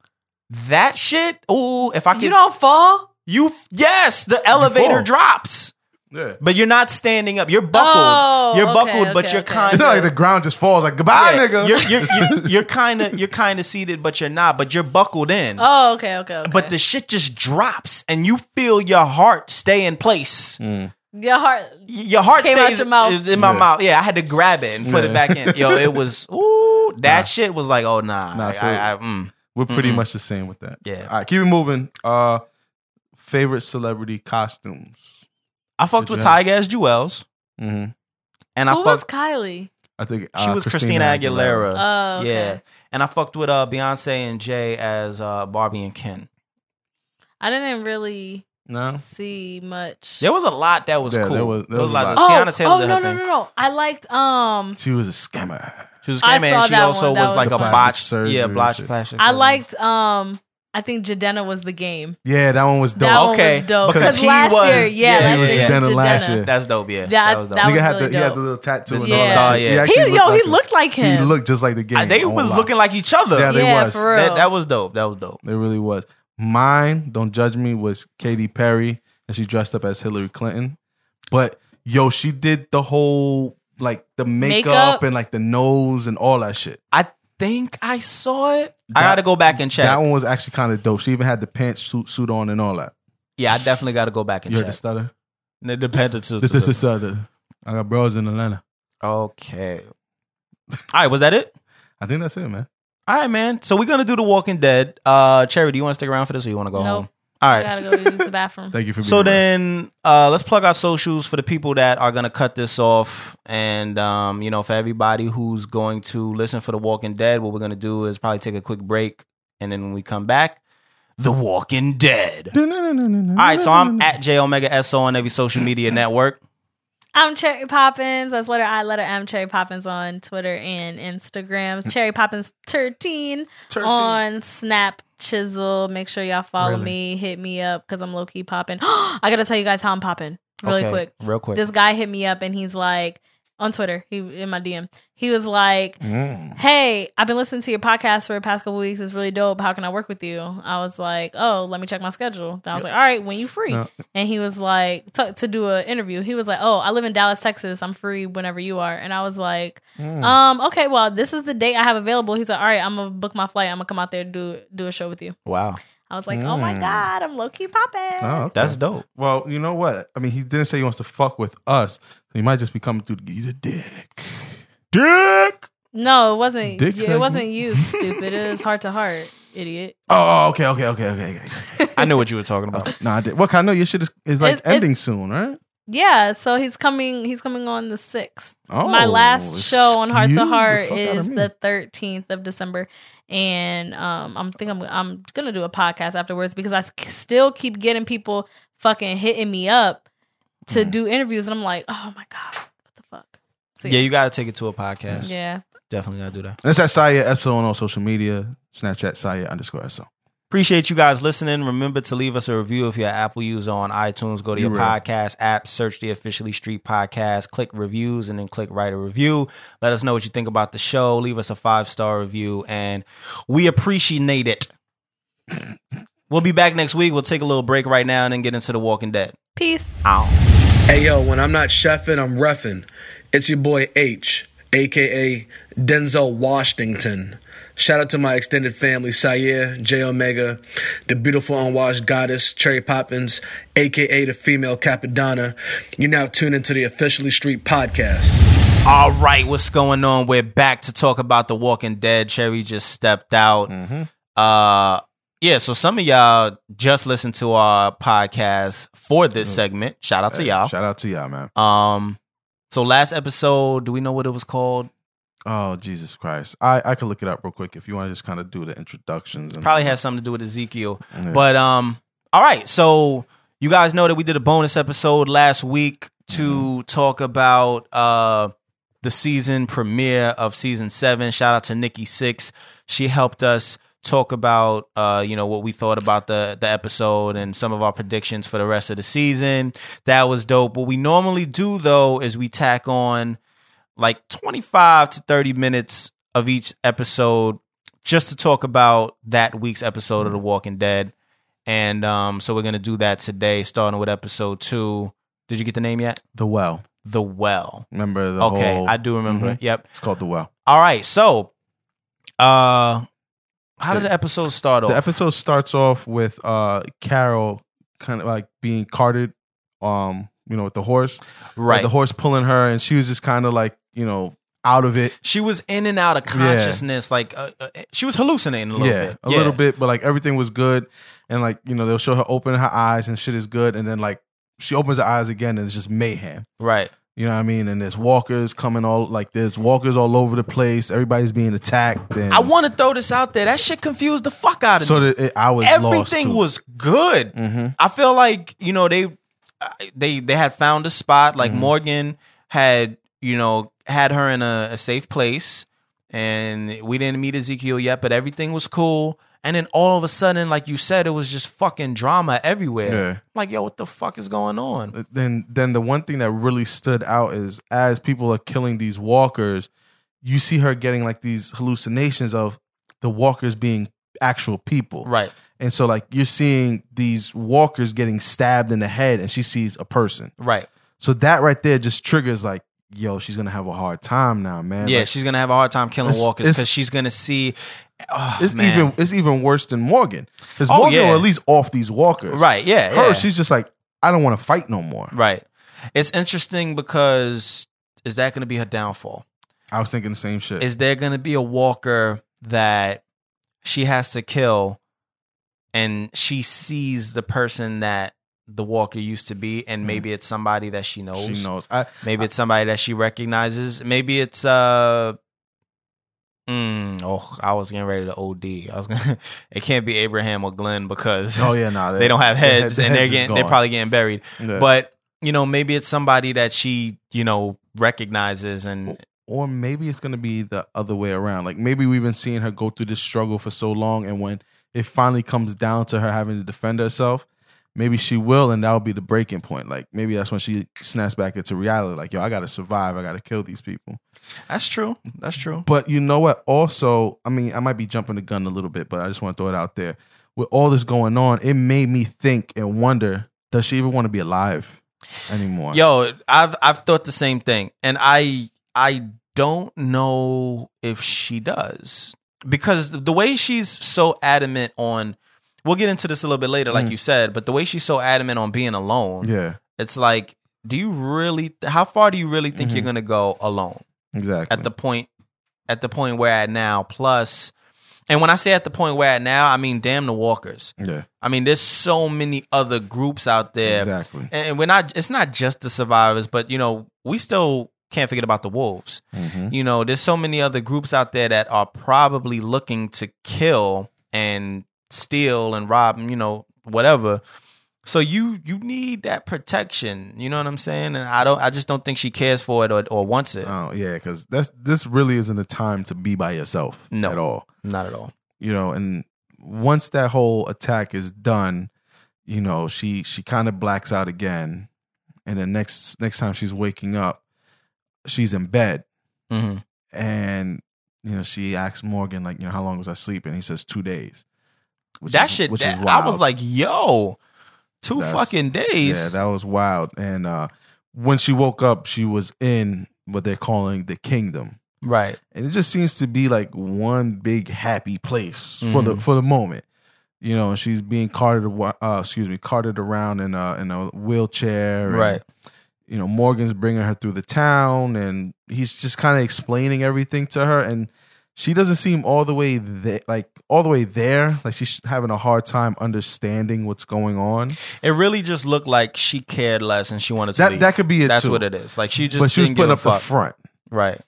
that shit ooh if i could
you don't fall.
you yes the elevator
fall.
drops
Yeah.
but you're not standing up. You're buckled.
Oh,
you're
okay,
buckled, but
okay,
you're
okay.
(laughs)
kind
It's
of.
not like
(laughs)
the ground just falls like goodbye, nigga.
You're,
(laughs)
you're, you're, you're kind of you're kind of seated, but you're not. But you're buckled in.
Oh, okay, okay, okay.
But the shit just drops, and you feel your heart stay in place. Y-
Mm.
your heart.
Your heart
Came out
stays
your mouth.
in my
Yeah.
mouth. Yeah, I had to grab it and put it back in. Yo, it
(laughs)
was ooh. That shit was like oh nah.
Nah,
I-
so-
I- I- mm.
We're pretty
Mm-mm.
much the same with that.
Yeah.
All right, keep it moving. Uh, favorite celebrity costumes.
I fucked
Did
with
you have-
Tiger as Jewels,
Mm-hmm.
and I
Who was
fucked.
Kylie?
I think
She
uh,
was Christina Aguilera.
Oh, okay.
Yeah, and I fucked with uh, Beyonce and Jay as uh, Barbie and Ken.
I didn't really
No,
see much.
There was a lot that was
Yeah,
cool.
there was- there was a lot.
Oh,
Tiana Taylor
oh
did
no,
her
no,
thing.
no, no. I liked um
she was a scammer.
She was a
I
scammer,
saw
and she
that
also
one. That
was,
was
like a
fun.
botched,
Plastic surgery
yeah,
and
botched
shit.
plastic.
I
surgery.
liked um I think Jadena was the game.
Yeah, that one was dope.
That
Okay,
one was dope.
because
Because
he
last
was-
year, yeah,
yeah, he
last
was
year it
Jadena last year.
That's dope. Yeah,
That-
was dope.
that
Nigga
was
had
really
the he had
dope.
the little tattoo and
Yeah.
all that shit.
Yeah.
He,
He,
actually
yo,
looked like
he looked like
a-
him.
He looked just like the game.
Uh, they was looking like each other.
Yeah, they
yeah,
was.
for real.
that, that was dope. That was dope.
They really was. Mine, don't judge me, was Katy Perry, and she dressed up as Hillary Clinton. But yo, she did the whole like the makeup,
Makeup.
and like the nose and all that shit.
I think I saw it. I
That-
got to go back and check.
That one was actually kind of dope. She even had the pants suit, suit on and all that.
yeah, I definitely got to go back and
You heard the
check.
stutter?
The dependence.
This this is stutter. I got bros in Atlanta.
Okay. All right, was that it?
I think that's it, man.
All right, man. So we're gonna do The Walking Dead. Uh, Cherry, do you want to stick around for this, or you want to go
Nope.
home? All
I
right.
gotta go use the bathroom.
(laughs) Thank you for being
So
here.
then, uh, let's plug our socials for the people that are gonna cut this off, and um, you know, for everybody who's going to listen for The Walking Dead, what we're gonna do is probably take a quick break, And then when we come back, The Walking Dead.
All
All right, so I'm at J Omega SO on every social media network.
I'm Cherry Poppins. That's letter I, letter M. Cherry Poppins on Twitter and Instagrams. Cherry Poppins 13 on Snap Chisel. Make sure y'all follow
Really?
me. Hit me up because I'm low key popping. (gasps) I gotta tell you guys how I'm popping really
Okay,
quick.
Real quick.
This guy hit me up and he's like on Twitter. He in my DM. He was like,
Mm.
hey, I've been listening to your podcast for the past couple weeks. It's really dope. How can I work with you? I was like, oh, let me check my schedule. Then I was like, all right, when you free?
Yeah.
And he was like, to to do an interview. He was like, oh, I live in Dallas, Texas. I'm free whenever you are. And I was like,
Mm.
um, okay, well, this is the date I have available. He's like, all right, I'm gonna book my flight. I'm gonna come out there and do do a show with you.
wow.
I was like, oh my
Mm.
god, I'm low key popping.
Oh, okay.
That's dope.
well. You know what? I mean, he didn't say he wants to fuck with us. So he might just be coming through to get you the dick. Dick.
No, it wasn't.
Dick
it
sucking.
wasn't
(laughs)
you, stupid. It was heart to heart, idiot.
Oh, okay, okay, okay, okay, okay.
(laughs) I knew what you were talking about.
Oh, no, I did. Well, I know your shit is, is like
It's- it's-
ending soon, right?
Yeah, so he's coming. He's coming on the sixth.
Oh,
my last show on Heart
excuse
to
the
Heart
fuck outta
is
me.
the 13th of December, and um, I'm think I'm I'm gonna do a podcast afterwards because I s- still keep getting people fucking hitting me up to
Mm.
do interviews, and I'm like, oh my god, what the fuck? (laughs) So,
Yeah, you got to take it to a podcast.
yeah.
Definitely got to do that.
And it's at Saya SO on all social media. Snapchat Saya underscore SO.
Appreciate you guys listening. Remember to leave us a review if you're an Apple user on iTunes. Go to
You
your
real.
podcast app, search the Officially Street Podcast, click reviews, and then click write a review. Let us know what you think about the show. Leave us a five star review, and we
(coughs)
appreciate it. We'll be back next week. We'll take a little break right now and then get into The Walking Dead.
Peace.
Hey yo, when I'm not chefing, I'm reffing. It's your boy H, aka Denzel Washington. Shout out to my extended family, Sayer, J Omega, the beautiful unwashed goddess, Cherry Poppins, aka the female Capadonna. You're now tuned into the Officially Street Podcast.
All right, what's going on? We're back to talk about The Walking Dead. Cherry just stepped out. Uh yeah, so some of y'all just listened to our podcast for this segment. Shout out to
Mm-hmm. Hey,
y'all.
Shout out to y'all, man.
Um so last episode, do we know what it was called?
Oh, Jesus Christ. I, I could look it up real quick if you want to just kind of do the introductions. And,
Probably has something to do with Ezekiel.
Yeah.
But um all right, so you guys know that we did a bonus episode last week to talk about uh the season premiere of season 7. Shout out to Nikki 6. She helped us talk about uh you know what we thought about the the episode and some of our predictions for the rest of the season. That was dope. What we normally do though is we tack on like 25 to 30 minutes of each episode just to talk about that week's episode of The Walking Dead. And um, so we're going to do that today, starting with episode two. Did you get the name yet?
The Well.
The Well.
Remember the
okay,
whole-
I do remember.
Mhm.
Yep.
It's called The Well.
All right. So, uh, how did
The-
the episode start off?
The episode starts off with uh Carol kind of like being carted, um, you know, with the horse.
right.
The horse pulling her, and she was just kind of like, you know, out of it.
she was in and out of consciousness. Like uh, uh, she was hallucinating a little
yeah,
bit.
a little bit, but like everything was good, and like you know they'll show her open her eyes and shit is good, and then like she opens her eyes again and it's just mayhem.
Right.
You know what I mean? And there's walkers coming all like there's walkers all over the place. Everybody's being attacked. And
I want to throw this out there. That shit confused the fuck out of
so
me.
that it, I was
Everything
lost
was good.
hmm
I feel like you know they uh, they they had found a spot. Like
Mhm.
Morgan had you know had her in a, a safe place, and we didn't meet Ezekiel yet, but everything was cool. And then all of a sudden, like you said, it was just fucking drama everywhere.
Yeah.
Like yo, what the fuck is going on?
Then then the one thing that really stood out is as people are killing these walkers, you see her getting like these hallucinations of the walkers being actual people.
Right.
And so like you're seeing these walkers getting stabbed in the head and she sees a person.
Right.
So that right there just triggers like, yo, she's gonna have a hard time now, man.
yeah,
Like,
she's gonna have a hard time killing
It's-
walkers
it's-
because she's gonna see. Oh,
it's
man.
even it's even worse than Morgan. Because
Oh,
Morgan
yeah.
will at least off these walkers.
right. Yeah.
Her,
yeah.
she's just like, I don't want to fight no more.
right. It's interesting because is that gonna be her downfall?
I was thinking the same shit.
is there going to be a walker that she has to kill and she sees the person that the walker used to be and maybe it's somebody that she knows.
she knows. I
maybe it's somebody that she recognizes maybe it's uh Mm, oh, I was getting ready to OD. I was gonna. (laughs) It can't be Abraham or Glenn (laughs) because
Oh yeah, nah,
they don't have
their
heads,
head-
and they're
heads is
getting they're
gone.
probably getting buried.
Yeah.
But you know, maybe it's somebody that she you know recognizes and
or maybe it's gonna be the other way around. Like maybe we've been seeing her go through this struggle for so long, and when it finally comes down to her having to defend herself, maybe she will, and that'll be the breaking point. Like maybe that's when she snaps back into reality. Like yo, I gotta survive. I gotta kill these people.
that's true. That's true.
But you know what? Also, I mean, I might be jumping the gun a little bit, but I just want to throw it out there. With all this going on, it made me think and wonder: Does she even want to be alive anymore?
Yo, I've I've thought the same thing, and I I don't know if she does because the way she's so adamant on. We'll get into this a little bit later, like
Mm.
you said, but the way she's so adamant on being alone,
Yeah,
it's like, do you really? How far do you really think you're
Mhm.
gonna go alone?
exactly.
at the point at the point where at now plus and when i say at the point where at now i mean damn the walkers
yeah,
i mean there's so many other groups out there
exactly.
and and we're not it's not just the survivors but you know we still can't forget about the wolves
Mhm.
you know there's so many other groups out there that are probably looking to kill and steal and rob and, you know whatever so you you need that protection you know what i'm saying and i don't i just don't think she cares for it or, or wants it
Oh yeah, because that's this really isn't a time to be by yourself
No.
at all.
not at all
You know, and once that whole attack is done, you know she she kind of blacks out again, and then next next time she's waking up, she's in bed,
hmm
and you know she asks Morgan like, you know, how long was I sleeping? He says two days. Which
that
is-
shit.
which
that-
is
I was
wild.
like, yo, two
That's-
fucking days.
yeah, that was wild. And uh when she woke up, she was in what they're calling the kingdom.
right.
and it just seems to be like one big happy place for
Mm-hmm.
the for the moment. You know, and she's being carted, awa- uh, excuse me, carted around in a in a wheelchair. and,
Right.
You know, Morgan's bringing her through the town, and he's just kind of explaining everything to her, and she doesn't seem all the way there, like all the way there. Like she's having a hard time understanding what's going on.
It really just looked like she cared less and she wanted to
That
leave.
that could be it.
That's
too.
what it is. Like she just
but she was
didn't give
putting
a
up
fuck.
the front.
Right.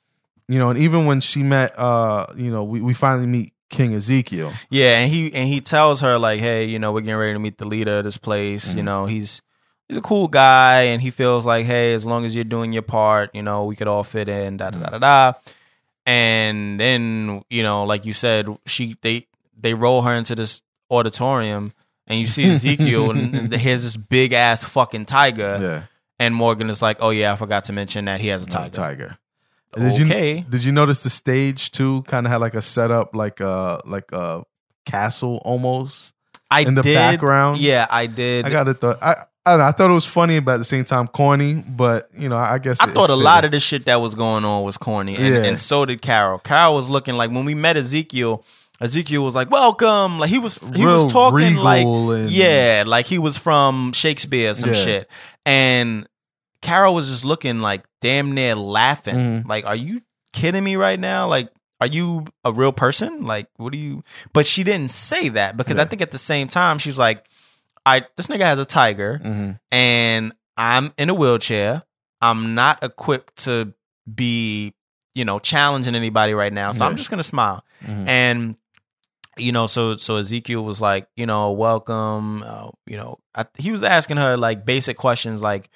You know, and even when she met, uh, you know, we, we finally meet King Ezekiel.
Yeah, and he and he tells her like, hey, you know, we're getting ready to meet the leader of this place. You
Mhm.
know, he's he's a cool guy, and he feels like, hey, as long as you're doing your part, you know, we could all fit in. Da da da da da. And then you know, like you said, she they they roll her into this auditorium, and you see
(laughs)
Ezekiel, and here's this big ass fucking tiger,
Yeah.
and Morgan is like, oh yeah, I forgot to mention that he has a
Tiger.
tiger.
Tiger. Did
Okay.
You, did you notice the stage too? Kind of had like a setup, like a like a castle almost.
I
in the
did,
background?
Yeah, I did.
I got it. Thought I. I, don't know, I thought it was funny, but at the same time corny. But you know, I guess
I thought a lot of the shit that was going on was corny, and,
Yeah.
and so did Carol. Carol was looking like when we met Ezekiel. Ezekiel was like, "Welcome," like he was he
Real
was talking
regal
like,
and-
yeah, like he was from Shakespeare or some
Yeah.
shit. And Carol was just looking like damn near laughing,
Mhm.
like, "Are you kidding me right now? Like, are you a real person? Like, what do you?" But she didn't say that because I
Yeah.
think at the same time she's like, "I this nigga has a tiger."
hmm
and I'm in a wheelchair. I'm not equipped to be, you know, challenging anybody right now. So I'm
Yeah.
just gonna smile.
Mhm.
And you know, so so Ezekiel was like, you know, welcome. Uh, you know, I, he was asking her like basic questions like,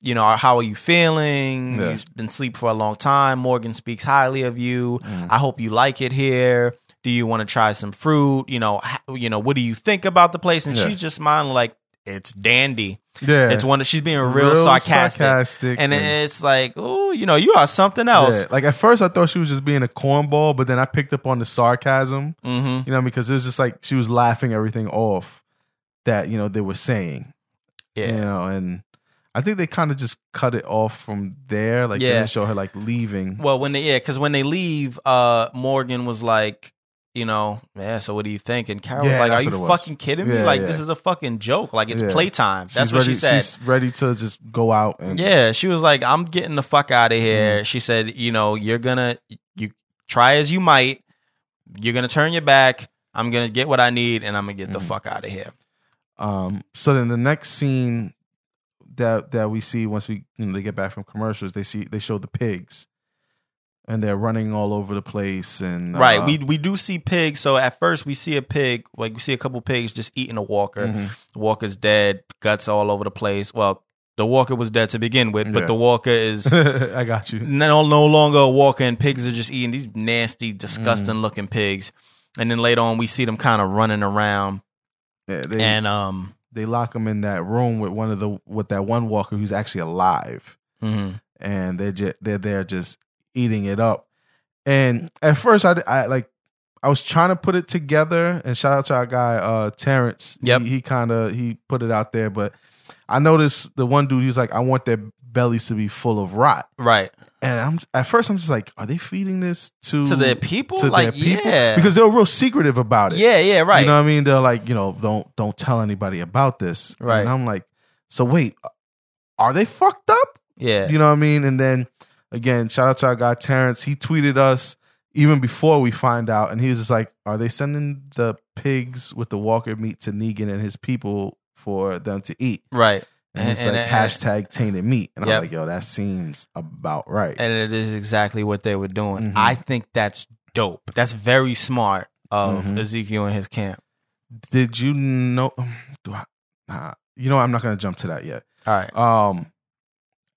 you know, how are you feeling?
Yeah.
You've been asleep for a long time. Morgan speaks highly of you.
Mm-hmm.
I hope you like it here. Do you want to try some fruit? You know, h- you know, what do you think about the place? And
Yeah.
she's just smiling like it's dandy.
Yeah,
It's one that she's being real, sarcastic.
sarcastic
And it's like, oh, you know, you are something else.
yeah. Like at first, I thought she was just being a cornball, but then I picked up on the sarcasm.
Mm-hmm.
You know, because it was just like she was laughing everything off that you know they were saying.
Yeah.
you know, and I think they kind of just cut it off from there. Like
Yeah.
they didn't show her like leaving.
Well, when they yeah, because when they leave, uh, Morgan was like, you know, yeah. So what do you think? And Carol
Yeah,
was like,
that's
are
what
you
it was.
fucking kidding me?
Yeah,
like
yeah.
this is a fucking joke. Like it's
Yeah.
playtime. That's
She's
what
ready,
she said.
She's ready to just go out and
Yeah, she was like, "I'm getting the fuck out of here."
Mm-hmm.
She said, "You know, you're gonna you try as you might, you're gonna turn your back. I'm gonna get what I need, and I'm gonna get the
Mhm.
fuck out of here."
Um. So then the next scene that that we see once we you know they get back from commercials, they see they show the pigs, and they're running all over the place and
Right.
uh,
we we do see pigs. So at first we see a pig, like we see a couple pigs just eating a walker.
Mm-hmm.
The walker's dead, guts all over the place. Well, the walker was dead to begin with, but
Yeah.
the
(laughs)
walker
(laughs)
is (laughs)
I got you.
no, no longer a walker, and pigs are just eating these nasty, disgusting
Mm.
looking pigs. And then later on, we see them kind of running around,
Yeah, they
and um,
they lock him in that room with one of the with that one walker who's actually alive, Mm-hmm.
mhm.
and they're just, they're there just eating it up. And at first, I, I like I was trying to put it together, and shout out to our guy uh Terrence.
Yep.
he, he kind of he put it out there, but I noticed the one dude he was like, I want their bellies to be full of rot,
right
and I'm at first I'm just like, are they feeding this to
to their people,
to
like
their people?
yeah,
Because they were real secretive about it.
yeah, yeah, right.
You know what I mean? They're like, you know, don't don't tell anybody about this.
Right.
And I'm like, so wait, are they fucked up?
yeah,
You know what I mean? And then again, shout out to our guy Terrence. He tweeted us even before we find out, and he was just like, Are they sending the pigs with the walker meat to Negan and his people for them to eat?
right.
And it's
And-
like
and-
hashtag tainted meat. And
Yep.
I'm like, yo, that seems about right.
and it is exactly what they were doing.
Mhm.
I think that's dope. That's very smart of
Mhm.
Ezekiel and his camp.
Did you know (sighs) do I nah, you know, what? I'm not gonna jump to that yet.
All right.
Um,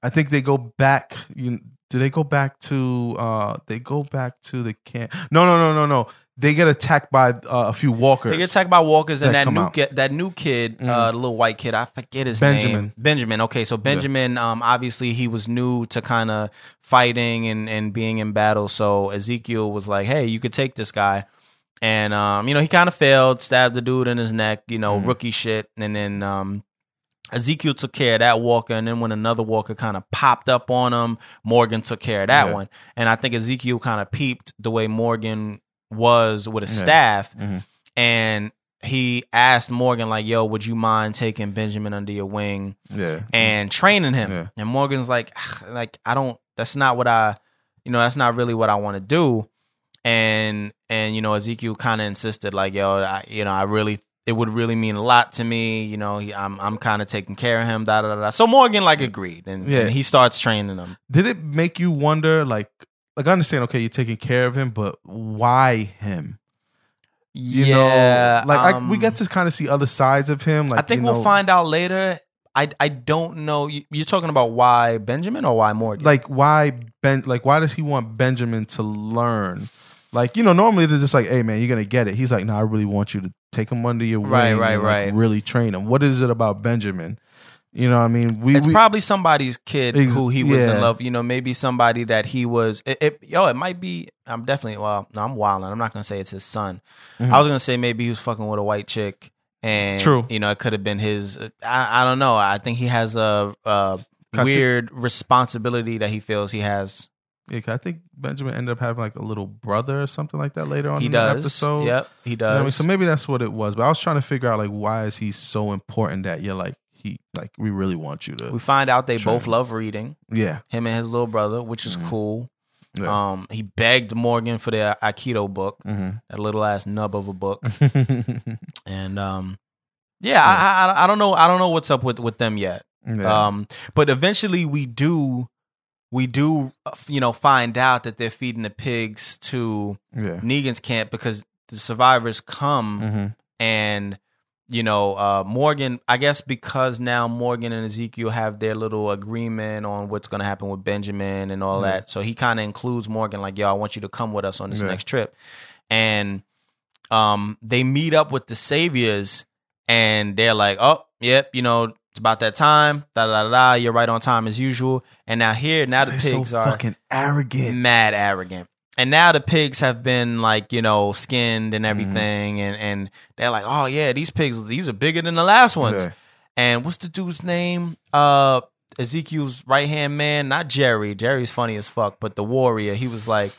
I think they go back. You do they go back to? Uh, they go back to the camp. No, no, no, no, no. They get attacked by uh, a few walkers.
They get attacked by walkers and
That
that
come
new
out.
kid, that new kid, uh,
Mhm.
the little white kid. I forget his name.
Benjamin.
Benjamin. Okay, so Benjamin. Um, obviously he was new to kind of fighting and and being in battle. So Ezekiel was like, "Hey, you could take this guy." And um, you know he kind of failed, stabbed the dude in his neck. You know,
Mhm.
rookie shit. And then um, Ezekiel took care of that walker, and then when another walker kind of popped up on him, Morgan took care of that
Yeah.
one. And I think Ezekiel kind of peeped the way Morgan was with his
Yeah.
staff,
Mhm.
and he asked Morgan like, "Yo, would you mind taking Benjamin under your wing
yeah,
and training him?"
Mm-hmm. Yeah.
And Morgan's like, "Ah, "Like I don't. That's not what I. You know, that's not really what I want to do." And and you know Ezekiel kind of insisted like, "Yo, I, you know, I really." It would really mean a lot to me, you know. He, I'm I'm kind of taking care of him, da da da. da. So Morgan like agreed, and,
Yeah.
and he starts training him.
Did it make you wonder? Like, like I understand. Okay, you're taking care of him, but why him? You
yeah,
know, like I, we
um,
get to kind of see other sides of him. Like,
I think
you know,
we'll find out later. I I don't know. You- You're talking about why Benjamin or why Morgan?
like why Ben. Like, why does he want Benjamin to learn? Like, you know, normally they're just like, "Hey, man, you're gonna get it." He's like, "No, I really want you to take him under your wing,
Right, right,
and, like,
right.
Really train him." What is it about Benjamin? You know, what I mean, we
it's
we-
probably somebody's kid
Ex-
who he was
yeah.
in love. You know, maybe somebody that he was. It, it, yo, it might be. I'm definitely. Well, no, I'm wilding. I'm not gonna say it's his son.
Mhm.
I was gonna say maybe he was fucking with a white chick, and
True.
You know, it could have been his. I, I don't know. I think he has a, a
Cut the-
weird responsibility that he feels he has.
Yeah, 'cause I think Benjamin ended up having like a little brother or something like that later on
He
in the
does.
episode.
Yep, he
You know
does.
what I mean? So maybe that's what it was. But I was trying to figure out like why is he so important that you're like he like we really want you to
we find out they
Sure.
both love reading.
yeah
him and his little brother, which is
Mhm.
cool.
yeah.
Um, he begged Morgan for their Aikido book,
Mhm.
that little ass nub of a book, and um, yeah, I, I I don't know, I don't know what's up with with them yet.
(laughs) Yeah.
Um, but eventually we do, we do, uh, you know, find out that they're feeding the pigs to
yeah
Negan's camp because the survivors come
Mhm.
and you know uh Morgan I guess because now Morgan and Ezekiel have their little agreement on what's going to happen with Benjamin and all
Yeah.
that so he kind of includes Morgan like yo I want you to come with us on this
Yeah.
next trip and um they meet up with the saviors and they're like oh yep you know it's about that time da da da, da you're right on time as usual and now here now the
They're
pigs
so
are
fucking arrogant
mad arrogant. And now the pigs have been like, you know, skinned and
Mm-hmm.
everything and and they're like, "Oh yeah, these pigs these are bigger than the last ones."
Yeah.
And what's the dude's name? Uh Ezekiel's right-hand man, not Jerry. Jerry's funny as fuck, but the warrior, he was like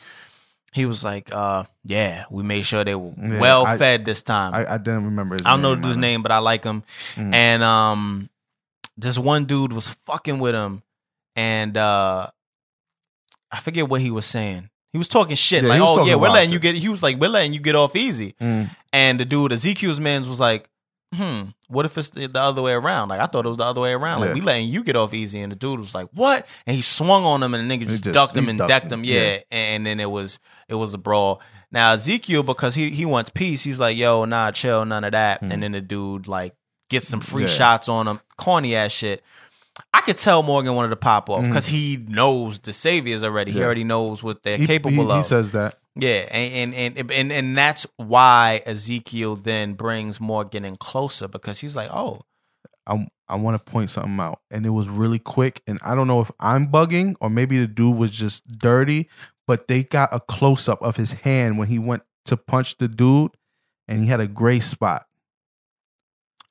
he was like, uh, yeah, we made sure they were
Yeah,
well
I-
fed this time.
I, I didn't remember his
I don't know the
name,
dude's
man.
name, but I like him.
Mm.
And um, this one dude was fucking with him, and uh, I forget what he was saying. He was talking shit
Yeah,
like,
he was
"Oh
talking
yeah, we're
wild
letting you
shit.
get." He was like, "We're letting you get off easy."
Mm.
And the dude Ezekiel's man's was like, hmm, what if it's the the other way around? Like I thought it was the other way around. Like
Yeah.
we letting you get off easy, and the dude was like, what? And he swung on him, and the nigga just,
just-
ducked him
he
and
ducked
decked
him,
him. Yeah. and then it was it was a brawl. Now Ezekiel, because he he wants peace, he's like, yo, nah, chill, none of that. And then the dude like gets some free
Hmm. Yeah.
shots on him, corny ass shit. I could tell Morgan wanted to pop off because he knows the saviors already. He
Hmm. Yeah.
already knows what they're
He,
capable
he,
of.
he says that.
Yeah, and and, and and and that's why Ezekiel then brings Morgan in closer because he's like, oh,
I I want to point something out, and it was really quick. And I don't know if I'm bugging or maybe the dude was just dirty, but they got a close up of his hand when he went to punch the dude, and he had a gray spot.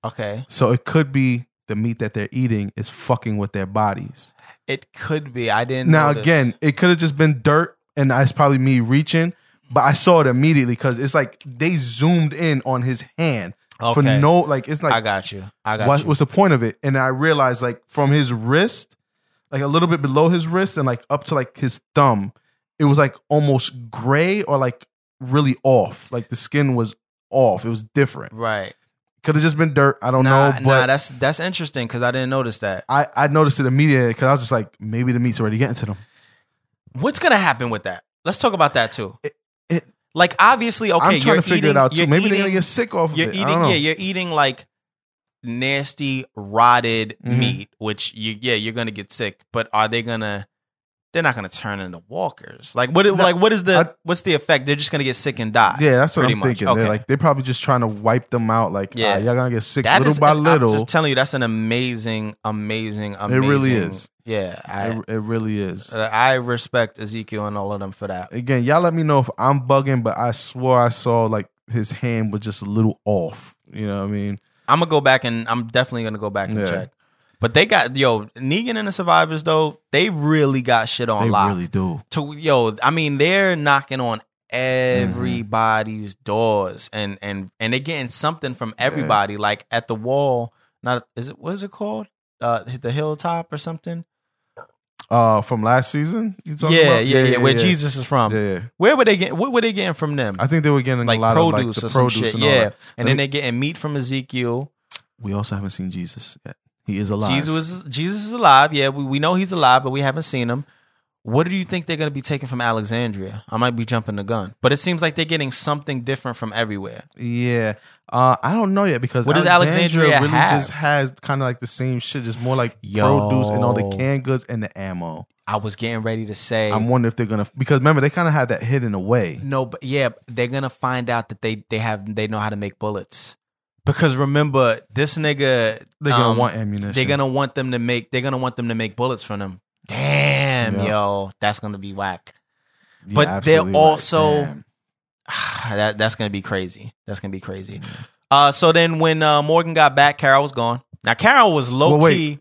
okay,
So it could be the meat that they're eating is fucking with their bodies.
it could be. I didn't.
Now
notice.
again, it could have just been dirt, and it's probably me reaching, but I saw it immediately because it's like they zoomed in on his hand for
Okay.
no like it's like
I got you. I got
what,
you.
what's the point of it? And I realized like from his wrist, like a little bit below his wrist and like up to like his thumb, it was like almost gray or like really off. Like the skin was off. It was different.
right?
Could have just been dirt. I don't
nah,
know.
nah,
But
that's that's interesting because I didn't notice that.
I, I noticed it immediately because I was just like, maybe the meat's already getting to them.
What's gonna happen with that? Let's talk about that too.
It- it-
like obviously, okay,
I'm trying
you're
to figure
eating-
it out too.
you're
Maybe they're
eating-
gonna get sick off of
you're
it. I
eating
don't know.
yeah you're eating like nasty rotted
Mhm.
meat which you yeah you're gonna get sick but are they gonna they're not gonna turn into walkers like what like what is the
I-
what's the effect they're just gonna get sick and die
yeah, that's what
pretty
I'm
much.
thinking.
Okay.
They're like they're probably just trying to wipe them out. Like,
Yeah.
yeah, y'all gonna get sick
That
little
is-
by
i'm
little.
just telling you that's an amazing amazing amazing
really is.
yeah I, uh,
it, it really is.
I respect ezekiel and all of them for that
again, y'all let me know if I'm bugging, but I swore I saw like his hand was just a little off. You know what I mean?
i'm gonna go back and i'm definitely gonna go back and
Yeah.
check but they got yo negan and the survivors though they really got shit on
they
lock
really do.
to yo i mean they're knocking on
Mm-hmm.
everybody's doors and and and they're getting something from everybody like at the wall not is it what is it called uh the hilltop or something
Uh, from last season, you
yeah,
talking
yeah,
about?
yeah where jesus is from
Yeah, yeah.
where were they getting what were they getting from them
I think they were getting
like
a lot of
produce or
like the
some
produce
shit
and all
yeah
that. Let
and then
me-
they're getting meat from ezekiel
We also haven't seen Jesus yet. He is alive.
jesus is jesus is alive yeah we, we know he's alive but we haven't seen him what do you think they're going to be taking from alexandria i might be jumping the gun but it seems like they're getting something different from everywhere
Yeah. Uh, I don't know yet because
What does Alexandria
really
have?
just has kind of like the same shit, just more like
Yo.
produce and all the canned goods and the ammo.
I was getting ready to say
I'm wondering if they're gonna because remember they kind of had that hidden away.
no, but yeah, they're gonna find out that they they have they know how to make bullets because remember this nigga
They're gonna
um,
want ammunition.
they're gonna want them to make they're gonna want them to make bullets from them. Damn,
Yeah.
yo, that's gonna be whack. (sighs)
Yeah,
but they're
absolutely right.
also-
Damn.
that that's gonna be crazy. That's gonna be crazy. Uh, so then when uh, Morgan got back, Carol was gone. Now Carol was low
Well, wait.
key.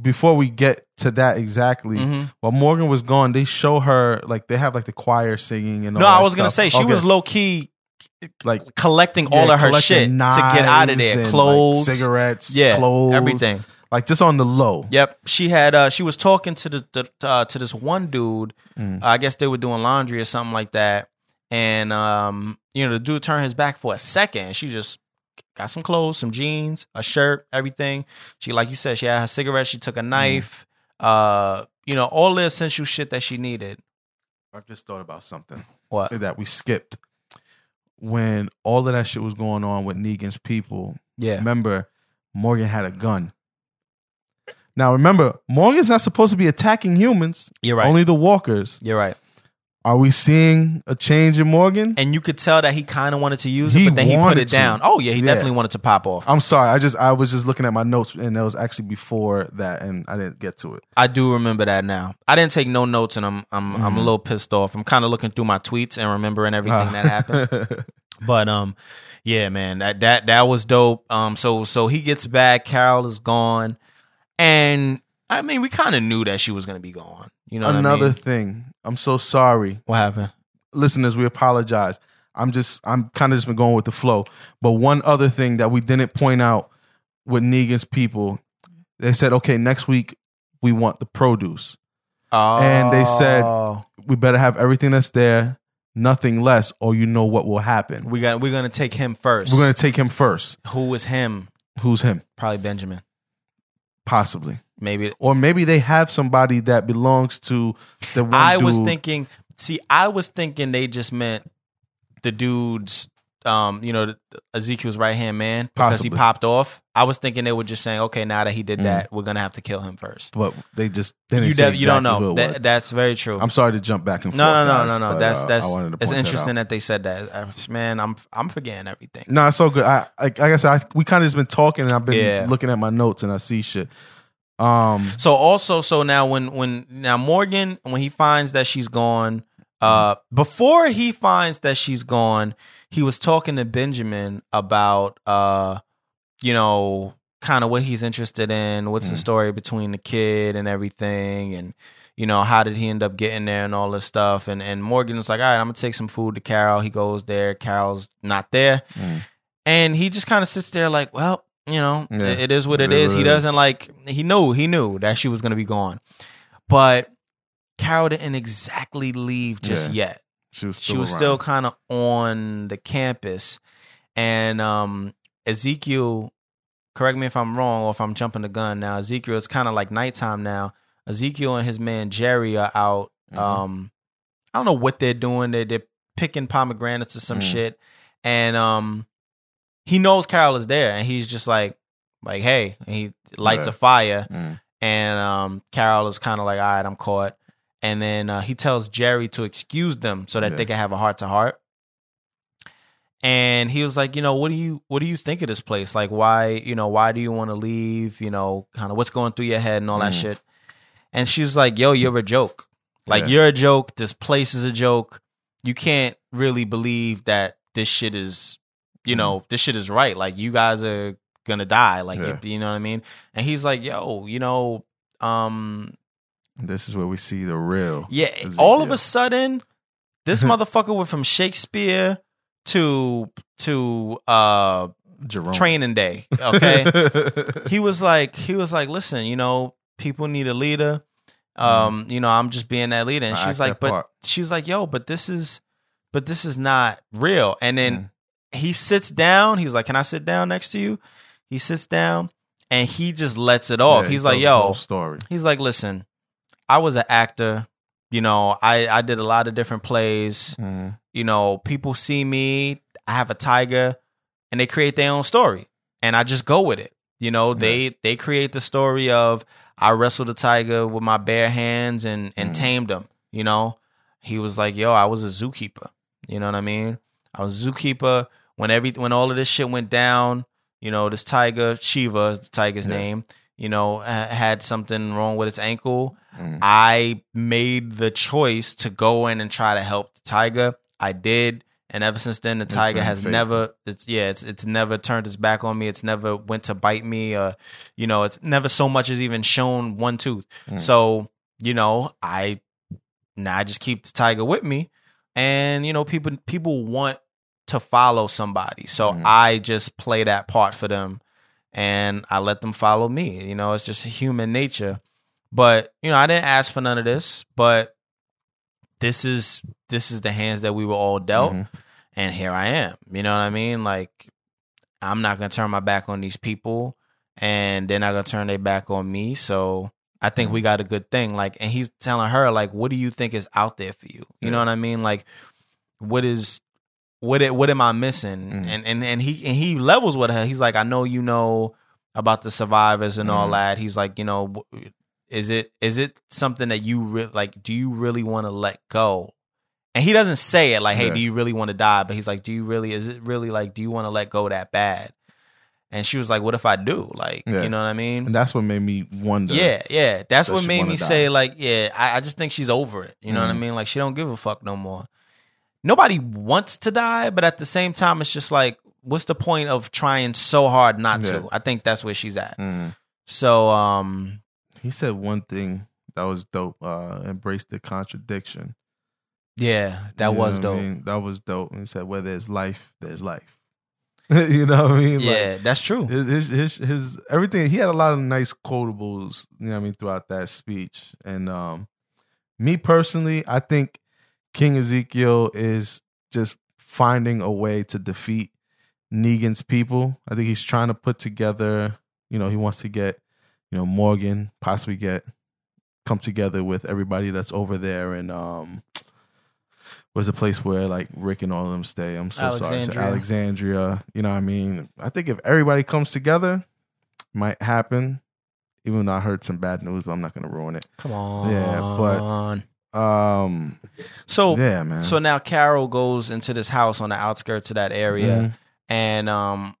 before we get to that exactly,
Mhm.
while Morgan was gone, they show her like they have like the choir singing and all
No, I
that
was gonna
stuff.
say she
Okay.
was low key
like
collecting
yeah,
all of her
collecting
shit to get out
knives
of
and,
there,
like,
clothes,
cigarettes,
yeah,
clothes,
everything.
like just on the low.
Yep, she had. Uh, she was talking to the, the uh, to this one dude.
Mm.
I guess they were doing laundry or something like that. And um, you know, the dude turned his back for a second. and She just got some clothes, some jeans, a shirt, everything. She, like you said, she had her cigarette. She
Mm.
took a knife. Uh, you know, all the essential shit that she needed.
I just thought about something
What?
that we skipped when all of that shit was going on with Negan's people.
Yeah.
Remember, Morgan had a gun. Now remember, Morgan's not supposed to be attacking humans,
You're right.
only the walkers.
You're right.
Are we seeing a change in Morgan?
And you could tell that he kind of wanted to use
He
it, but then he put
wanted
it
to.
down. Oh yeah, he
Yeah.
definitely wanted to pop off.
I'm sorry. I just I was just looking at my notes, and that was actually before that, and I didn't get to it.
I do remember that now. I didn't take no notes, and I'm I'm
Mm-hmm.
I'm a little pissed off. I'm kind of looking through my tweets and remembering everything
Ah.
that happened.
(laughs)
But um, yeah, man, that that that was dope. Um, so so he gets back. Carol is gone, and I mean, we kind of knew that she was gonna be gone. You know, what I
Another
mean?
thing. I'm so sorry,
What happened?
listeners. We apologize. I'm just I'm kind of just been going with the flow. But one other thing that we didn't point out with Negan's people, they said, okay, next week we want the produce.
Oh,
And they said- We better have everything that's there. nothing less, or you know what will happen.
We got. We're gonna take him 1st
We're going to take him first.
Who is him?
Who's him?
Probably Benjamin.
Possibly.
Maybe.
Or maybe they have somebody that belongs to the one
I was
dude.
thinking. See, I was thinking they just meant the dude's. Um, you know, the- Ezekiel's right hand man because he
Possibly.
popped off. I was thinking they were just saying, okay, now that he did that, we're gonna have to kill him first.
But they just didn't
You,
say
dev- you don't
exactly
know.
who it was.
That, that's very true.
I'm sorry to jump back and forth.
No, no, no,
guys,
no, no.
but,
That's
uh,
that's
I wanted to
it's
point that out.
interesting that, they said that. I was- man, I'm I'm forgetting everything.
No, it's so good. I like, like I said, I, we kind of just been talking, and I've been
Yeah.
looking at my notes, and I see shit. Um,
So also, so now when when now Morgan when he finds that she's gone, uh, before he finds that she's gone, he was talking to Benjamin about uh, you know, kind of what he's interested in, what's the
Mm.
story between the kid and everything, and you know, how did he end up getting there and all this stuff, and and Morgan is like, all right, I'm gonna take some food to Carol. He goes there, Carol's not there.
Mm.
And he just kind of sits there like, well, you know,
Yeah.
it- it is what it
It
is. He
is.
doesn't like he knew, he knew that she was gonna be gone. But Carol didn't exactly leave just yet.
she was still
She was
around.
still kind of on the campus. And um Ezekiel, correct me if I'm wrong or if I'm jumping the gun now. Ezekiel, it's kind of like nighttime now. Ezekiel and his man Jerry are out.
Mhm.
Um I don't know what they're doing. They they're picking pomegranates or some
Mm.
shit. And um he knows Carol is there and he's just like like hey, and he lights
Yeah.
a fire
Mm.
and um, Carol is kind of like, all right, I'm caught. And then uh, he tells Jerry to excuse them so that
Yeah.
they can have a heart to heart. And he was like, you know, what do you what do you think of this place? Like, why you know why do you want to leave? You know, kind of what's going through your head and all that
Mhm.
shit. And she's like, yo, you're a joke. Like
Yeah.
you're a joke. This place is a joke. You can't really believe that this shit is, you
Mm.
know, this shit is right. Like you guys are gonna die. Like
Yeah.
you, you know what I mean? And he's like, yo, you know, um,
This is where we see the real.
yeah, all of
Ezekiel.
a sudden,
(laughs)
this motherfucker went from Shakespeare to to uh
Jerome.
training day.
(laughs)
Okay. he was like, he was like, listen, you know, people need a leader. Um, you know, I'm just being that leader. And
Mm-hmm. I
she's
act
like,
that
but
part.
she's like, yo, but this is but this is not real. And then
Mm.
he sits down, he's like, Can I sit down next to you? He sits down and he just lets it off.
Yeah, he
he's like,
tells the whole
yo,
story.
He's like, listen, I was an actor. You know, I, I did a lot of different plays.
Mm.
You know, people see me. I have a tiger, and they create their own story, and I just go with it. You know, they they create the story of I wrestled a tiger with my bare hands and and
Mhm.
tamed him. You know, he was like, yo, I was a zookeeper. You know what I mean? I was a zookeeper when every when all of this shit went down. You know, this tiger Shiva is the tiger's
Yeah.
name. You know, ha- had something wrong with its ankle.
Mm.
I made the choice to go in and try to help the tiger. I did, and ever since then, the
It's
tiger
been
has
faithful.
never. It's yeah, it's it's never turned its back on me. It's never went to bite me. Uh, you know, it's never so much as even shown one tooth.
Mm.
So you know, I now I just keep the tiger with me, and you know, people people want to follow somebody, so
Mhm.
I just play that part for them, and I let them follow me. You know, it's just human nature. But you know, I didn't ask for none of this, but this is this is the hands that we were all dealt,
Mhm.
and here I am. You know what I mean? Like, I'm not gonna turn my back on these people, and they're not gonna turn their back on me. So I think we got a good thing. Like, and he's telling her, like, what do you think is out there for you? You know
Yeah.
what I mean? Like, what is what it, what am I missing?
Mhm.
And and and he and he levels with her. He's like, I know you know about the survivors and all
Mhm.
that. He's like, you know, w- is it is it something that you re- like? Do you really want to let go? And he doesn't say it like, hey,
Yeah.
do you really want to die? But he's like, do you really? Is it really like, do you want to let go that bad? And she was like, what if I do? Like,
Yeah.
you know what I mean?
And that's what made me wonder.
Yeah, yeah. That's
Does
what
she
made
wanna
me
die?
say, like, yeah, I, I just think she's over it. You know what I
Mhm.
mean? Like, she don't give a fuck no more. Nobody wants to die, but at the same time, it's just like, what's the point of trying so hard not
Yeah.
to? I think that's where she's at.
Mm.
So, um,
He said one thing that was dope. Uh, embrace the contradiction.
yeah, that
You know
was
what I
dope.
mean? That was dope. And he said, "Where there's life, there's life." (laughs) you know what I mean? Like,
yeah, that's true.
his, his his his everything he had a lot of nice quotables you know what i mean throughout that speech and um me personally i think King Ezekiel is just finding a way to defeat Negan's people. I think he's trying to put together, you know, he wants to get, you know, Morgan, possibly get come together with everybody that's over there and um was a place where like Rick and all of them stay. I'm so sorry. So
Alexandria.
Alexandria. You know what I mean? I think if everybody comes together, might happen. Even though I heard some bad news, but I'm not gonna ruin it.
Come on.
Yeah, Um
so
Yeah, man.
Oh, so now Carol goes into this house on the outskirts of that area,
Mhm.
and um,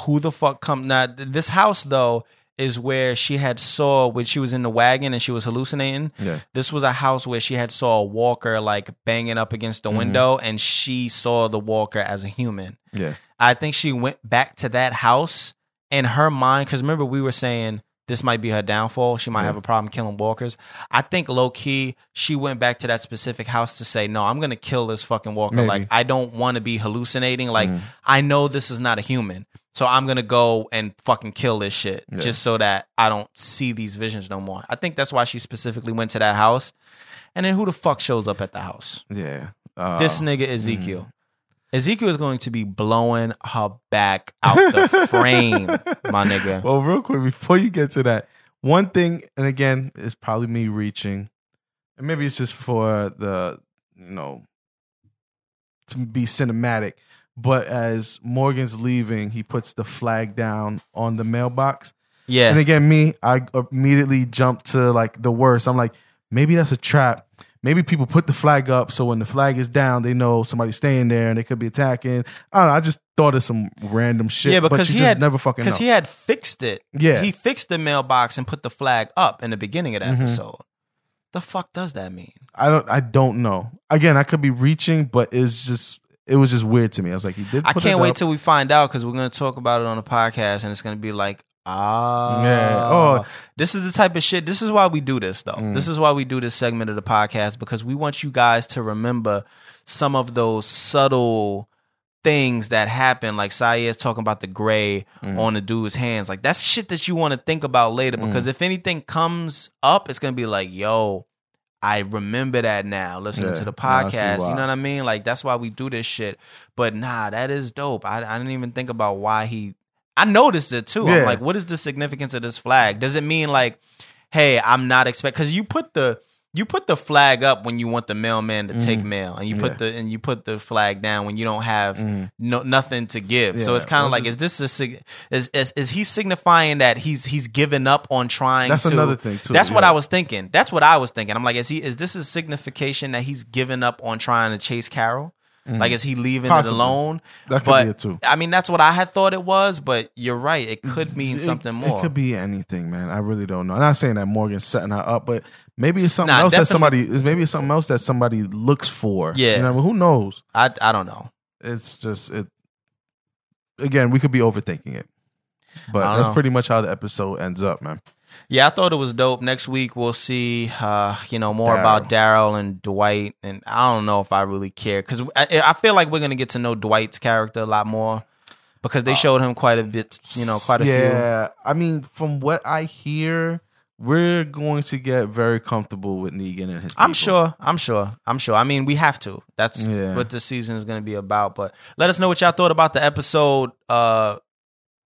who the fuck come now? th- This house though is where she had saw when she was in the wagon and she was hallucinating.
Yeah.
This was a house where she had saw a walker like banging up against the
Mhm.
window, and she saw the walker as a human.
Mm-hmm. Yeah.
I think she went back to that house in her mind because remember we were saying this might be her downfall. She might
Yeah.
have a problem killing walkers. I think low key she went back to that specific house to say, "No, I'm gonna kill this fucking walker.
Maybe.
Like I don't want to be hallucinating. Like
Mhm.
I know this is not a human, so I'm gonna go and fucking kill this shit
Yeah.
just so that I don't see these visions no more." I think that's why she specifically went to that house. And then who the fuck shows up at the house?
Yeah. Uh,
this nigga Ezekiel.
Mm.
Ezekiel is going to be blowing her back out
(laughs)
the frame, my nigga.
Well, real quick before you get to that, one thing, and again, it's probably me reaching, and maybe it's just for the you know to be cinematic. But as Morgan's leaving, he puts the flag down on the mailbox,
yeah.
And again, me, I immediately jumped to like the worst. I'm like, maybe that's a trap. Maybe people put the flag up so when the flag is down, they know somebody's staying there and they could be attacking. I don't know. I just thought of some random shit.
yeah,
but
because
you
he
just
had
never fucking know.
because he had fixed it.
Yeah.
he fixed the mailbox and put the flag up in the beginning of that
Mhm.
episode. The fuck does that mean?
I don't. I don't know. Again, I could be reaching, but it's just it was just weird to me. I was like, he did.
I
put
can't
it
wait
up.
till we find out because we're gonna talk about it on the podcast, and it's gonna be like, ah,
Yeah. Oh.
this is the type of shit. This is why we do this, though.
Mm.
This is why we do this segment of the podcast because we want you guys to remember some of those subtle things that happen. Like Saeed's talking about the gray
Mm.
on the dude's hands. Like that's shit that you want to think about later
Mm-hmm.
because if anything comes up, it's gonna be like, yo. I remember that now listening
Yeah.
to the
No, I see
podcast.
why.
you know what I mean? Like that's why we do this shit. But nah, that is dope. I, I didn't even think about why he. I noticed it too. I'm
Yeah.
like, what is the significance of this flag? Does it mean like, hey, I'm not expect because you put the you put the flag up when you want the mailman to take
Mhm.
mail, and you put
Yeah.
the and you put the flag down when you don't have
Mhm.
no nothing to give. So
Yeah.
it's kind of
Well,
like, is this a sig- is, is is he signifying that he's he's given up on trying?
That's
to-
another thing too.
that's what
yeah.
I was thinking. That's what I was thinking. I'm like, is he is this a signification that he's given up on trying to chase Carol?
Mhm.
Like, is he leaving
Possibly.
it alone?
That could
but-
be it too. Mm-hmm.
I mean, that's what I had thought it was, but you're right. It could mean
It-
something more.
It could be anything, man. I really don't know. I'm not saying that Morgan's setting her up, but maybe it's something
Nah,
else that somebody
definitely-
is. Maybe it's something else that somebody looks for.
Yeah.
you know, who knows?
I I don't know.
It's just it. Again, we could be overthinking it,
I
but
don't
that's
know.
pretty much how the episode ends up, man.
Yeah, I thought it was dope. Next week we'll see, uh, you know, more
Daryl.
about Daryl and Dwight, and I don't know if I really care because I, I feel like we're gonna get to know Dwight's character a lot more because they showed him quite a bit, you know, quite a few.
Yeah, I mean, from what I hear, we're going to get very comfortable with Negan and his.
I'm
people.
sure. I'm sure. I'm sure. I mean, we have to. That's
Yeah.
what this season is going to be about. But let us know what y'all thought about the episode, uh,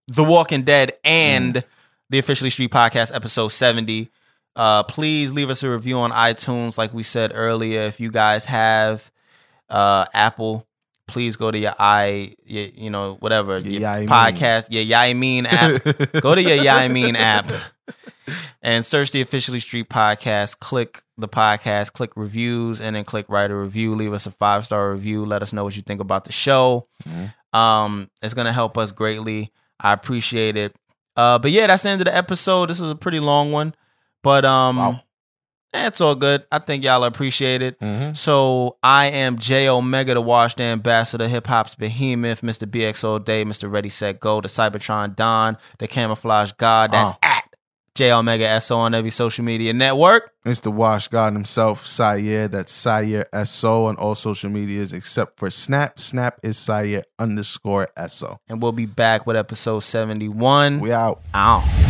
The Walking Dead, and the Officially Street Podcast, episode 70. Uh, please leave us a review on iTunes, like we said earlier. If you guys have uh, Apple, please go to your i, your, you know, whatever your
Yai Mean.
podcast, your Yai Mean app. go to your Yai Mean app and search the officially street podcast click the podcast click reviews and then click write a review leave us a five star review let us know what you think about the show
Mhm.
um it's gonna help us greatly i appreciate it uh but yeah that's the end of the episode this was a pretty long one but um
Wow.
eh, it's all good i think y'all appreciate it
Mhm.
so I am J Omega, the washed ambassador, hip hop's behemoth, Mr. BXO Day, Mr. Ready Set Go, the Cybertron Don, the camouflage god. That's
Uh.
at J Omega SO on every social media network.
It's the Wash God himself, Sayer. That's Sayer SO on all social medias except for Snap. Snap is Sayer underscore SO.
And we'll be back with episode 71.
We out.
Out.